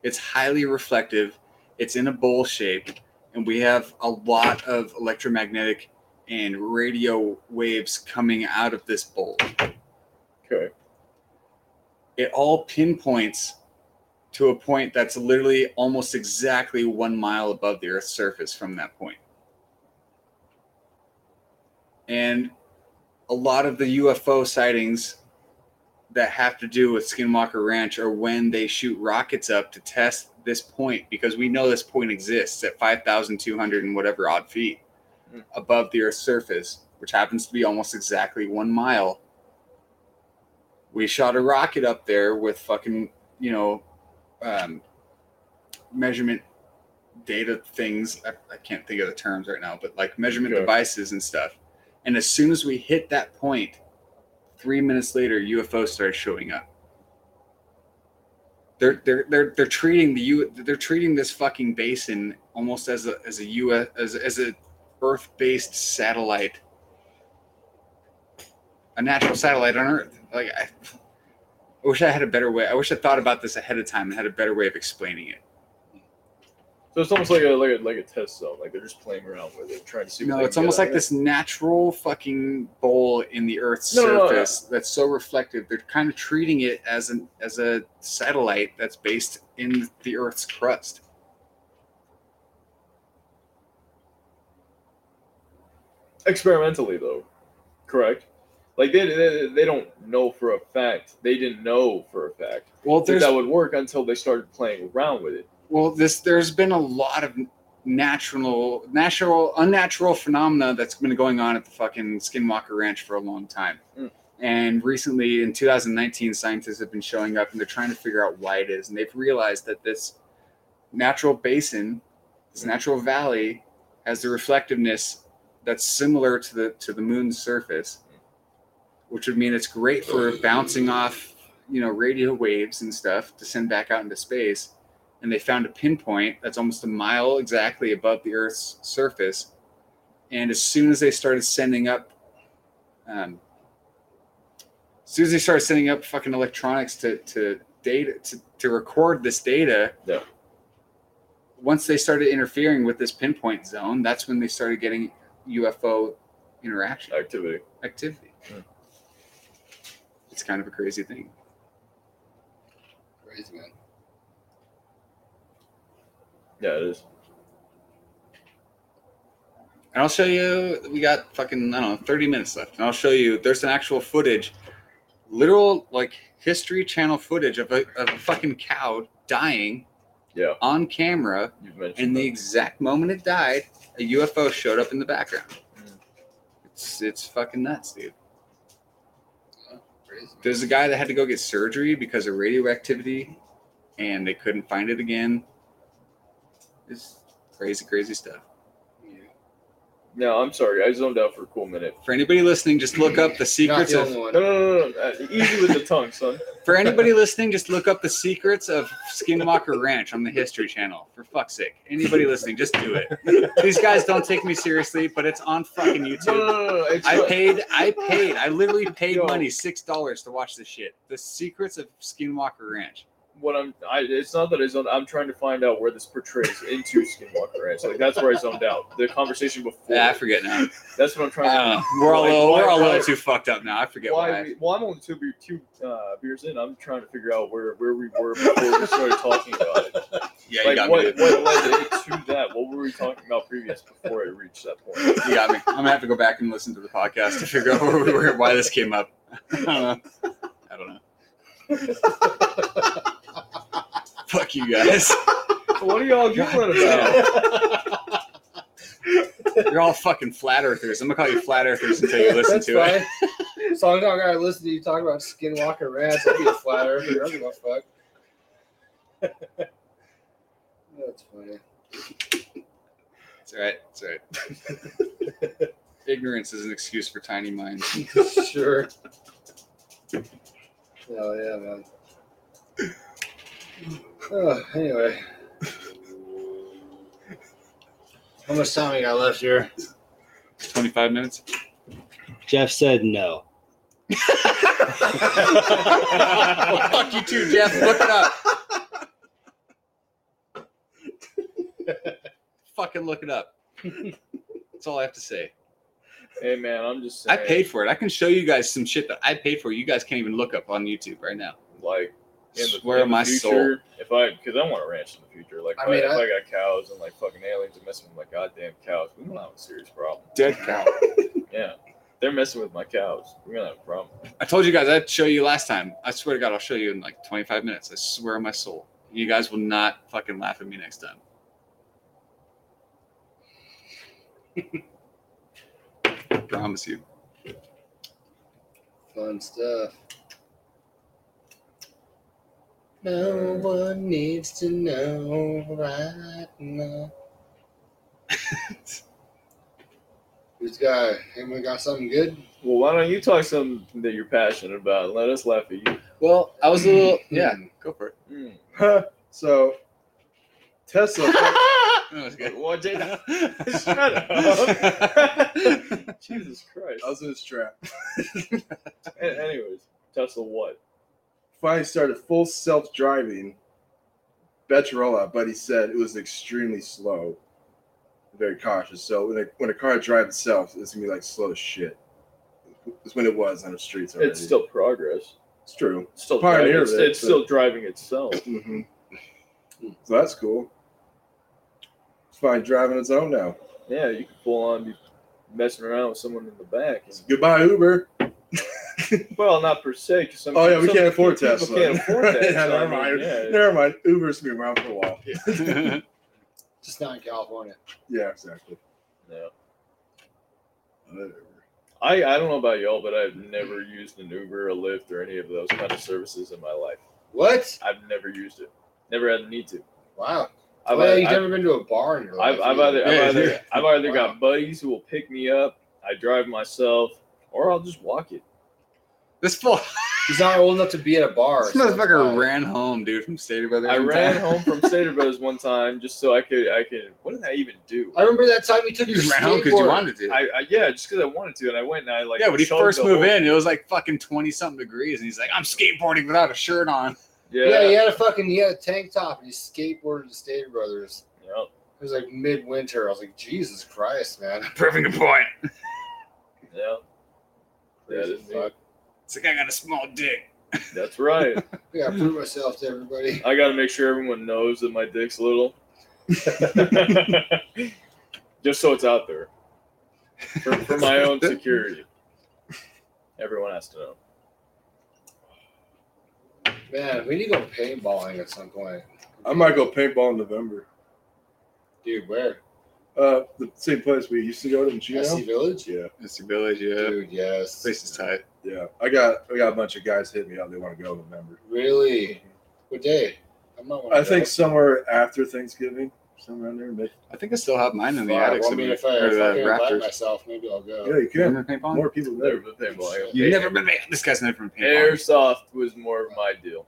It's highly reflective, it's in a bowl shape, and we have a lot of electromagnetic and radio waves coming out of this bowl.
Okay.
It all pinpoints to a point that's literally almost exactly one mile above the Earth's surface from that point. And a lot of the UFO sightings that have to do with Skinwalker Ranch are when they shoot rockets up to test this point because we know this point exists at 5,200 and whatever odd feet
Mm.
above the Earth's surface, which happens to be almost exactly one mile. We shot a rocket up there with fucking, you know, um, measurement data things. I, I can't think of the terms right now, but like measurement
Okay.
devices and stuff. And as soon as we hit that point, three minutes later, UFOs started showing up. They're they're they're they're treating the U they're treating this fucking basin almost as a as a U as as a Earth based satellite, a natural satellite on Earth. Like I, I wish I had a better way. I wish I thought about this ahead of time and had a better way of explaining it.
So it's almost like a like a, like a test cell. Like they're just playing around with it, trying to see. what
No,
they
it's
can get
almost
out
like
of
this natural fucking bowl in the Earth's
No, no, no, no.
surface that's so reflective. They're kind of treating it as an as a satellite that's based in the Earth's crust.
it. experimentally though. Correct. Like they, they they don't know for a fact. They didn't know for a fact
Well,
that
there's
that would work until they started playing around with it.
well this there's been a lot of natural natural unnatural phenomena that's been going on at the fucking skinwalker ranch for a long time
Mm.
and recently in 2019 scientists have been showing up and they're trying to figure out why it is and they've realized that this natural basin this
Mm.
natural valley has the reflectiveness that's similar to the to the moon's surface which would mean it's great for bouncing off you know radio waves and stuff to send back out into space and they found a pinpoint that's almost a mile exactly above the Earth's surface. And as soon as they started sending up, um, as soon as they started sending up fucking electronics to to data to, to record this data,
Yeah.
once they started interfering with this pinpoint zone, that's when they started getting UFO interaction
Activity.
activity.
Hmm.
It's kind of a crazy thing.
Crazy man.
Yeah, it is.
And I'll show you. We got fucking I don't know, thirty minutes left, and I'll show you. There's an actual footage, literal like History Channel footage of a of a fucking cow dying
Yeah,
on camera,
you've mentioned.
and the
that.
exact moment it died, a UFO showed up in the background.
Mm.
It's it's fucking nuts, dude.
Crazy. Man.
There's a guy that had to go get surgery because of radioactivity, and they couldn't find it again. It's crazy, crazy stuff.
No, I'm sorry. I zoned out for a cool minute.
For anybody listening, just look up the
You're not
secrets
the
of
No,
only one.
no, no, no. no. Uh, Easy with the tongue, son.
For anybody listening, just look up the secrets of Skinwalker Ranch on the History Channel. For fuck's sake. Anybody listening, just do it. These guys don't take me seriously, but it's on fucking
No, no,
YouTube.
no, no. It's
I paid, I paid, I literally paid
Yo.
money six dollars to watch this shit. The secrets of Skinwalker Ranch.
what I'm. I, it's not that I zoned. I'm trying to find out where this portrays into Skinwalker Ranch. Like that's where I zoned out. The conversation before.
Yeah, Ah, I forget now.
That's what I'm
I
trying. to
don't know. We're all a
Like,
little,
why-
we're all a
why-
little too fucked up now. I forget why.
Why? We, well, I'm only two, beer, two uh, beers in. I'm trying to figure out where, where we were before we started talking about it.
yeah, you
Like
got
what,
me.
what led it to that? What were we talking about previous before it reached that point?
You got me. I'm gonna have to go back and listen to the podcast to figure out where we were, why this came up. I don't know. I don't know. Fuck you guys.
What are y'all giggling about?
You're all fucking flat earthers. I'm gonna call you flat earthers until you listen
That's
to it.
fine. As long as I gotta listen to you talk about Skinwalker Ranch, I'll be a flat earther. I don't give a fuck. That's funny.
It's all right. It's all right. Ignorance is an excuse for tiny minds.
sure. Oh yeah, man. Oh, anyway. How much time we got left here?
25 minutes.
Jeff said no.
Well, fuck you too, Jeff. Look it up. Fucking look it up. That's all I have to say.
Hey man, I'm just
I
saying.
paid for it. I can show you guys some shit that I paid for. You guys can't even look up on YouTube right now.
like
Swear my soul.
future, If I, because I want a ranch in the future. Like, if
I
I
mean,
if
I-
I, got cows and like fucking aliens are messing with my goddamn cows, we're gonna have a serious problem.
Dead cow.
Yeah, they're messing with my cows. We're gonna have a problem.
I told you guys I'd show you last time. I swear to God, I'll show you in like 25 minutes. I swear on my soul. You guys will not fucking laugh at me next time. Promise you.
Fun stuff. No one needs to know right now. Who's got? Anyone got something good?
Well, why don't you talk something that you're passionate about and let us laugh at you?
Well, I was a little yeah. Go for it.
Mm.
so Tesla.
That was good.
Well, Jay- Jesus Christ.
I was in his trap.
A- Anyways, Tesla, what?
Finally started full self driving Betterola, but he said it was extremely slow, very cautious. So when a, when a car drives itself, it's gonna be like slow as shit. It's when it was on the streets already.
It's still progress.
it's true.
It's still
Pioneer
driving.
of
It's,
it,
it's
but-
still driving itself.
hmm
Hmm.
So that's cool. It's fine driving its own now.
Yeah, you can pull on, be messing around with someone in the back. and-
Goodbye Uber.
Well, not per se. 'cause some,
Oh yeah, we
some
can't afford
people
Tesla.
Can't afford that.
Yeah,
so,
never
I
mind.
mean, yeah.
Never mind. Uber's gonna be around for a while.
Just not in California.
Yeah, exactly.
No.
Whatever.
I, I don't know about y'all, but I've never used an Uber, a Lyft, or any of those kind of services in my life.
What?
I've never used it. Never had the need to.
Wow.
I've,
well,
either-
you've never been to a bar in your life.
I've, I've
either.
either, I've
Yeah,
either,
you're-
I've either
Wow.
got buddies who will pick me up, I drive myself, or I'll just walk it.
this fool,
He's not old enough to be at a bar.
this
so uh, it's
motherfucker
fine.
ran home, dude, from Stater Brothers.
I
in
ran
time.
home from Stater Brothers one time just so I could I could what did I even do?
I remember that time you took
You
your
just ran home because you
skateboard.
wanted to.
I, I yeah, just because I wanted to, and I went and I like
yeah, when he
chugged
first
the
moved
whole-
in, it was like fucking twenty something degrees, and he's like, "I'm skateboarding without a shirt on."
Yeah,
Yeah,
yeah,
he had a fucking he had a tank top and he skateboarded to Stater Brothers.
Yep,
It was like midwinter. I was like, Jesus Christ, man.
Proving a point.
yep. That
Crazy
is me.
fuck.
It's like I got a small dick.
That's right.
I gotta prove myself to everybody.
I got to make sure everyone knows that my dick's little, just so it's out there for, for my own security. Everyone has to know.
Man, we need to go paintballing at some point.
I might go paintball in November.
Dude, where?
Uh, the same place we used to go to in Chino.
SC Village?
Yeah,
It's your village, yeah.
Dude, yes.
Place is tight.
yeah. I got I got a bunch of guys hit me up. They want to go in November.
Really? What day? I'm not
I think somewhere after Thanksgiving, somewhere around there. Mid-
I think I still have mine in the
Fuck,
attic.
well, I mean,
somewhere,
if I,
or
if
the
I can invite
rafters.
myself, maybe I'll
Oh.
go.
yeah, you can.
Remember paintball?
More people
Never
there.
been paintballing.
You've never been paint- This guy's never been paintballing.
Airsoft was more of my deal.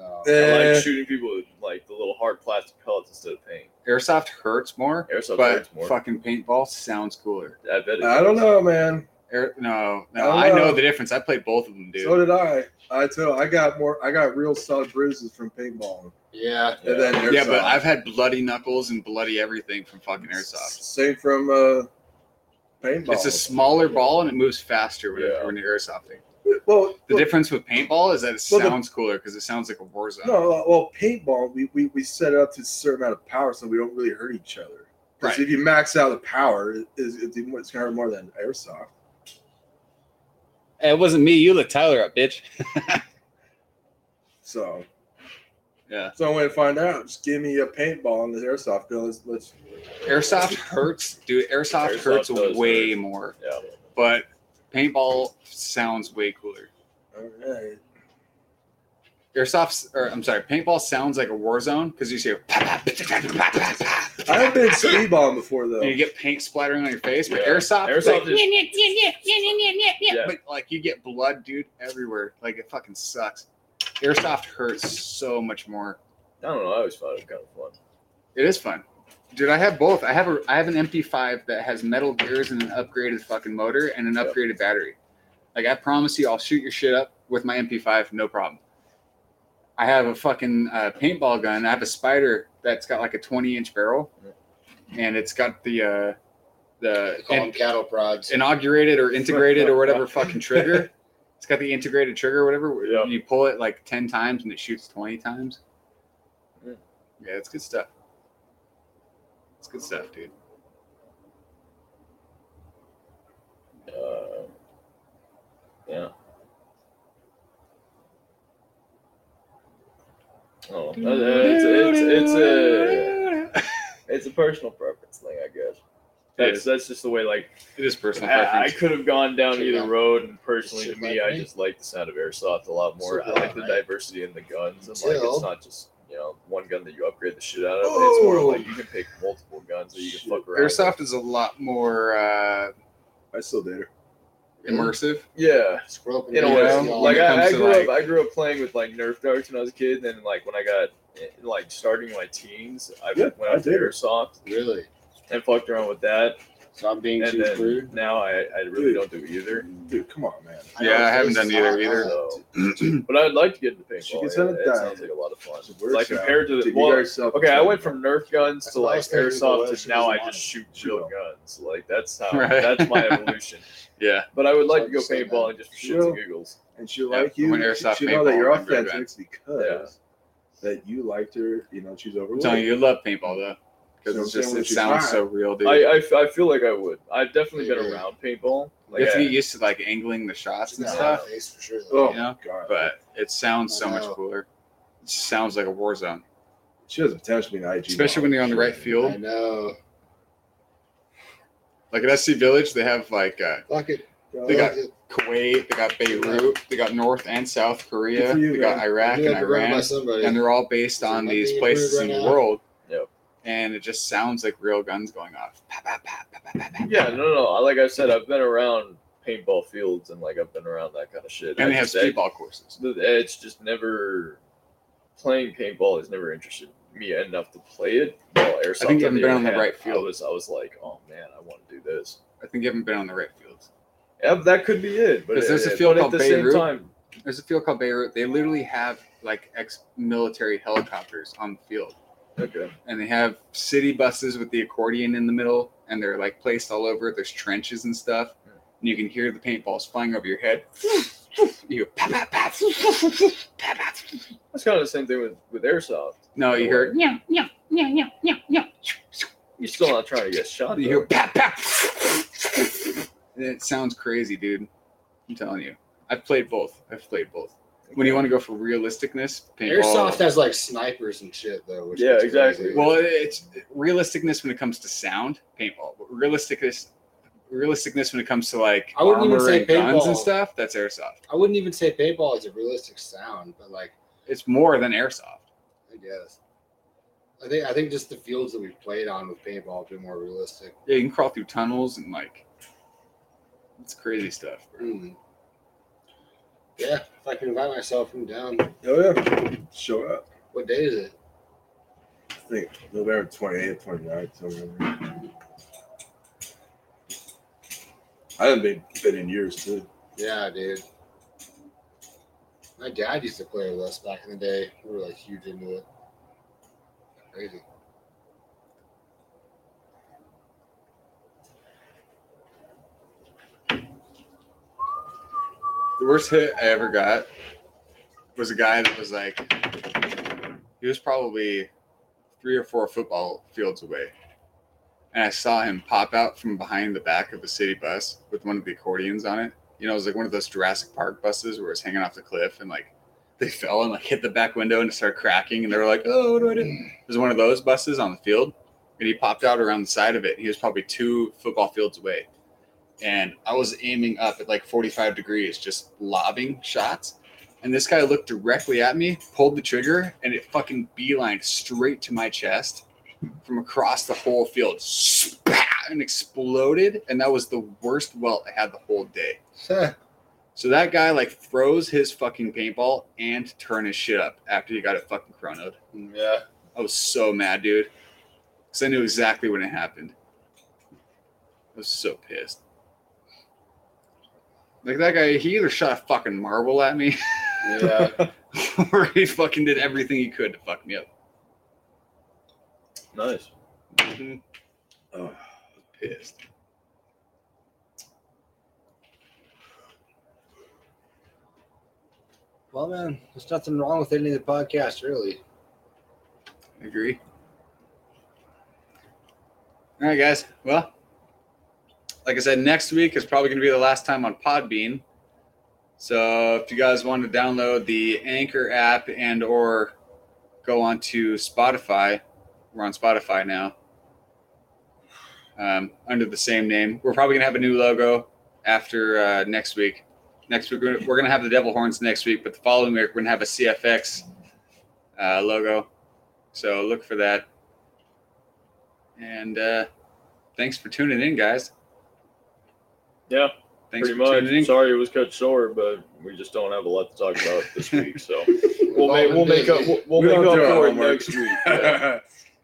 Mm-hmm.
Oh.
I
Eh,
like shooting people with like the little hard plastic pellets instead of paint.
Airsoft hurts more,
Airsoft
but
hurts more.
fucking paintball sounds cooler.
I bet it
I don't know, man.
Air, no, no,
I
I
don't
know
know.
the difference. I played both of them, dude.
So did I. I tell. I got more. I got real solid bruises from paintballing.
Yeah.
Yeah.
And then airsoft.
yeah, but I've had bloody knuckles and bloody everything from fucking airsoft.
Same from uh, paintball.
It's a smaller ball and it moves faster when,
Yeah.
when you're airsofting.
well.
The
well,
difference with paintball is that it
Well, the-
sounds cooler because it sounds like a war zone.
No, uh, well, paintball, we, we, we set it up to a certain amount of power so we don't really hurt each other. Because
Right.
if you max out the power, it- it's, it's even- it's going to hurt more than airsoft.
Hey, It wasn't me. You lit Tyler up, bitch.
So,
Yeah.
so I went to find out. Just give me a paintball and this airsoft gun. Let's, let's
Airsoft hurts, dude. Airsoft,
Airsoft
hurts
does
way
hurt.
more,
Yeah.
but paintball sounds way cooler.
all right.
airsoft, or I'm sorry, paintball sounds like a war zone because you see,
I have
and
been speedballing before
you
though.
get paint splattering on your face. But
Yeah.
airsoft, it's
Airsoft is-
like, "Yeah, yeah, yeah, yeah, yeah, yeah, yeah, yeah,"
Yeah.
but like you get blood, dude, everywhere. Like it fucking sucks. Airsoft hurts so much more.
I don't know. I always thought it was kind of fun.
It is fun. Dude, I have both. I have a I have an MP5 that has metal gears and an upgraded fucking motor and an
Yep.
upgraded battery. Like I promise you, I'll shoot your shit up with my MP5, no problem. I have a fucking uh, paintball gun. I have a spider that's got like a 20 inch barrel, and it's got the uh, the
They call them cattle prods.
inaugurated or integrated or whatever fucking trigger. It's got the integrated trigger, or whatever. where
Yeah.
You pull it like ten times and it shoots twenty times.
Yeah.
Yeah, it's good stuff. It's good stuff, dude.
Uh, yeah. Oh, it's, it's, it's uh, a it's a personal preference thing, I guess. That's that's just the way. Like
It is personal
I, I
preference.
could have gone down
Sure,
either
yeah.
road, and personally to
Shit
me,
like
I
me.
just like the sound of airsoft a lot more.
So
I like
do
the
I.
diversity in the guns, and like
Until-
it's not just you know one gun that you upgrade the shit out of. It's more
Oh.
like you can pick multiple guns that you can fuck around. with.
Airsoft is a lot more uh,
I still did.
immersive.
Yeah.
Scroll up and
in a
you
way.
can
know,
see all
Like
the-
it comes
I, I
to,
grew up,
like-
I grew up playing with like Nerf darts when I was a kid. And like when I got eh, like starting my teens, I
Yeah,
went
I
out to
did.
airsoft
really.
and fucked around with that.
So I'm being
And
too
then
crude.
now I, I really don't
Dude.
do either.
Dude, come on, man.
know
Yeah, I
it
haven't done
tastes
either
hot,
either.
hot.
So, but I'd like to get into
She
paintball.
gets
Yeah,
on a
it
diet.
sounds like a lot of fun.
It's a workout.
Like compared to the
Dude, you got
well,
yourself-
okay, I went from Nerf guns
That's
to
what I
like
was thinking, but what
airsoft
if she
to now I
doesn't want
just
it?
shoot real guns. Like that's how
Right.
that's my evolution.
Yeah.
But I would like to
Hard
go
to say,
paintball
man.
and just for
You
shits
know,
and giggles.
and she
Yeah,
like
I
you.
went airsoft
she know that
paintball
you're
and very
authentic because that you liked her. You know, she's
I'm
overweight.
telling you, you love paintball though, because it's
So
just
I'm saying
it
when you
sounds
try
so real, dude.
I, I, f- I feel like I would. I've definitely been
Yeah.
around paintball. Like,
you have to
I-
get used to like angling the shots
She's
and
got a
stuff.
hot face for sure.
Oh
You know,
my god!
but it sounds so
I
much
know.
cooler. It sounds like a war zone,
she has the potential to be an IG.
especially when you're on the right
I
field.
know.
Like at SC Village, they have like uh,
Fuck it.
when
They
Fuck
got-
it.
Kuwait, they got Beirut, they got North and South Korea,
Good for you,
they got
man.
Iraq
You
and
had to run it by
Iran,
somebody.
and they're all based
Is
on
it
these
nothing
places in
improved
the
right now?
world.
Yep.
And it just sounds like real guns going off. Pa, pa, pa, pa, pa, pa, pa.
Yeah, no, no, no. I- Like I said, I've been around paintball fields and like I've been around that kind of shit.
And
I
they have
just- I-
speedball courses.
It's just never playing paintball has never interested me enough to play it. Well, airsoft.
I think you haven't been
other
on the
hand,
right field.
I was, I was like, oh man, I want to do this.
I think you haven't been on the right fields.
Yeah, that could be it. But
'Cause there's
it-
a field
but at
called
the same
Beirut.
time,
There's a field called Beirut. They literally have like ex-military helicopters on the field.
okay.
and they have city buses with the accordion in the middle and they're like placed all over there's trenches and stuff and you can hear the paintballs flying over your head you pat, pat, pat, pat, pat.
That's kind of the same thing with with airsoft.
no you hear
Yeah, yeah, yeah, yeah, yeah, yeah.
You're still not trying to get shot.
you
though.
hear pat, pat. And it sounds crazy dude i'm telling you i've played both i've played both when you want to go for realisticness
Airsoft
paintball
has like snipers and shit though. Which
Yeah,
is
exactly.
crazy.
well it's realisticness when it comes to sound paintball but realisticness realisticness when it comes to like
I wouldn't even
armor
say
and guns and
paintball.
stuff that's airsoft
I wouldn't even say paintball is a realistic sound, but like
it's more than airsoft.
I guess. I think I think just the fields that we've played on with paintball have been more realistic.
Yeah, you can crawl through tunnels and like it's crazy stuff. bro.
Hmm. Yeah, if I can invite myself, I'm down.
Oh yeah, show up.
What day is it?
I think November 28th, 29th. somewhere. I haven't been, been in years too.
Yeah, dude. My dad used to play with us back in the day. We were like huge into it. Crazy.
The worst hit I ever got was a guy that was like he was probably three or four football fields away. And I saw him pop out from behind the back of a city bus with one of the accordions on it. You know, it was like one of those Jurassic Park buses where it's hanging off the cliff and like they fell and like hit the back window and it started cracking and they were like, Oh, what do I do? It was one of those buses on the field and he popped out around the side of it. He was probably two football fields away. And I was aiming up at like 45 degrees, just lobbing shots. and this guy looked directly at me, pulled the trigger, and it fucking beelined straight to my chest from across the whole field, Spat! and exploded. And that was the worst welt I had the whole day. So that guy like froze his fucking paintball and turned his shit up after he got it fucking chronoed.
yeah.
I was so mad, dude, because I knew exactly when it happened. I was so pissed. Like that guy, he either shot a fucking marble at me
Yeah.
or he fucking did everything he could to fuck me up.
Nice.
Oh,
Pissed.
Well, man, there's nothing wrong with any of the podcasts, really.
Agree. All right, guys. Well, like I said, next week is probably going to be the last time on Podbean. So if you guys want to download the Anchor app and or go on to Spotify, we're on Spotify now um, under the same name. We're probably going to have a new logo after uh, next week. Next week, we're going to have the Devil Horns next week, but the following week, we're going to have a CFX uh, logo. So look for that. And uh, thanks for tuning in, guys.
Yeah,
Thanks
pretty
for
much.
tuning in.
Sorry it was cut short, but we just don't have a lot to talk about this week. So we'll
Well,
make we'll make up we'll, we'll
We
make
don't
up
do our
for it
homework.
next week. Yeah.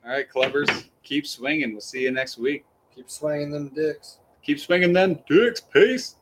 All
All right, clubbers, keep swinging. We'll see you next week.
Keep swinging them dicks.
Keep swinging, then. Dicks, peace.